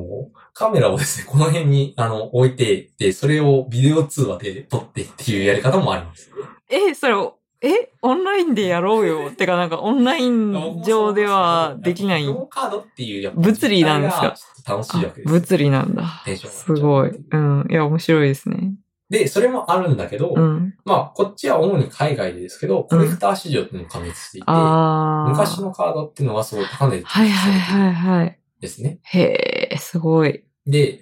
[SPEAKER 1] カメラをですね、この辺に、あの、置いて、で、それをビデオ通話で撮ってっていうやり方もあります。
[SPEAKER 2] え、それを、え、オンラインでやろうよ。てか、なんか、オンライン上ではできない。
[SPEAKER 1] ポケモンカードっていう、やっぱ
[SPEAKER 2] 物理なんですか
[SPEAKER 1] 実態がちょっと楽しいわけですよ。
[SPEAKER 2] 物理なんだ
[SPEAKER 1] テンション。
[SPEAKER 2] すごい。うん。いや、面白いですね。
[SPEAKER 1] で、それもあるんだけど、
[SPEAKER 2] うん。
[SPEAKER 1] まあ、こっちは主に海外ですけど、コレクター市場っていうのが加熱していて、
[SPEAKER 2] ああ。
[SPEAKER 1] 昔。のカードっていうのがすごい高値で取
[SPEAKER 2] はい
[SPEAKER 1] 引さ
[SPEAKER 2] は
[SPEAKER 1] れ
[SPEAKER 2] い
[SPEAKER 1] てる
[SPEAKER 2] はいはい。
[SPEAKER 1] んですね。
[SPEAKER 2] へえ、すごい。
[SPEAKER 1] で、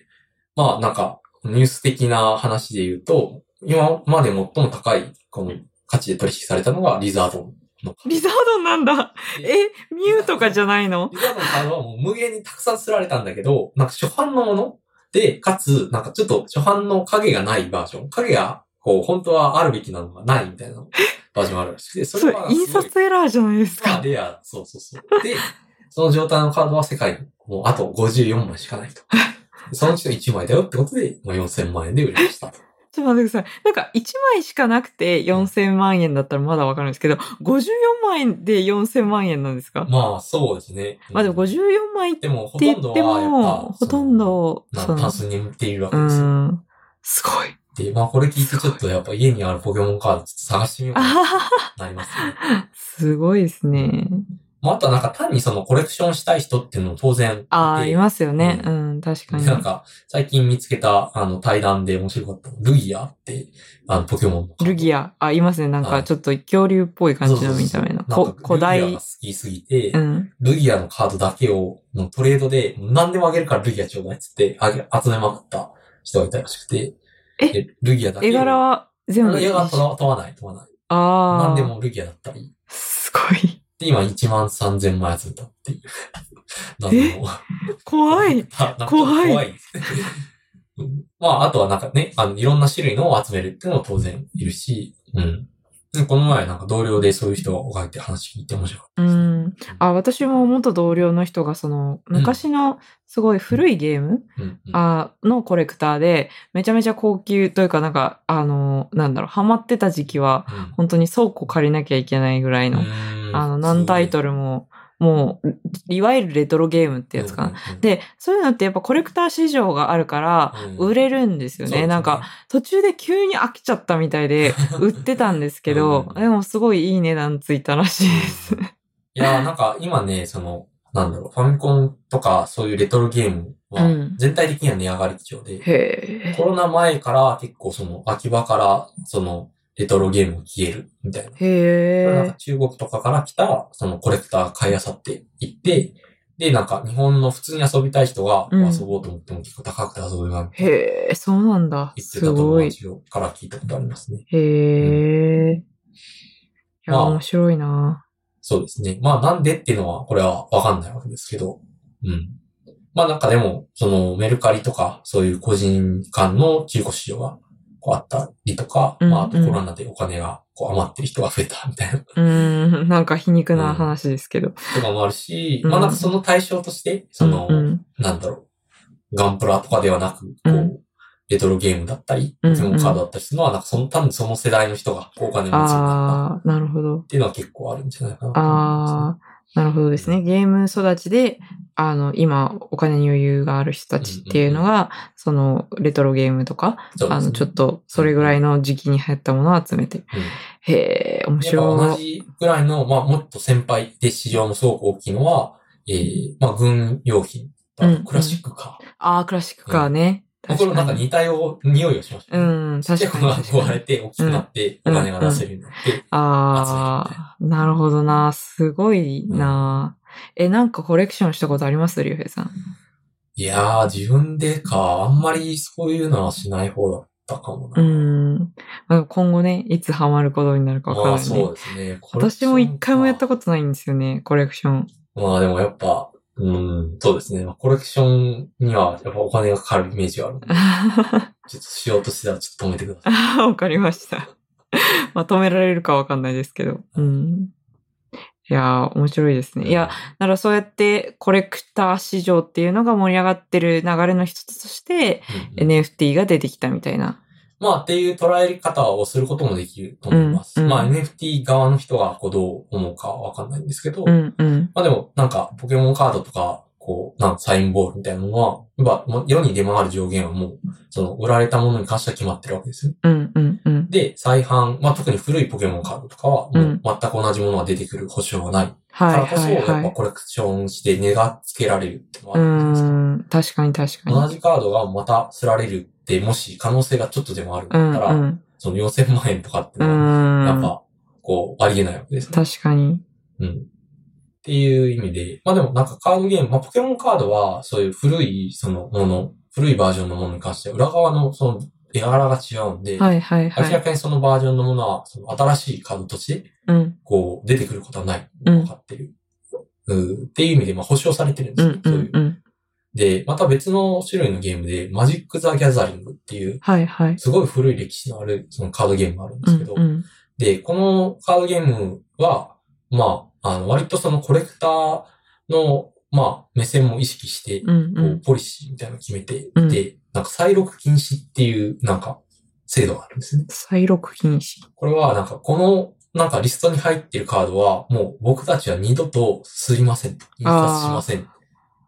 [SPEAKER 1] まあ、なんか、ニュース的な話で言うと、今まで最も高い、この価値で取引されたのがリザードのカード
[SPEAKER 2] リザードなんだ。
[SPEAKER 1] で
[SPEAKER 2] え、ミューとかじゃないの
[SPEAKER 1] リザードのカードはもう無限にたくさん刷られたんだけど、なんか初版のもので、かつ、なんかちょっと初版の影がないバージョン。影が、こう、本当はあるべきなのがないみたいなバージョンがあるらしくて、そ
[SPEAKER 2] そ
[SPEAKER 1] れ
[SPEAKER 2] れ
[SPEAKER 1] は、
[SPEAKER 2] 印
[SPEAKER 1] すごい
[SPEAKER 2] 刷エラーじゃないです
[SPEAKER 1] まあ、
[SPEAKER 2] か。
[SPEAKER 1] レア、そうそうそう。で、その状態のカードは世界にもうあと54枚しかない と。そのうちの1枚だよってことで、もう4000万円で売りましたと。
[SPEAKER 2] ちょっと待ってください。なんか1枚しかなくて4000万円だったらまだわかるんですけど、54万円で4000万円なんですか
[SPEAKER 1] まあ、そうですね。
[SPEAKER 2] まあでも
[SPEAKER 1] うん
[SPEAKER 2] 54枚って
[SPEAKER 1] でもほと
[SPEAKER 2] 言
[SPEAKER 1] んど
[SPEAKER 2] っ
[SPEAKER 1] は
[SPEAKER 2] て
[SPEAKER 1] やっ
[SPEAKER 2] も、
[SPEAKER 1] ぱ、
[SPEAKER 2] ほとんど、
[SPEAKER 1] そ
[SPEAKER 2] そ
[SPEAKER 1] の、まあ
[SPEAKER 2] の
[SPEAKER 1] タ、スに売っているわ
[SPEAKER 2] う
[SPEAKER 1] けですよ。
[SPEAKER 2] ん、すごい。
[SPEAKER 1] で、まあこれ聞いてちょっとやっぱ家にあるポケモンカードちょっと探してみよう
[SPEAKER 2] あ
[SPEAKER 1] か
[SPEAKER 2] はは
[SPEAKER 1] ななりますね。
[SPEAKER 2] すごいですね。
[SPEAKER 1] まああとはなんか単にそのコレクションしたい人っていうのも当然いて。
[SPEAKER 2] ああ、いますよね。
[SPEAKER 1] う
[SPEAKER 2] うん、確かに。
[SPEAKER 1] なんか、最近見つけた、あの、対談で面白かった。ルギアって、あの、ポケモンの
[SPEAKER 2] ルギア。あ、いますね。なん
[SPEAKER 1] は
[SPEAKER 2] か、
[SPEAKER 1] い
[SPEAKER 2] ちょっと恐竜っぽい感じの見た
[SPEAKER 1] そうそうそ
[SPEAKER 2] 目の。
[SPEAKER 1] うなん
[SPEAKER 2] こ
[SPEAKER 1] か
[SPEAKER 2] 古
[SPEAKER 1] ルギア
[SPEAKER 2] 代
[SPEAKER 1] が。好きすぎて、
[SPEAKER 2] うん。
[SPEAKER 1] ルギアのカードだけを、のトレードで、何でもあげるからルギアちょうだいっつって、あげ、集めまくった人がいたらしくて、
[SPEAKER 2] え
[SPEAKER 1] でルギアだけを。
[SPEAKER 2] 絵柄は全部。
[SPEAKER 1] 絵柄は問わ問わない、問わない。
[SPEAKER 2] ああ。
[SPEAKER 1] 何で。もルギアだったり。
[SPEAKER 2] すご い。
[SPEAKER 1] で、今1万3000枚集めたっていう。何でも。
[SPEAKER 2] 怖い。
[SPEAKER 1] あ なんか
[SPEAKER 2] 怖い
[SPEAKER 1] 怖いですね。うんまあ、あとはなんかね、あの、いろんな種類のを集めるっていうのも当然いるし、うん。でこの前なんか同僚でそういう人がいて話聞いて面白かっ
[SPEAKER 2] うん。あ、私も元同僚の人が、その、
[SPEAKER 1] ん
[SPEAKER 2] 昔のすごい古いゲーム、
[SPEAKER 1] た。うん、うん。
[SPEAKER 2] あのコレクターで、めちゃめちゃ高級というか、なんか、あの、なんだろう、ハマってた時期は、
[SPEAKER 1] うん
[SPEAKER 2] 本当に倉庫借りなきゃいけないぐらいの、
[SPEAKER 1] うん
[SPEAKER 2] あの、何タイト
[SPEAKER 1] ルっ
[SPEAKER 2] ルも、もう、いわゆるレトロゲームってやつかな。。で、そういうのってやっぱコレクター市場があるから、売れるんです
[SPEAKER 1] る
[SPEAKER 2] よね。なんか、、途中で急に飽きちゃったみたい で、売ってたんですけど、
[SPEAKER 1] うん
[SPEAKER 2] でもすごいいい値段ついたらしいです。
[SPEAKER 1] いやーなんか今ね、その、なんだろう、ファミコンとかそういうレトロゲームは
[SPEAKER 2] うん、
[SPEAKER 1] 全体的には値上がり基調で、
[SPEAKER 2] へ
[SPEAKER 1] コロナ前から結構その、秋葉から、その、レトロゲーム消える、みたいな。
[SPEAKER 2] え。
[SPEAKER 1] これなん
[SPEAKER 2] へ
[SPEAKER 1] か中国とかから来た、そのコレクター買い漁って行って、で、なんか日本の普通に遊びたい人が
[SPEAKER 2] うん
[SPEAKER 1] 遊ぼうと思っても結構高くて遊べない
[SPEAKER 2] え。へえ、そうなんだ。
[SPEAKER 1] 言って
[SPEAKER 2] す
[SPEAKER 1] た友
[SPEAKER 2] ごい。
[SPEAKER 1] 達から聞いたことありますね。
[SPEAKER 2] へえ。いや、
[SPEAKER 1] まあ
[SPEAKER 2] 面白いな。
[SPEAKER 1] そうですね。まあなんでっていうのはこれはわかんないわけですけど、うん。まあなんかでも、そのメルカリとかそういう個人間の中古市場がこうあったりとか、
[SPEAKER 2] うん
[SPEAKER 1] まああと
[SPEAKER 2] うん
[SPEAKER 1] コロナでお金がこう余ってる人が増えたみたいな
[SPEAKER 2] うーん、なんか皮肉な話ですけど。
[SPEAKER 1] とかもあるし、
[SPEAKER 2] うん
[SPEAKER 1] まあなんかその対象として、その、
[SPEAKER 2] うんうん
[SPEAKER 1] なんだろう、ガンプラとかではなく、こう、
[SPEAKER 2] うん
[SPEAKER 1] レトロゲームだったり、
[SPEAKER 2] うんうん
[SPEAKER 1] ポケモンカードだったりするのは、なんかその、多分その世代の人がお金持ちになったっ
[SPEAKER 2] ああ、なるほど。
[SPEAKER 1] ていうのは結構あるんじゃないかなと思いま
[SPEAKER 2] ああ、なるほどですね。ゲーム育ちで、あの、今、お金に余裕がある人たちっていうのが、その、レトロゲームとか、
[SPEAKER 1] すね。
[SPEAKER 2] あの、ちょ
[SPEAKER 1] っ
[SPEAKER 2] っと、それぐらいの時期に流行ったものを集めて。へえ、
[SPEAKER 1] や
[SPEAKER 2] 面
[SPEAKER 1] っぱ同
[SPEAKER 2] 白い。
[SPEAKER 1] じぐらいの、まあもっと先輩で市場もすごく大きいのは、えー、まあ軍用品、あ
[SPEAKER 2] うんう
[SPEAKER 1] と
[SPEAKER 2] ん
[SPEAKER 1] クラシックカー。
[SPEAKER 2] ああ、クラシックカーね。
[SPEAKER 1] これ
[SPEAKER 2] 確
[SPEAKER 1] もな
[SPEAKER 2] か
[SPEAKER 1] んか
[SPEAKER 2] に。
[SPEAKER 1] 似たよう、匂いをしました
[SPEAKER 2] う
[SPEAKER 1] ね。
[SPEAKER 2] ん、
[SPEAKER 1] ちっちゃ
[SPEAKER 2] 確
[SPEAKER 1] い 子
[SPEAKER 2] か
[SPEAKER 1] が
[SPEAKER 2] に確
[SPEAKER 1] 壊
[SPEAKER 2] か
[SPEAKER 1] れ
[SPEAKER 2] に。
[SPEAKER 1] て大きくなって、
[SPEAKER 2] う
[SPEAKER 1] お
[SPEAKER 2] ん
[SPEAKER 1] 金が出せるようになって、
[SPEAKER 2] ああ、なるほどな。すごいな。え、なんかコレクションしたことあります竜兵さん。
[SPEAKER 1] いやー、自分でか、あんまりそういうのはしない方だったかもな。
[SPEAKER 2] うん。まあ今後ね、いつハマることになるかわから
[SPEAKER 1] ま
[SPEAKER 2] な
[SPEAKER 1] あ
[SPEAKER 2] いね。
[SPEAKER 1] そうですね。
[SPEAKER 2] 私も一回もやった
[SPEAKER 1] こ
[SPEAKER 2] ことないんですよね、コレクション。
[SPEAKER 1] と。まあでもやっぱ、うん、そうですね。まあコレクションにはやっぱお金がかかるイメージがあるので、ちょっとしようとしたらちょっと止めてください。
[SPEAKER 2] わかりました。まあ、止められるかわかんないですけど。うん。いやー、面白い ですね。いや、ならそうやってコレクター市場っていうのが盛り上がってる流れの一つとして、
[SPEAKER 1] うん、うん
[SPEAKER 2] NFT が出てきたみたいな。
[SPEAKER 1] まあっていう捉え方をすることもできると思います。
[SPEAKER 2] うんうん
[SPEAKER 1] まあ NFT 側の人がこうどう思うかはわかんないんですけど、
[SPEAKER 2] うん、うん。
[SPEAKER 1] まあでもなんかポケモンカードとか、こう、なんかサインボールみたいなのは、やっぱもう世に出回る上限はもう、その売られたものに関しては決まってるわけですよね
[SPEAKER 2] うん、うん、うん。
[SPEAKER 1] で、再販、まあ、特に古いポケモンカードとかは、も
[SPEAKER 2] うん
[SPEAKER 1] う全く同じものが出てくる保証はないか
[SPEAKER 2] はい
[SPEAKER 1] らこそ、
[SPEAKER 2] はい
[SPEAKER 1] や
[SPEAKER 2] は
[SPEAKER 1] っぱ
[SPEAKER 2] い。
[SPEAKER 1] コレクションして値がつけられるってのは
[SPEAKER 2] う
[SPEAKER 1] あるんですか
[SPEAKER 2] ーん、確かに確かに。
[SPEAKER 1] 同じカードがまたすられるって、もし可能性がちょっとでもあるん
[SPEAKER 2] う
[SPEAKER 1] だっ
[SPEAKER 2] ん、
[SPEAKER 1] たら、
[SPEAKER 2] うん。
[SPEAKER 1] その4000万円とかっての
[SPEAKER 2] う
[SPEAKER 1] は、やっ
[SPEAKER 2] ーん。
[SPEAKER 1] ぱ、こう、ありえないわけですね。
[SPEAKER 2] 確かに。
[SPEAKER 1] うん。っていう意味で、まあでもなんかカードゲーム、まあポケモンカードは、そういう古い、そのもの、古いバージョンのものに関しては、裏側のその絵柄が違うんで、
[SPEAKER 2] はいはいは
[SPEAKER 1] 明ら
[SPEAKER 2] い。
[SPEAKER 1] かにそのバージョンのものは、その新しいカードとして、
[SPEAKER 2] うん、
[SPEAKER 1] こう、出てくることはない。
[SPEAKER 2] うん
[SPEAKER 1] 分かってる。うんっていう意味で、まあ保証されてるんで
[SPEAKER 2] う
[SPEAKER 1] すよ
[SPEAKER 2] ん、う
[SPEAKER 1] そうい
[SPEAKER 2] ん
[SPEAKER 1] う、。
[SPEAKER 2] うん。
[SPEAKER 1] で、また別の種類のゲームで、マジック・ザ・ギャザリングっていう、
[SPEAKER 2] はいはい。
[SPEAKER 1] すごい古い歴史のある、そのカードゲームがあるんで
[SPEAKER 2] う
[SPEAKER 1] す
[SPEAKER 2] ん
[SPEAKER 1] けど、、
[SPEAKER 2] うん。
[SPEAKER 1] で、このカードゲームは、まあ、あの、割とそのコレクターの、まあ、目線も意識して、こ
[SPEAKER 2] うん、う。
[SPEAKER 1] うんポリシーみたいなのを決めてい
[SPEAKER 2] うん
[SPEAKER 1] て、なんか再録禁止っていう、なんか、制度があるんですね。
[SPEAKER 2] 再録禁止。
[SPEAKER 1] これは、なんか、この、なんかリストに入ってるカードは、もう僕たちは二度とすりませんと。印刷しませんっ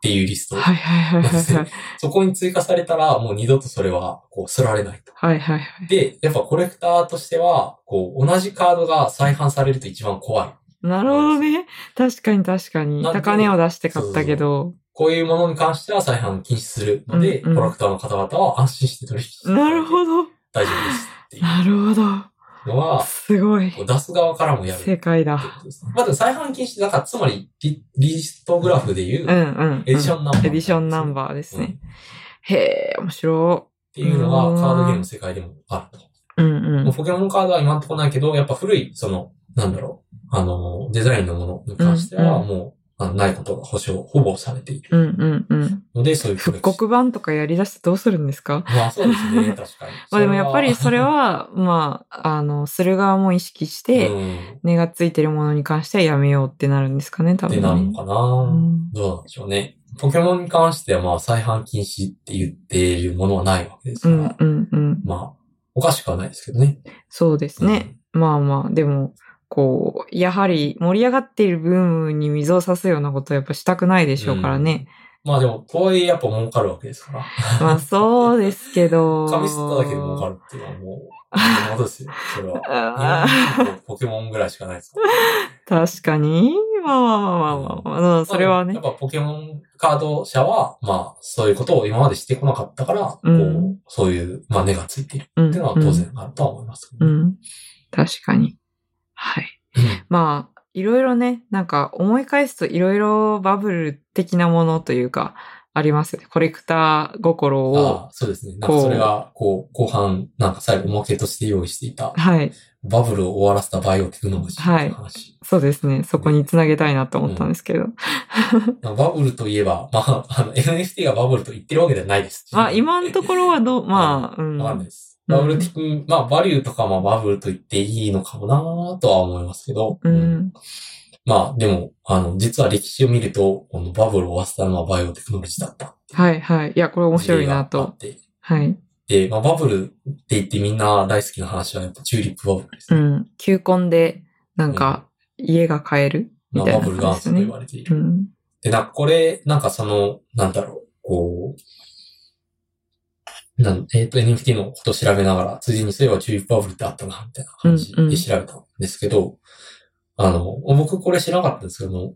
[SPEAKER 1] ていうリスト。
[SPEAKER 2] はいはいはいはいはい。
[SPEAKER 1] そこに追加されたら、もう二度とそれは、こう、すられないと。
[SPEAKER 2] はいはいはい。
[SPEAKER 1] で、やっぱコレクターとしては、こう、同じカードが再販されると一番怖い。
[SPEAKER 2] なるほどね。確かに確かに。
[SPEAKER 1] なんで
[SPEAKER 2] 高値を出して買ったけど。
[SPEAKER 1] こういうものに関しては再販禁止するので、
[SPEAKER 2] うんうん
[SPEAKER 1] コレクターの方々は安心して取引していただ
[SPEAKER 2] ない
[SPEAKER 1] て
[SPEAKER 2] るほ
[SPEAKER 1] 大丈
[SPEAKER 2] ど。
[SPEAKER 1] 夫ですってい
[SPEAKER 2] なるほ
[SPEAKER 1] うの
[SPEAKER 2] ど。
[SPEAKER 1] は、
[SPEAKER 2] すごい
[SPEAKER 1] こ。う出す側からもやるって
[SPEAKER 2] 世界
[SPEAKER 1] こ
[SPEAKER 2] だ。
[SPEAKER 1] とですね。まず再販禁止、だからつまりリリストグラフでいううん
[SPEAKER 2] うんうん。
[SPEAKER 1] エディションナンバー、
[SPEAKER 2] エディションナン
[SPEAKER 1] ー
[SPEAKER 2] バーです
[SPEAKER 1] うん
[SPEAKER 2] ね
[SPEAKER 1] っ。
[SPEAKER 2] へえ、面白
[SPEAKER 1] ていうのがカードゲームの世界でもあると。
[SPEAKER 2] い。うんう。
[SPEAKER 1] もうんポケモンカードは今んとこないけど、やっぱ古い、その、なんだろう、あの、デザインのものに関して
[SPEAKER 2] うん
[SPEAKER 1] は
[SPEAKER 2] う
[SPEAKER 1] もう、あのないことが保証、ほぼされている
[SPEAKER 2] うんうんうん。
[SPEAKER 1] ので、そういうコレクシ
[SPEAKER 2] 復
[SPEAKER 1] ョン
[SPEAKER 2] 刻版とかやり出してどうするんですか
[SPEAKER 1] まあそうですね、確かに。
[SPEAKER 2] まあでもやっぱりそれ
[SPEAKER 1] は、
[SPEAKER 2] は、まあ、あの、する側も意識し
[SPEAKER 1] う
[SPEAKER 2] て、
[SPEAKER 1] ん
[SPEAKER 2] 値がついてるものに関してはやめようってなるんですかね、多
[SPEAKER 1] っ
[SPEAKER 2] 分
[SPEAKER 1] て
[SPEAKER 2] ね。
[SPEAKER 1] なるのかな、
[SPEAKER 2] うん
[SPEAKER 1] どうなんでしょうね。ポケモンに関してはまあ再販禁止って言っているものはないわけです
[SPEAKER 2] う
[SPEAKER 1] から、
[SPEAKER 2] んうんうん。
[SPEAKER 1] まあ、おかしくはないですけどね。
[SPEAKER 2] そうですね。まあまあ、でも、こう、やはり盛り上がっているブームに水を差すようなことはやっぱしたくないで
[SPEAKER 1] で
[SPEAKER 2] しょうからね。。
[SPEAKER 1] うんまあでも、とはいえやっぱ儲かるわけですから。
[SPEAKER 2] まあそうですけど。
[SPEAKER 1] 紙吸っただけで儲かるっていうのはもう、そういうことですよ。それは。日
[SPEAKER 2] あー
[SPEAKER 1] 本人とポケモンぐらいしかないですから。
[SPEAKER 2] 確かに。まあまあまあまあまあまあ、まあそれは
[SPEAKER 1] や
[SPEAKER 2] ね
[SPEAKER 1] っ。ぱポケモンカード社は、まあ、そういうことを今までしてこなかったから、
[SPEAKER 2] うん
[SPEAKER 1] こう、そういう、まあ、根がついている
[SPEAKER 2] うん
[SPEAKER 1] っていうのは当然あるとは思いますけ
[SPEAKER 2] う
[SPEAKER 1] どね、
[SPEAKER 2] ん。うん確かに。はい。 まあ、いろいろね、なんか思い返すといろいろバブル的なものというか、ありますよね。コレクター心を。
[SPEAKER 1] ああそうですね。なんかそれが、こう、後半、なんか最後、おまけとして用意していた、
[SPEAKER 2] はい。
[SPEAKER 1] バブルを終わらせたバイオテクノロジーっていう話。
[SPEAKER 2] そうですね。そこにつなげたいなと思ったんですけど。
[SPEAKER 1] なんかバブルといえば、まあ、あの、NFT がバブルと言ってるわけではないです。
[SPEAKER 2] まあ、今のところはどう、まあ、う
[SPEAKER 1] わかんない
[SPEAKER 2] ん。
[SPEAKER 1] です。
[SPEAKER 2] うん
[SPEAKER 1] バブル的に、まあ、バリューとか、まあ、バブルと言っていいのかもなーとは思いますけど、
[SPEAKER 2] う
[SPEAKER 1] うん
[SPEAKER 2] ん。
[SPEAKER 1] まあ、でも、あの、実は歴史を見ると、このバブルを終わせたのはバイオテクノロジーだったっていう
[SPEAKER 2] はいはい。いや、これ面白いな
[SPEAKER 1] 事例があ
[SPEAKER 2] と
[SPEAKER 1] っ。て。
[SPEAKER 2] はい。
[SPEAKER 1] で、まあ、バブルって言ってみんな大好きな話は、やっぱチューリップバブルです
[SPEAKER 2] う
[SPEAKER 1] ね。
[SPEAKER 2] ん。球根で、なんか、家が買えるみ
[SPEAKER 1] まあ、
[SPEAKER 2] たい
[SPEAKER 1] バ
[SPEAKER 2] な
[SPEAKER 1] ブル
[SPEAKER 2] 感
[SPEAKER 1] 元
[SPEAKER 2] じで
[SPEAKER 1] 祖
[SPEAKER 2] す
[SPEAKER 1] と言
[SPEAKER 2] ね。
[SPEAKER 1] われている
[SPEAKER 2] う。ん。
[SPEAKER 1] で、なんかこれ、なんかその、なんだろう、こう、なんえっ、と、NFT のことを調べながら、ついでにそういえばチューリップバブルってあったな、みたいな感じ
[SPEAKER 2] うんうん
[SPEAKER 1] で調べたんですけど、あの、僕これ知らなかったんですけども、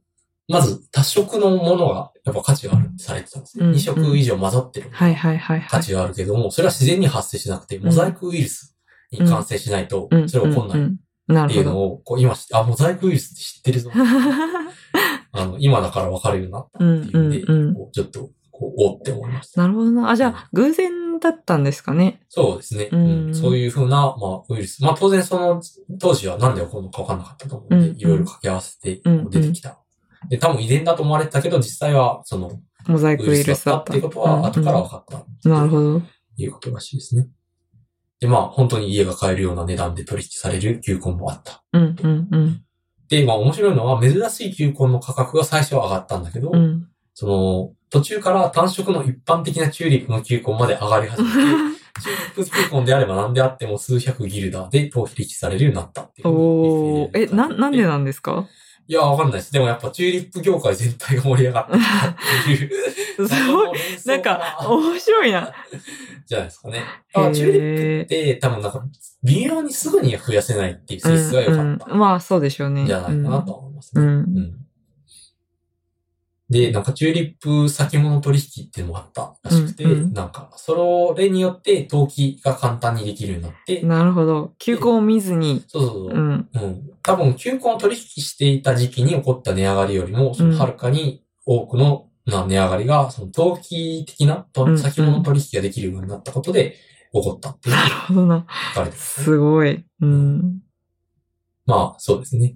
[SPEAKER 1] まず多色のものがやっぱ価値があるってされてたんですね。
[SPEAKER 2] うんうん
[SPEAKER 1] 2色以上混ざってる
[SPEAKER 2] はいはいはいは
[SPEAKER 1] 価
[SPEAKER 2] い。
[SPEAKER 1] 値があるけども、それは自然に発生しなくて、モザイクウイルスに感染しないと
[SPEAKER 2] う、ん。
[SPEAKER 1] それは起こん
[SPEAKER 2] う
[SPEAKER 1] ないっ
[SPEAKER 2] んうんな
[SPEAKER 1] て
[SPEAKER 2] る
[SPEAKER 1] い
[SPEAKER 2] ほ
[SPEAKER 1] うの
[SPEAKER 2] ど。
[SPEAKER 1] を、こう今知って、あ、モザイクウイルスって知ってるぞ。あの、今だからわかるようになったっていう
[SPEAKER 2] うんうんうん
[SPEAKER 1] んで、こうちょっと、こう、おって思いました。
[SPEAKER 2] なるほどな。あ、じゃあ、偶然だったんですかね。
[SPEAKER 1] そうですね。
[SPEAKER 2] うん
[SPEAKER 1] うんそういうふうな、まあ、ウイルス。まあ、当然その、当時は何で起こるのかわかんなかったと思うんで、
[SPEAKER 2] うん
[SPEAKER 1] いろいろ掛け合わせてこ
[SPEAKER 2] うん
[SPEAKER 1] う出てきた。で、多分遺伝だと思われてたけど、実際は、その、
[SPEAKER 2] モザイ
[SPEAKER 1] ウ
[SPEAKER 2] ク
[SPEAKER 1] イ
[SPEAKER 2] ウイ
[SPEAKER 1] ル
[SPEAKER 2] ル
[SPEAKER 1] ス
[SPEAKER 2] ス
[SPEAKER 1] だ
[SPEAKER 2] だ
[SPEAKER 1] っ
[SPEAKER 2] ったた。
[SPEAKER 1] っていうことは、後から
[SPEAKER 2] うん
[SPEAKER 1] 分かった。
[SPEAKER 2] うんなるほど。
[SPEAKER 1] いうことらしいですね。で、まあ、本当に家が買えるような値段で取引される球根もあった。
[SPEAKER 2] うんうんうん。
[SPEAKER 1] で、まあ、面白いのは、珍しい球根の価格が最初は上がったんだけど、
[SPEAKER 2] うん。
[SPEAKER 1] その、途中から単色の一般的なチューリップの球根まで上がり始めて、チューリップ球根であれば何であっても数百ギルダーで取引されるようになったっていうふうに
[SPEAKER 2] おー。え、
[SPEAKER 1] FAL
[SPEAKER 2] な、なんで
[SPEAKER 1] い
[SPEAKER 2] なんですか
[SPEAKER 1] や、わかんないです。でもやっぱチューリップ業界全体が盛り上がってきたって いう
[SPEAKER 2] すご
[SPEAKER 1] 謎
[SPEAKER 2] い。
[SPEAKER 1] の連
[SPEAKER 2] なん
[SPEAKER 1] 想から。
[SPEAKER 2] か、面白いな。
[SPEAKER 1] じゃないですかね。
[SPEAKER 2] へ
[SPEAKER 1] あ
[SPEAKER 2] ー
[SPEAKER 1] チューリップって多分なんか微妙にすぐには増やせないっていう性質が良かった
[SPEAKER 2] うんうんまあ、そうでしょうんね。
[SPEAKER 1] じゃないかなとは思います
[SPEAKER 2] う
[SPEAKER 1] ね。
[SPEAKER 2] ん。うん
[SPEAKER 1] うんで、なんかチューリップ先物取引っていうのもあったらしくて、
[SPEAKER 2] うんうん
[SPEAKER 1] なんか、それによって登記が簡単にできるようになって、
[SPEAKER 2] なるほど。休校を見ずに。
[SPEAKER 1] そうそうそうう、
[SPEAKER 2] ん。
[SPEAKER 1] うん。多分、球根を取引していた時期に起こった値上がりよりも、そのはるかに多くの、な値上がりが、その投機的なと
[SPEAKER 2] うん
[SPEAKER 1] 先物取引ができるようになったことで起こったっていうの
[SPEAKER 2] なる
[SPEAKER 1] が
[SPEAKER 2] ほどな。
[SPEAKER 1] 書かれてますね、
[SPEAKER 2] すごい。うん。
[SPEAKER 1] まあ、そうですね。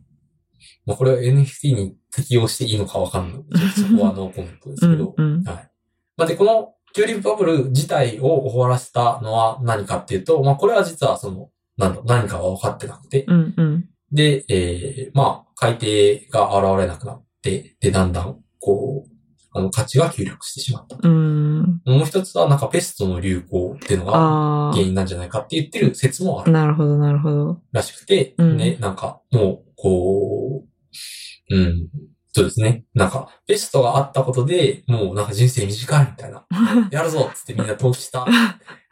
[SPEAKER 1] まあ、これは NFT に適用していいのかわかんないので。ちょっとそこはノーコメントです
[SPEAKER 2] う
[SPEAKER 1] け
[SPEAKER 2] ん
[SPEAKER 1] ど。。
[SPEAKER 2] うん。
[SPEAKER 1] はい。まあ、で、このチューリップバブル自体を終わらせたのは何かっていうと、まあ、これは実はその、なんだ何かは分かってなくて、
[SPEAKER 2] うん。うん。
[SPEAKER 1] で、えー、まあ、海底が現れなくなって、で、だんだん、こう、あの、価値が急落してしまった。
[SPEAKER 2] うん。
[SPEAKER 1] もう一つは、なんかペストの流行っていうのが
[SPEAKER 2] あ
[SPEAKER 1] 原
[SPEAKER 2] あ。
[SPEAKER 1] 因なんじゃないかって言ってる説もある
[SPEAKER 2] なるほど、なるほど。
[SPEAKER 1] らしくて、
[SPEAKER 2] うん
[SPEAKER 1] ね、なんか、もう、こう、うん、そうですね。なんか、ペストがあったことで、もうなんか人生短いみたい な。やるぞっつってみんな投資した。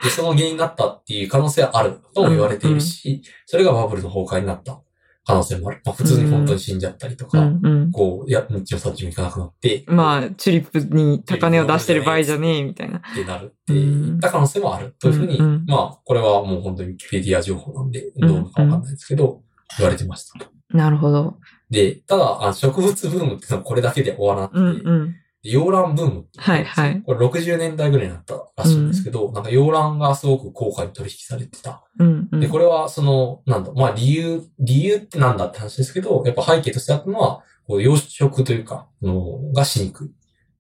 [SPEAKER 1] で、その原因になったっていう可能性はあるとも言われているし、それがバブルの崩壊になった可能性もある。まあ普通に本当に死んじゃったりと
[SPEAKER 2] う
[SPEAKER 1] か、
[SPEAKER 2] ん。うん。
[SPEAKER 1] こう、いや、道もさっちも行かなくなって、
[SPEAKER 2] まあ、チューリップに高値を出してる場合じゃねえ、みたいな。
[SPEAKER 1] ってなるって言った可能性もある。というふうに、
[SPEAKER 2] うんうん
[SPEAKER 1] まあ、これはもう本当にウィキペディア情報なんで、
[SPEAKER 2] ん
[SPEAKER 1] どうかわかんないですけど、言われてました。
[SPEAKER 2] なるほど。
[SPEAKER 1] で、ただ、あ植物ブームってのはこれだけで終わらなくて、
[SPEAKER 2] うん。うん。
[SPEAKER 1] で洋蘭ブームってのがあるんですよ
[SPEAKER 2] はいはい
[SPEAKER 1] これ60年代ぐらいになったらしいんですけど、なんか洋蘭がすごく高価に取引されてた。
[SPEAKER 2] うん。うん
[SPEAKER 1] で、これはその、なんだ、まあ理由、理由ってなんだって話ですけど、やっぱ背景としてあったのは、こう養殖というか、のがしにくい。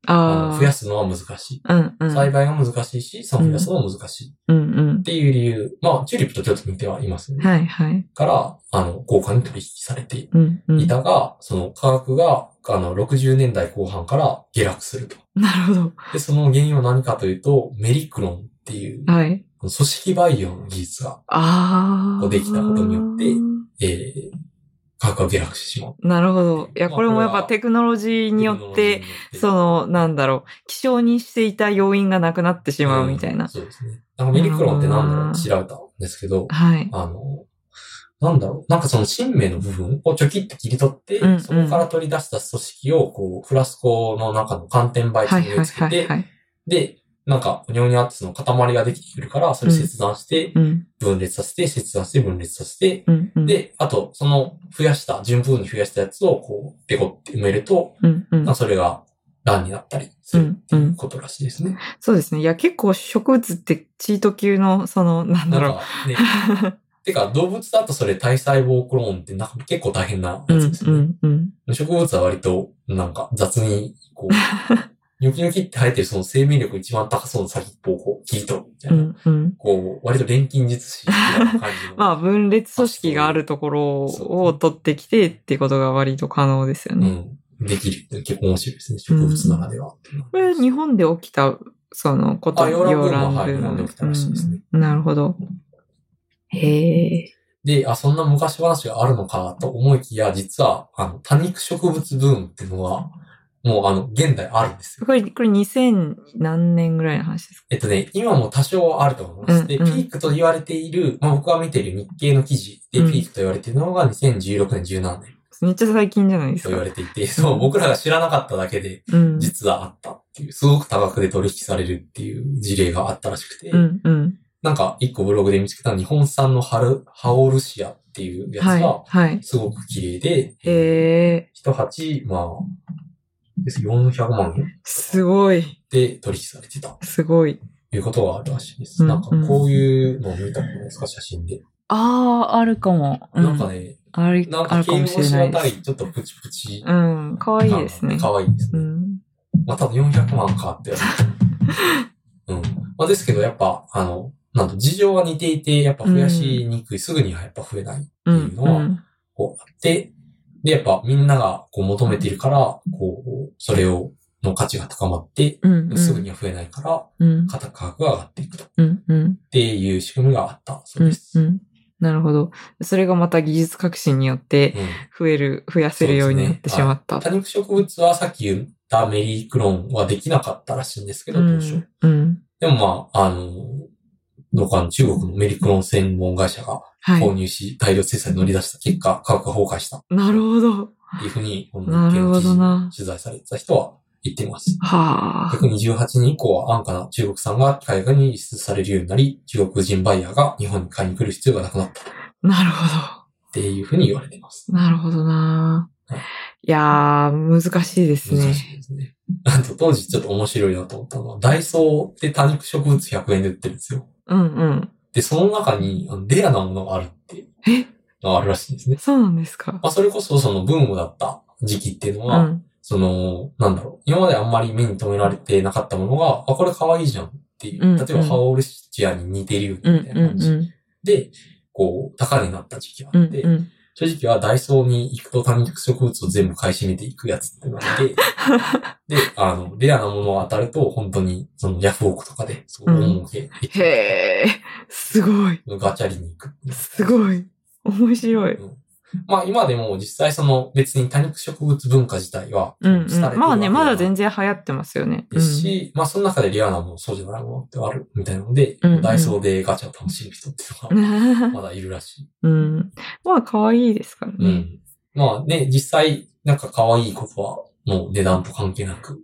[SPEAKER 1] あ
[SPEAKER 2] あ
[SPEAKER 1] の
[SPEAKER 2] あ。
[SPEAKER 1] 増やすのは難しい。
[SPEAKER 2] うん。うん。
[SPEAKER 1] 栽培が難しいし、その増やすのも難しい。っ
[SPEAKER 2] うん。
[SPEAKER 1] ていう理由。まあ、チューリップとちょっと似てはいますよ
[SPEAKER 2] うん。
[SPEAKER 1] ね。
[SPEAKER 2] はい、はい。
[SPEAKER 1] から、あの、高価に取引されてい
[SPEAKER 2] うん。うん。
[SPEAKER 1] たが、その価格が、あの、60年代後半から下落すると。
[SPEAKER 2] なるほど。
[SPEAKER 1] で、その原因は何かというと、メリクロンっていう、
[SPEAKER 2] はい。
[SPEAKER 1] 組織培養の技術が、
[SPEAKER 2] ああ。
[SPEAKER 1] こうできたことによってえー、価格が下落してしまう。
[SPEAKER 2] なるほど。いや、
[SPEAKER 1] まあ
[SPEAKER 2] これもやっ
[SPEAKER 1] これは
[SPEAKER 2] ぱテクノロジーによって、、その、なんだろう、希少にしていた要因がなくなってし
[SPEAKER 1] う
[SPEAKER 2] まうんみたいな。
[SPEAKER 1] そうですね。なんかメリクロンって何だろうって調べたんですけど、
[SPEAKER 2] はい。
[SPEAKER 1] あの、なんだろう、なんかその新名の部分をちょきっと切り取って、
[SPEAKER 2] うんうん
[SPEAKER 1] そこから取り出した組織を、こう、フラスコの中の寒天媒
[SPEAKER 2] は
[SPEAKER 1] 体に
[SPEAKER 2] い
[SPEAKER 1] 植え
[SPEAKER 2] はい
[SPEAKER 1] 付け
[SPEAKER 2] はい
[SPEAKER 1] て、
[SPEAKER 2] はい。
[SPEAKER 1] で、なんか、ニョニャってその塊ができてくるから、それ切断して、
[SPEAKER 2] うん、
[SPEAKER 1] 分裂させて、切断して、分裂させて、
[SPEAKER 2] うん、うん。、
[SPEAKER 1] で、あと、その、増やした、順風に増やしたやつを、こう、ペコって埋めると、
[SPEAKER 2] うん、うん
[SPEAKER 1] まあ。それが、乱になったりするっていうことらしいですね。
[SPEAKER 2] そうですね。いや、結構植物ってチート級の、その、なんだ
[SPEAKER 1] な
[SPEAKER 2] ろ
[SPEAKER 1] ん
[SPEAKER 2] う。
[SPEAKER 1] かね、 てか、動物だとそれ、体細胞クローンって、なんか結構大変な
[SPEAKER 2] う
[SPEAKER 1] や
[SPEAKER 2] ん、
[SPEAKER 1] つですよね。
[SPEAKER 2] うん、うん。
[SPEAKER 1] 植物は割と、なんか雑に、こ う、ニョキニョキって生えてるその生命力一番高そうな先っぽをこう、切り取るみたいうな。
[SPEAKER 2] ん、うん。
[SPEAKER 1] こう、割と錬金術師みたいな感じの。
[SPEAKER 2] まあ、分裂組織があるところを取ってきてってことが割と可能ですよ
[SPEAKER 1] う
[SPEAKER 2] ね。
[SPEAKER 1] ん。できるって結構面白いですね。植物ならではっていうのは。
[SPEAKER 2] これ、日本で起きた、そのこと、
[SPEAKER 1] あ洋蘭ブームははい
[SPEAKER 2] ブーム
[SPEAKER 1] 日本で起きたらしいですね
[SPEAKER 2] うんなるほど。へえ。
[SPEAKER 1] で、あ、そんな昔話があるのかと思いきや、実は、あの、多肉植物ブームっていうのは、もうあの、現代あるんですよ。
[SPEAKER 2] これ、これ2000何年ぐらいの話ですか
[SPEAKER 1] えっとね、今も多少はあると思います。で、
[SPEAKER 2] う
[SPEAKER 1] ピ
[SPEAKER 2] んうん
[SPEAKER 1] ークと言われている、まあ僕が見てる日経の記事で
[SPEAKER 2] うん
[SPEAKER 1] ピークと言われているのが2016年、17年
[SPEAKER 2] めっちゃ最近じゃないです
[SPEAKER 1] と
[SPEAKER 2] か
[SPEAKER 1] 言わ。れていて、そう、僕らが知らなかっただけで、
[SPEAKER 2] うん。
[SPEAKER 1] 実はあったっていう、すごく多額で取引されるっていう事例があったらしくて、
[SPEAKER 2] うん、うん。
[SPEAKER 1] なんか一個ブログで見つけた日本産のハル、ハオルシアっていうやつ
[SPEAKER 2] はい。
[SPEAKER 1] が、
[SPEAKER 2] はい。
[SPEAKER 1] すごく綺麗で、
[SPEAKER 2] ええ
[SPEAKER 1] 一鉢、まあ、です400万円
[SPEAKER 2] すごい、
[SPEAKER 1] で取引されてた
[SPEAKER 2] すごい。
[SPEAKER 1] ということがあるらしいです。
[SPEAKER 2] うん
[SPEAKER 1] なんかこういうのを見たことないですか、写真で。
[SPEAKER 2] ああ、あるかも。う
[SPEAKER 1] なんかね、
[SPEAKER 2] ある、
[SPEAKER 1] なん
[SPEAKER 2] あ
[SPEAKER 1] か
[SPEAKER 2] る
[SPEAKER 1] 形
[SPEAKER 2] かも
[SPEAKER 1] 容
[SPEAKER 2] しれ
[SPEAKER 1] 詞
[SPEAKER 2] な
[SPEAKER 1] の
[SPEAKER 2] いで
[SPEAKER 1] た
[SPEAKER 2] す。
[SPEAKER 1] い、ちょっとプチプチ。
[SPEAKER 2] うん、かわいいですね。
[SPEAKER 1] 可愛いです
[SPEAKER 2] う
[SPEAKER 1] ね。
[SPEAKER 2] ん。
[SPEAKER 1] まあ多分400万かってやつ。 うん。まあですけど、やっぱ、あの、なんと事情は似ていて、やっぱ増やしにくい、すぐにはやっぱ増えない。
[SPEAKER 2] う
[SPEAKER 1] っていう。
[SPEAKER 2] ん
[SPEAKER 1] のは
[SPEAKER 2] うん
[SPEAKER 1] こうあって、で、やっぱみんながこう求めているから、こう、それを、の価値が高まって、
[SPEAKER 2] うん。
[SPEAKER 1] すぐには増えないから、
[SPEAKER 2] うん。
[SPEAKER 1] 価格が上がっていくと。っ
[SPEAKER 2] うん。うん。
[SPEAKER 1] ていう仕組みがあったそううんで。す。
[SPEAKER 2] う
[SPEAKER 1] うん
[SPEAKER 2] んなるほど。それがまた技術革新によって増える、増やせるようになってしまった。
[SPEAKER 1] 多肉植物はさっき言ったメリークロンはできなかったらしいんですけど、当初。
[SPEAKER 2] うん。うん。
[SPEAKER 1] でもまあ、あの、どうかの中国のメリクロン専門会社が
[SPEAKER 2] はい
[SPEAKER 1] 購。入し、大量生産に乗り出した結果、価格が崩壊した。
[SPEAKER 2] なるほど。
[SPEAKER 1] っていうふうに、この
[SPEAKER 2] なるほどな
[SPEAKER 1] 記事取材されてた人は言ってます。
[SPEAKER 2] はあ。
[SPEAKER 1] 128年以降は安価な中国産が海外に輸出されるようになり、中国人バイヤーが日本に買いに来る必要がなくなったっ
[SPEAKER 2] なるほ
[SPEAKER 1] ていうふうに言われています。
[SPEAKER 2] ど。なるほどな
[SPEAKER 1] はい。
[SPEAKER 2] いやー、難しいです
[SPEAKER 1] 難
[SPEAKER 2] ね。
[SPEAKER 1] しいですね。あと、当時ちょっと面白いなと思ったのは、ダイソーって多肉植物100円で売ってるんですよ。
[SPEAKER 2] うんうん。
[SPEAKER 1] で、その中に、あのレアなものがあるっていう
[SPEAKER 2] え
[SPEAKER 1] のがあるらしいんですね。
[SPEAKER 2] そうなんですか
[SPEAKER 1] まあ、それこそそのブームだった時期っていうの
[SPEAKER 2] う
[SPEAKER 1] は、
[SPEAKER 2] ん。
[SPEAKER 1] その、なんだろう、今まであんまり目に留められてなかったものが、あ、これ可愛いじゃんっていう。
[SPEAKER 2] うん
[SPEAKER 1] 例えば、ハオルシアに似てるよ
[SPEAKER 2] うん
[SPEAKER 1] ねみたいな
[SPEAKER 2] う
[SPEAKER 1] 感
[SPEAKER 2] ん
[SPEAKER 1] じ、
[SPEAKER 2] うん。
[SPEAKER 1] で、こう、高値になった時期が
[SPEAKER 2] う
[SPEAKER 1] あ
[SPEAKER 2] ん
[SPEAKER 1] って、
[SPEAKER 2] うん。
[SPEAKER 1] 正直はダイソーに行くと多肉植物を全部買い占めていくやつってなって、で、あの、レアなものを当たると、本当に、その、ヤフオクとかで、そう、
[SPEAKER 2] うん
[SPEAKER 1] 思うけ、
[SPEAKER 2] へえ、すごい。
[SPEAKER 1] ガチャリに行く。
[SPEAKER 2] すごい。面白い。
[SPEAKER 1] まあ、今でも実際その、別に多肉植物文化自体は、
[SPEAKER 2] うん、う
[SPEAKER 1] 廃れてるわけ
[SPEAKER 2] ん。まあね、まだ
[SPEAKER 1] ではない
[SPEAKER 2] 全然流行ってますよね。う
[SPEAKER 1] で
[SPEAKER 2] ん
[SPEAKER 1] すし、まあその中でリアなもの、そうじゃないものってあるみたいなので、
[SPEAKER 2] うんうん
[SPEAKER 1] ダイソーでガチャを楽しむ人っていうのがまだいるらしい。
[SPEAKER 2] うん。まあ、可愛いですから
[SPEAKER 1] う
[SPEAKER 2] ね。
[SPEAKER 1] ん。まあね、実際、なんか可愛いことは、もう値段と関係なく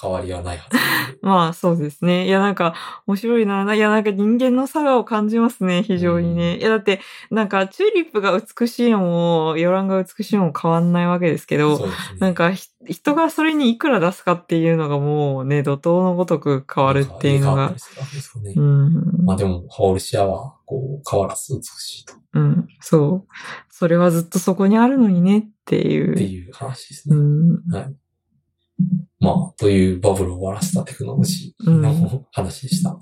[SPEAKER 1] 変わりはないはずなん で。
[SPEAKER 2] まあ、そうですね。いや、なんか、面白いな。いや、なんか人間の差を感じますね、非常にね。
[SPEAKER 1] うん
[SPEAKER 2] いや、だって、なんか、チューリップが美しいのも、ヨランが美しいのも変わんないわけですけど、
[SPEAKER 1] うですね
[SPEAKER 2] なん、かひ、人がそれにいくら出すかっていうのがもうね、怒涛のごとく変わるっていうの
[SPEAKER 1] なん
[SPEAKER 2] が
[SPEAKER 1] か。変わったりするわけです
[SPEAKER 2] う
[SPEAKER 1] かね。
[SPEAKER 2] ん
[SPEAKER 1] まあでも、ハオルシアは、こう、変わらず美しいと。っ
[SPEAKER 2] うん、そう。それはずっとそこにあるのにねっていう。
[SPEAKER 1] ていう話です
[SPEAKER 2] う
[SPEAKER 1] ね。
[SPEAKER 2] ん。
[SPEAKER 1] まあ、というバブルを終わらせたテクノロジーの話でした。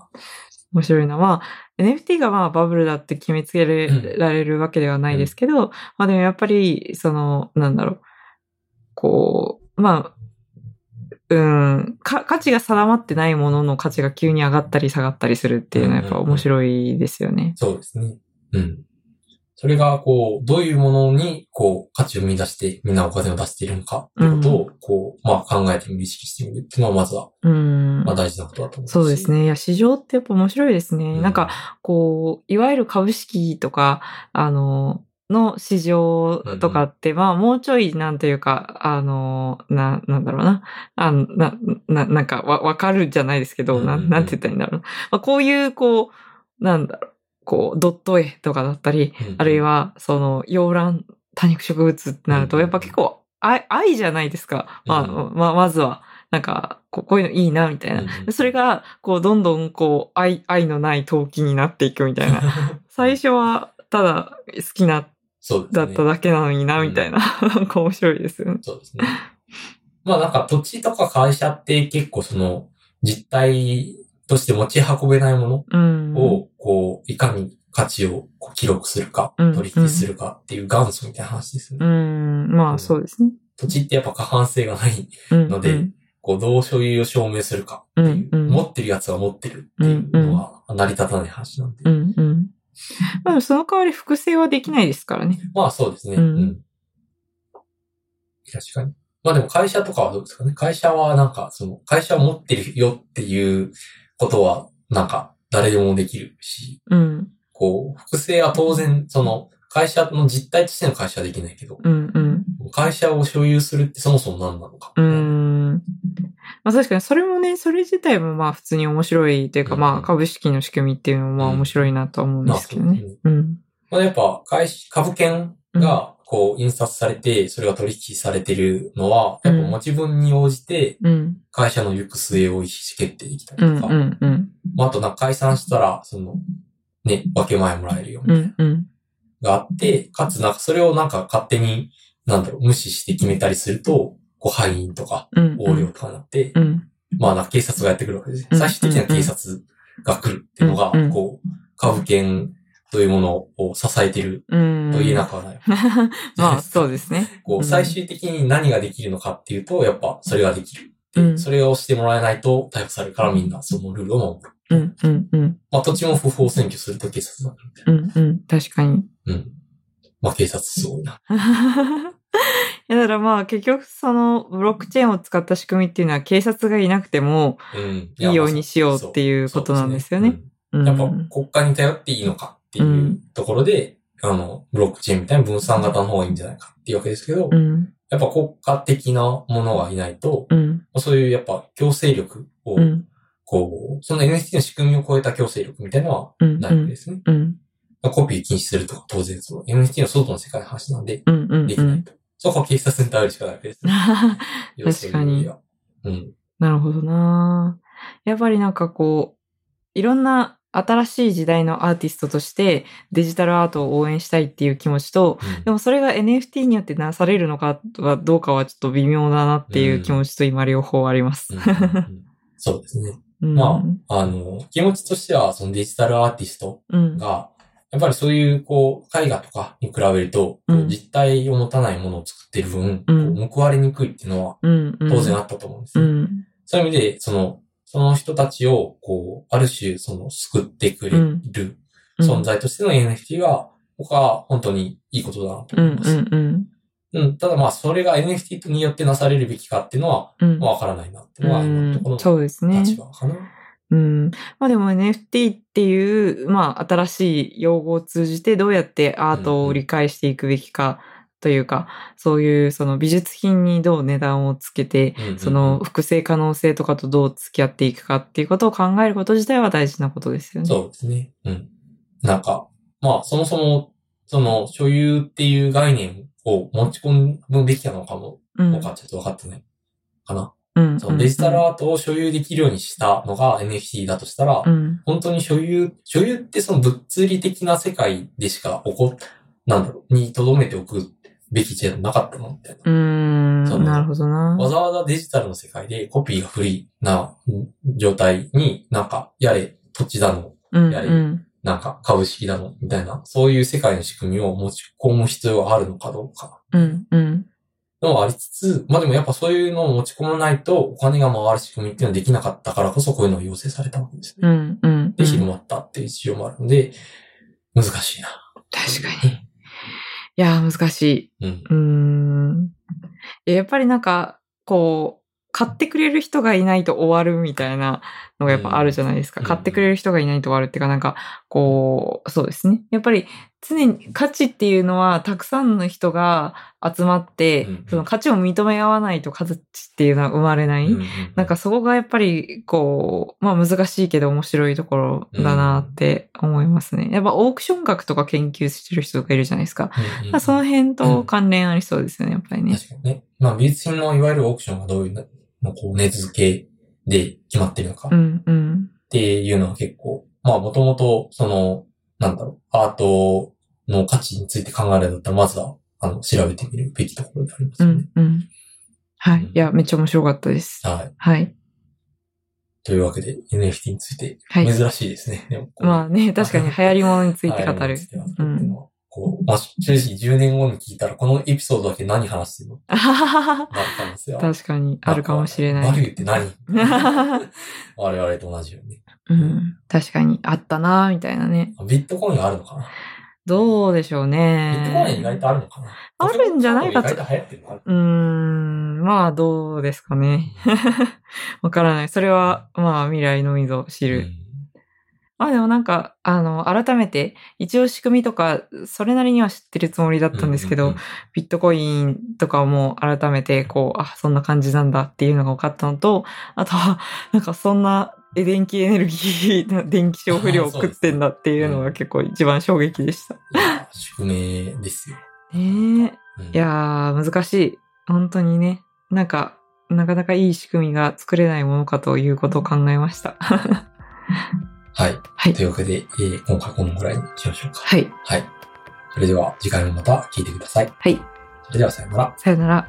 [SPEAKER 2] 面白いのは、NFT がまあバブルだって決めつけ
[SPEAKER 1] うん
[SPEAKER 2] られるわけではないですけど、まあでもやっぱり、その、なんだろう、こう、まあ、うん、か価値が定まってないものの価値が急に上がったり下がったりするっていうのはやっぱ面白いですよね。
[SPEAKER 1] そうですね。うん。それが、こう、どういうものに、こう、価値を見出して、みんなお金を出しているのか、ってことを、こう、まあ、考えてみる、意識してみるっていうのは、まずは、
[SPEAKER 2] うん。
[SPEAKER 1] まあ、大事なことだと思うし
[SPEAKER 2] そうです。ね。いや、市場ってやっぱ面白いですね。
[SPEAKER 1] う
[SPEAKER 2] なんか、、こう、いわゆる株式とか、あの、の市場とかって、まあ、もうちょい、なんというか、あの、な、なんだろうな。あのな、な、なんか、わ、わかるじゃないですけど、な
[SPEAKER 1] うんうんうん
[SPEAKER 2] ん、なんて言ったらいいんだろうな。まあ、こういう、こう、なんだろう、こう、ドット絵とかだったり、
[SPEAKER 1] うん
[SPEAKER 2] あるい、は、その、洋蘭、多肉植物ってなる
[SPEAKER 1] う
[SPEAKER 2] と、
[SPEAKER 1] ん
[SPEAKER 2] やっぱ結構、愛、愛じゃないですか。まあ、
[SPEAKER 1] う
[SPEAKER 2] まあ、まずは、なんか、こうこういうのいいな、みたいな。でそれ
[SPEAKER 1] が、
[SPEAKER 2] が、こう、どんどん、こう、愛、愛のない陶器になっていくみたい な。最初は、ただ、好きな、
[SPEAKER 1] そうです
[SPEAKER 2] だ
[SPEAKER 1] ね。
[SPEAKER 2] っただけなのにな、みたいな。なんか面白いですよね。
[SPEAKER 1] そうですね。まあ、なんか、土地とか会社って、結構、その、実体として持ち運べないもの
[SPEAKER 2] うん。
[SPEAKER 1] を、こう、いかに価値をこう記録するか、
[SPEAKER 2] うん
[SPEAKER 1] 取引するかっていう元祖みたいな話ですよね。
[SPEAKER 2] うん、まあ、そうですね。
[SPEAKER 1] 土地ってやっぱ過半性がない
[SPEAKER 2] うん。
[SPEAKER 1] ので
[SPEAKER 2] うん
[SPEAKER 1] こう、どう所有を証明するかっていう、
[SPEAKER 2] うんうん
[SPEAKER 1] 持ってるやつは持ってるっていうのは成り立たない話なんで。
[SPEAKER 2] うん、うん。まあ、その代わり、複製はできないですからね。
[SPEAKER 1] まあそうですね、
[SPEAKER 2] う
[SPEAKER 1] うんん。確かに。まあでも会社とかはどうですかね。会社はなんか、その、会社を持ってるよっていうことは、なんか、誰でもできるし、
[SPEAKER 2] うん、
[SPEAKER 1] こう、複製は当然、その、会社の実態としての会社はできないけど、
[SPEAKER 2] うん、うん。
[SPEAKER 1] 会社を所有するってそもそも何なのか
[SPEAKER 2] う
[SPEAKER 1] みたいな。
[SPEAKER 2] ん。まあ確かにそれもね、それ自体もまあ普通に面白いというか、
[SPEAKER 1] うん
[SPEAKER 2] まあ株式の仕組みっていうのもまあ面白いなとは思うんですけどね。うん。
[SPEAKER 1] まあ、やっぱ、会社株券が、こう、印刷されて、それが取引されてるのは、
[SPEAKER 2] う
[SPEAKER 1] や
[SPEAKER 2] ん
[SPEAKER 1] っぱ持ち分に応じて、
[SPEAKER 2] うん。
[SPEAKER 1] 会社の行く末を意思決定できた
[SPEAKER 2] うん
[SPEAKER 1] りと
[SPEAKER 2] う
[SPEAKER 1] か、
[SPEAKER 2] んうん。
[SPEAKER 1] まあ、あと、なんか解散したら、その、ね、分け前もらえるよ、
[SPEAKER 2] うんうん。
[SPEAKER 1] があって、かつ、なんか、それをなんか勝手に、なんだろう、無視して決めたりすると、こう、敗因とか、
[SPEAKER 2] うん。
[SPEAKER 1] 横領とかになって、
[SPEAKER 2] うん。
[SPEAKER 1] まあ、なんか警察がやってくるわけです。
[SPEAKER 2] うん
[SPEAKER 1] 最終的には警察が来るっていうのが
[SPEAKER 2] うんうん、
[SPEAKER 1] こう、株券というものを支えてる
[SPEAKER 2] うん。
[SPEAKER 1] と言えなくはない。
[SPEAKER 2] まあそうですね。
[SPEAKER 1] こ
[SPEAKER 2] うん
[SPEAKER 1] う、最終的に何ができるのかっていうと、やっぱ、それができる。で
[SPEAKER 2] うん
[SPEAKER 1] それをしてもらえないと逮捕されるからみんなそのルールを守る。
[SPEAKER 2] うんうんうん。
[SPEAKER 1] まあ、土地も不法占拠すると警察が来るみたい
[SPEAKER 2] うんうん。確かに。
[SPEAKER 1] な。うん。まあ、警察すごいな。
[SPEAKER 2] いやだからまあ結局そのブロックチェーンを使った仕組みっていうのは警察がいなくても
[SPEAKER 1] うん。
[SPEAKER 2] いいようにしようっていうことなんですよね。う
[SPEAKER 1] そ
[SPEAKER 2] ん
[SPEAKER 1] うそうですねうんやっぱ、国家に頼っていいのかって
[SPEAKER 2] う
[SPEAKER 1] いうんところで、あの、ブロックチェーンみたいな分散型の方がいいんじゃないかっていうわけですけど
[SPEAKER 2] う、ん
[SPEAKER 1] やっぱ国家的なものがいないと、
[SPEAKER 2] うん。
[SPEAKER 1] そういうやっぱ強制力を、
[SPEAKER 2] うん。
[SPEAKER 1] こう、その NFT の仕組みを超えた強制力みたいなのは
[SPEAKER 2] うん。
[SPEAKER 1] ないんですね。
[SPEAKER 2] うん。
[SPEAKER 1] コピー禁止するとか当然その NFT の外の世界の話なんで、
[SPEAKER 2] うん。うん。
[SPEAKER 1] でき
[SPEAKER 2] う
[SPEAKER 1] ない
[SPEAKER 2] ん。
[SPEAKER 1] と。そこは警察に頼るしかないわけ ですね。要する
[SPEAKER 2] 確
[SPEAKER 1] うん。
[SPEAKER 2] なるほどなやっぱりなんかこう、いろんな新しい時代のアーティストとしてデジタルアートを応援したいっていう気持ちと、
[SPEAKER 1] うん
[SPEAKER 2] でもそれが NFT によってなされるのかはどうかはちょっと微妙だなっていう気持ちと今両方あります。
[SPEAKER 1] うんうんうんそうですね。
[SPEAKER 2] うん。
[SPEAKER 1] まあの、気持ちとしては、そのデジタルアーティスト
[SPEAKER 2] うん。
[SPEAKER 1] が、やっぱりそういう、こう、絵画とかに比べると、
[SPEAKER 2] うん
[SPEAKER 1] こう実体を持たないものを作ってる分、
[SPEAKER 2] うん
[SPEAKER 1] こう報われにくいっていうのは、
[SPEAKER 2] うん。うん
[SPEAKER 1] 当然あったと思うんです
[SPEAKER 2] う
[SPEAKER 1] ね、
[SPEAKER 2] ん。
[SPEAKER 1] そういう意味で、その、その人たちを、こう、ある種、その、救ってくれる
[SPEAKER 2] うん
[SPEAKER 1] 存在としての NFT は、僕は本当にいいことだなと
[SPEAKER 2] う
[SPEAKER 1] 思い
[SPEAKER 2] ん。
[SPEAKER 1] ま
[SPEAKER 2] う
[SPEAKER 1] す。
[SPEAKER 2] ん。うん。
[SPEAKER 1] うん、ただまあ、それが NFT によってなされるべきかっていうのは、
[SPEAKER 2] うん。
[SPEAKER 1] まあわからないなっていうのは、今のとこ
[SPEAKER 2] う
[SPEAKER 1] ろ
[SPEAKER 2] ん、そうです
[SPEAKER 1] の
[SPEAKER 2] ね。
[SPEAKER 1] 立場かな。
[SPEAKER 2] うん。まあでも NFT っていう、まあ新しい用語を通じてどうやってアートを理解していくべきかというか、そういうその美術品にどう値段をつけて、
[SPEAKER 1] うんうんうん
[SPEAKER 2] その複製可能性とかとどう付き合っていくかっていうことを考えること自体は大事なことですよね。
[SPEAKER 1] そうですね。うん。なんか、まあ、そもそも、その、所有っていう概念を持ち込むべきなのかも、
[SPEAKER 2] うん。
[SPEAKER 1] 僕はちょっと分かってないかな。
[SPEAKER 2] うん。
[SPEAKER 1] そのデジタル
[SPEAKER 2] は、
[SPEAKER 1] アートを所有できるようにしたのが NFT だとしたら、
[SPEAKER 2] うん。
[SPEAKER 1] 本当に所有、所有ってその物理的な世界でしか起こ、なんだろう、に留めておくべきじゃなかったのみたいな。
[SPEAKER 2] うーん。
[SPEAKER 1] その
[SPEAKER 2] なるほどな。
[SPEAKER 1] わざわざデジタルの世界でコピーがフリーなうん状態になんか、やれ、土地だの、
[SPEAKER 2] うん。
[SPEAKER 1] やり
[SPEAKER 2] うん。
[SPEAKER 1] なんか株式だの、みたいな、そういう世界の仕組みを持ち込む必要があるのかどうか、
[SPEAKER 2] うん。うん。
[SPEAKER 1] のはありつつ、まあでもやっぱそういうのを持ち込まないとお金が回る仕組みっていうのはできなかったからこそこういうのを要請されたわけですね。
[SPEAKER 2] うん。うん。
[SPEAKER 1] で、広まったっていう事情もあるので、難しいな。
[SPEAKER 2] 確かに。いやー、難しい。
[SPEAKER 1] うん。
[SPEAKER 2] うーん。いややっぱりなんか、こう、買ってくれる人がいないと終わるみたいなのがやっぱあるじゃないですか。
[SPEAKER 1] うん
[SPEAKER 2] 買ってくれる人がいないと終わるっていうか、なんか、こう、そうですね。やっぱり常に価値っていうのはたくさんの人が集まって、
[SPEAKER 1] うん
[SPEAKER 2] その価値を認め合わないと価値っていうのは生まれない。
[SPEAKER 1] うん
[SPEAKER 2] なんか、そこがやっぱり、こう、まあ難しいけど面白いところだなって思いますね。やっぱオークション額とか研究してる人とかいるじゃないですか。
[SPEAKER 1] うんうん
[SPEAKER 2] まあ、その辺と関連ありそうですよね、やっぱりね。
[SPEAKER 1] 確かにね。まあ美術品のいわゆるオークションがどういうののこう根付けで決まってるのか
[SPEAKER 2] う
[SPEAKER 1] っ
[SPEAKER 2] ん、うん、
[SPEAKER 1] ていうのは結構、まあもともとその、なんだろう、アートの価値について考えるんだったら、まずは、あの、調べてみるべきところであります
[SPEAKER 2] う
[SPEAKER 1] よね。
[SPEAKER 2] ん、うん。はい。
[SPEAKER 1] うん
[SPEAKER 2] いや、めっちゃ面白かったです。
[SPEAKER 1] はい。
[SPEAKER 2] はい。
[SPEAKER 1] というわけで NFT について、
[SPEAKER 2] はい
[SPEAKER 1] 珍しいですね。でもこう
[SPEAKER 2] まあね、確かに流行り物について語
[SPEAKER 1] はい
[SPEAKER 2] る
[SPEAKER 1] ついて語るっ。
[SPEAKER 2] う
[SPEAKER 1] ていうの
[SPEAKER 2] ん。
[SPEAKER 1] はこう、まあ正直10年後に聞いたら、このエピソードだけ何話してるのって
[SPEAKER 2] あははは
[SPEAKER 1] なる可能性は。
[SPEAKER 2] 確かに、あるかもしれな
[SPEAKER 1] バリュ
[SPEAKER 2] い。
[SPEAKER 1] ーって何我々と同じように。
[SPEAKER 2] うん。確かに、あったなみたいなね。
[SPEAKER 1] ビットコインあるのかな
[SPEAKER 2] どうでしょう
[SPEAKER 1] ビットコイン意外
[SPEAKER 2] ね。
[SPEAKER 1] とあるのかな
[SPEAKER 2] あるんじゃないかと
[SPEAKER 1] 意外と流行ってるのかな
[SPEAKER 2] うーん。まあ、どうですかね。 わからない。それは、まあ、未来のみぞ 知
[SPEAKER 1] う
[SPEAKER 2] る。
[SPEAKER 1] ん
[SPEAKER 2] まあでもなんか、あの、改めて、一応仕組みとか、それなりには知ってるつもりだったんですけど、
[SPEAKER 1] うんうん
[SPEAKER 2] ビットコインとかも改めて、こう、あ、そんな感じなんだっていうのが分かったのと、あとは、なんかそんな、え電気エネルギー、な電気消費量を食ってんだっていうのが結構一番衝撃でした。
[SPEAKER 1] いや宿命ですよ。う
[SPEAKER 2] ね
[SPEAKER 1] ん
[SPEAKER 2] え。いやー、難しい。本当にね。なんか、なかなかいい仕組みが作れないものかということを考えました。は
[SPEAKER 1] はい。
[SPEAKER 2] い
[SPEAKER 1] と。いうわけで、えー今回このぐらいにしましょうか。
[SPEAKER 2] はい。
[SPEAKER 1] はい。それでは次回もまた聞いてください。
[SPEAKER 2] はい。
[SPEAKER 1] それではさようなら。
[SPEAKER 2] さよなら。